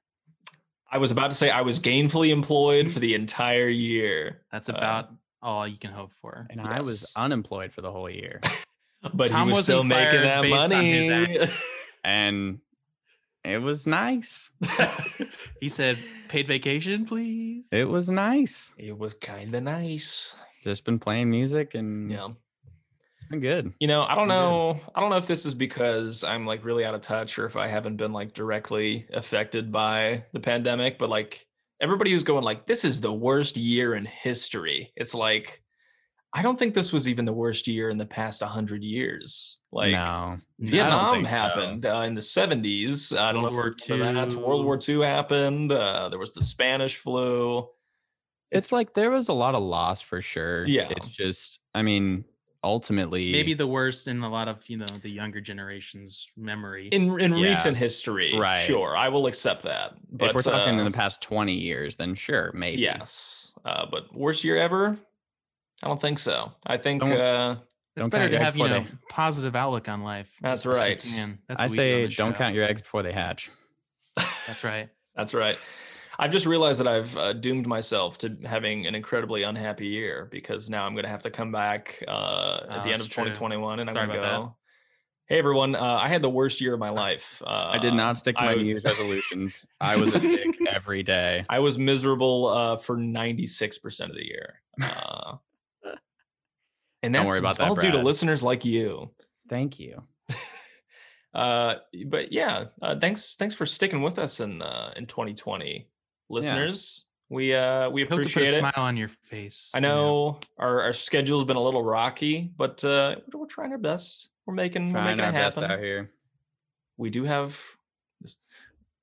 Speaker 1: I was about to say I was
Speaker 3: Mm-hmm.
Speaker 1: gainfully employed for the entire year.
Speaker 3: That's
Speaker 1: Uh,
Speaker 3: about all you can hope for.
Speaker 2: And I was
Speaker 1: Yes.
Speaker 2: unemployed for the whole year.
Speaker 1: but
Speaker 3: Tom
Speaker 1: he was
Speaker 3: wasn't
Speaker 1: still making
Speaker 3: fired
Speaker 1: that
Speaker 3: based on his
Speaker 1: money.
Speaker 2: and it was nice.
Speaker 3: He said, "Paid vacation, please."
Speaker 2: It was nice.
Speaker 1: it was kind of nice.
Speaker 2: Just been playing music
Speaker 3: Mm-hmm.
Speaker 2: and
Speaker 1: Yeah.
Speaker 2: it's been good.
Speaker 1: You know, I don't
Speaker 2: Yeah.
Speaker 1: know. I don't know if this is because I'm like really out of touch or if I haven't been like directly affected by the pandemic, but like everybody who's going like this is the worst year in history. It's like I don't think this was even the worst year in the past 100 years. Like
Speaker 2: no,
Speaker 1: Vietnam
Speaker 2: think so.
Speaker 1: happened uh, in the 70s. I don't
Speaker 3: World
Speaker 1: know
Speaker 3: War
Speaker 1: if you remember that. World War II happened. Uh, there was the Spanish flu.
Speaker 2: it's like there was a lot of loss for sure.
Speaker 1: Yeah.
Speaker 2: it's just I mean ultimately
Speaker 3: Maybe the worst in a lot of you know the younger generation's memory.
Speaker 1: In in
Speaker 2: Yeah.
Speaker 1: recent history,
Speaker 2: Right.
Speaker 1: sure, I will accept that. But
Speaker 2: if we're talking
Speaker 1: uh,
Speaker 2: in the past twenty years, then sure maybe
Speaker 1: yes, uh, but worst year ever? I don't think so. I think
Speaker 2: Don't-
Speaker 1: uh,
Speaker 3: it's
Speaker 2: don't
Speaker 3: better
Speaker 2: count
Speaker 3: to
Speaker 2: your
Speaker 3: have you know
Speaker 2: eggs before
Speaker 3: positive outlook on life.
Speaker 1: That's
Speaker 3: as best you
Speaker 1: right.
Speaker 3: can. That's
Speaker 2: I
Speaker 3: what we do on
Speaker 2: say
Speaker 3: this
Speaker 2: don't
Speaker 3: show.
Speaker 2: count your eggs before they hatch.
Speaker 3: That's right.
Speaker 1: That's right. I've just realized that I've uh, doomed myself to having an incredibly unhappy year because now I'm going to have to come back uh, at
Speaker 3: Oh,
Speaker 1: the end of
Speaker 3: that's true.
Speaker 1: 2021 and I'm
Speaker 3: Sorry
Speaker 1: going to go.
Speaker 3: about that.
Speaker 1: Hey everyone, uh, I had the worst year of my life. Uh, I
Speaker 2: I did not stick to my
Speaker 1: I-
Speaker 2: New Year's resolutions. I was a dick every day.
Speaker 1: I was miserable uh, for 96 percent of the year. Uh, and that's
Speaker 2: Don't worry about that,
Speaker 1: all due to
Speaker 2: Brad.
Speaker 1: listeners like you.
Speaker 2: Thank you.
Speaker 1: Uh, but yeah, uh, thanks thanks for sticking with us in uh, in 2020, listeners. We uh, we
Speaker 3: We hope to put
Speaker 1: appreciate
Speaker 3: a
Speaker 1: it.
Speaker 3: smile on your face.
Speaker 1: I
Speaker 3: you
Speaker 1: know our, our schedule's been a little rocky, but uh, we're- we're trying our best. We're making we're
Speaker 2: Trying
Speaker 1: making
Speaker 2: our
Speaker 1: it
Speaker 2: best out
Speaker 1: happen.
Speaker 2: here.
Speaker 1: We do have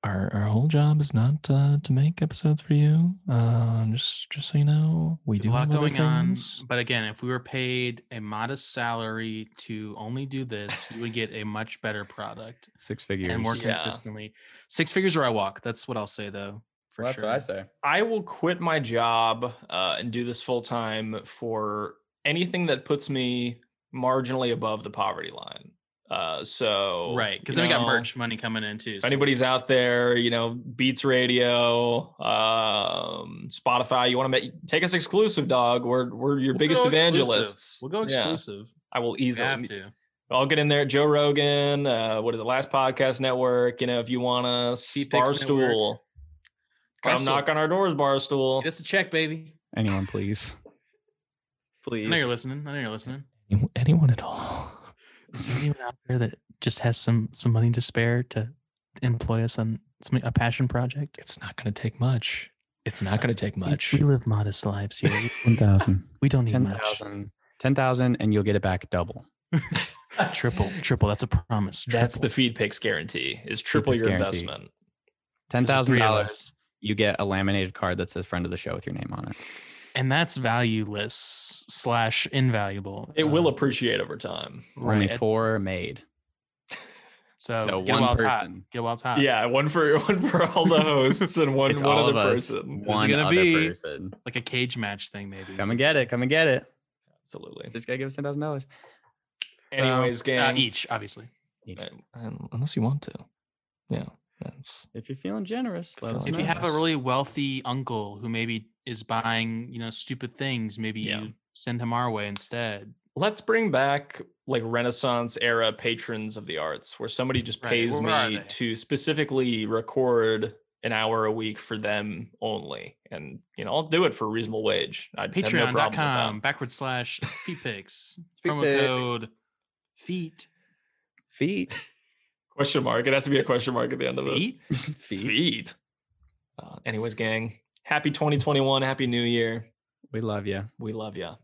Speaker 4: our our whole job is not uh, to make episodes for you. Uh, just just so you know, we
Speaker 3: There's
Speaker 4: do
Speaker 3: a lot
Speaker 4: have other
Speaker 3: going on.
Speaker 4: things.
Speaker 3: But again, if we were paid a modest salary to only do this, you would get a much better product
Speaker 2: Six figures.
Speaker 3: and more
Speaker 1: Yeah.
Speaker 3: consistently. Six figures or I walk. That's what I'll say though. For
Speaker 2: That's
Speaker 3: sure.
Speaker 2: what I say.
Speaker 1: I will quit my job uh, and do this full time for anything that puts me marginally above the poverty line. Uh, so
Speaker 3: Right. Because
Speaker 1: you
Speaker 3: then we
Speaker 1: know,
Speaker 3: got merch money coming in too.
Speaker 1: If
Speaker 3: so-
Speaker 1: anybody's out there, you know, Beats Radio, um, Spotify, you want to make take us exclusive, dog. We're we're your
Speaker 3: We'll
Speaker 1: biggest
Speaker 3: go exclusive.
Speaker 1: evangelists.
Speaker 3: We'll go
Speaker 1: Yeah,
Speaker 3: exclusive.
Speaker 1: I will
Speaker 3: We
Speaker 1: easily
Speaker 3: have to.
Speaker 1: I'll get in there. Joe Rogan, uh, what is it? Last Podcast Network. You know, if you want to
Speaker 3: T-Pix
Speaker 1: barstool, come
Speaker 3: Barstool.
Speaker 1: knock on our doors, barstool.
Speaker 3: Get us a check, baby.
Speaker 5: Anyone, please.
Speaker 3: I
Speaker 2: Please.
Speaker 3: know you're listening. I know you're listening.
Speaker 4: Any- Anyone at all?
Speaker 3: Is there anyone out there that just has some some money to spare to employ us on some, a passion project?
Speaker 4: It's not going to take much. It's not going to take
Speaker 3: We-
Speaker 4: much.
Speaker 3: We, live modest lives here. We-
Speaker 5: 10,000.
Speaker 3: We don't need much.
Speaker 5: 10,000. 10,000, and you'll get it back double.
Speaker 3: Triple, triple. That's a promise.
Speaker 1: That's the
Speaker 3: triple.
Speaker 1: feed picks guarantee. Is triple
Speaker 5: Pix
Speaker 1: your
Speaker 5: guarantee.
Speaker 1: investment.
Speaker 3: It's just three of
Speaker 5: $10,000,
Speaker 3: us.
Speaker 5: you get a laminated card that says friend of the show with your name on it.
Speaker 3: and that's valueless slash invaluable.
Speaker 1: It will
Speaker 3: Um,
Speaker 1: appreciate over time.
Speaker 5: Only
Speaker 3: Right.
Speaker 5: four are made.
Speaker 3: So,
Speaker 5: so
Speaker 3: get
Speaker 5: one
Speaker 3: wild
Speaker 5: person.
Speaker 3: Hot. Get wild hot.
Speaker 1: Yeah, one for one for all the hosts and one
Speaker 2: It's
Speaker 1: one
Speaker 2: all
Speaker 1: other
Speaker 2: of us.
Speaker 1: person.
Speaker 2: One
Speaker 3: gonna
Speaker 2: other
Speaker 3: be-
Speaker 2: person.
Speaker 3: like a cage match thing, maybe.
Speaker 2: Come and get it. Come and get it.
Speaker 1: Absolutely.
Speaker 2: Just gotta give us ten thousand dollars.
Speaker 1: Anyways,
Speaker 3: Uh,
Speaker 1: gang.
Speaker 3: each, obviously.
Speaker 4: Um, Unless you want to. Yeah. that's-
Speaker 2: If you're feeling generous, let us
Speaker 3: if you
Speaker 2: know.
Speaker 3: have a
Speaker 4: nice.
Speaker 3: really wealthy uncle who maybe is buying, you know, stupid things, maybe
Speaker 1: Yeah.
Speaker 3: you send him our way instead.
Speaker 1: Let's bring back like Renaissance era patrons of the arts, where somebody just
Speaker 3: Right,
Speaker 1: pays
Speaker 3: where are
Speaker 1: me
Speaker 3: they?
Speaker 1: to specifically record an hour a week for them only, and you know I'll do it for a reasonable wage. I would have no problem with that.
Speaker 3: Patreon.com backward slash feet pics.
Speaker 2: Feet
Speaker 3: promo
Speaker 2: pics.
Speaker 3: code feet
Speaker 2: feet,
Speaker 1: Question mark. It has to be a question mark at the end of it.
Speaker 3: feet.
Speaker 1: Feet.
Speaker 2: feet.
Speaker 1: Uh, anyways, gang, happy 2021. Happy New Year.
Speaker 2: We love you.
Speaker 1: We love ya.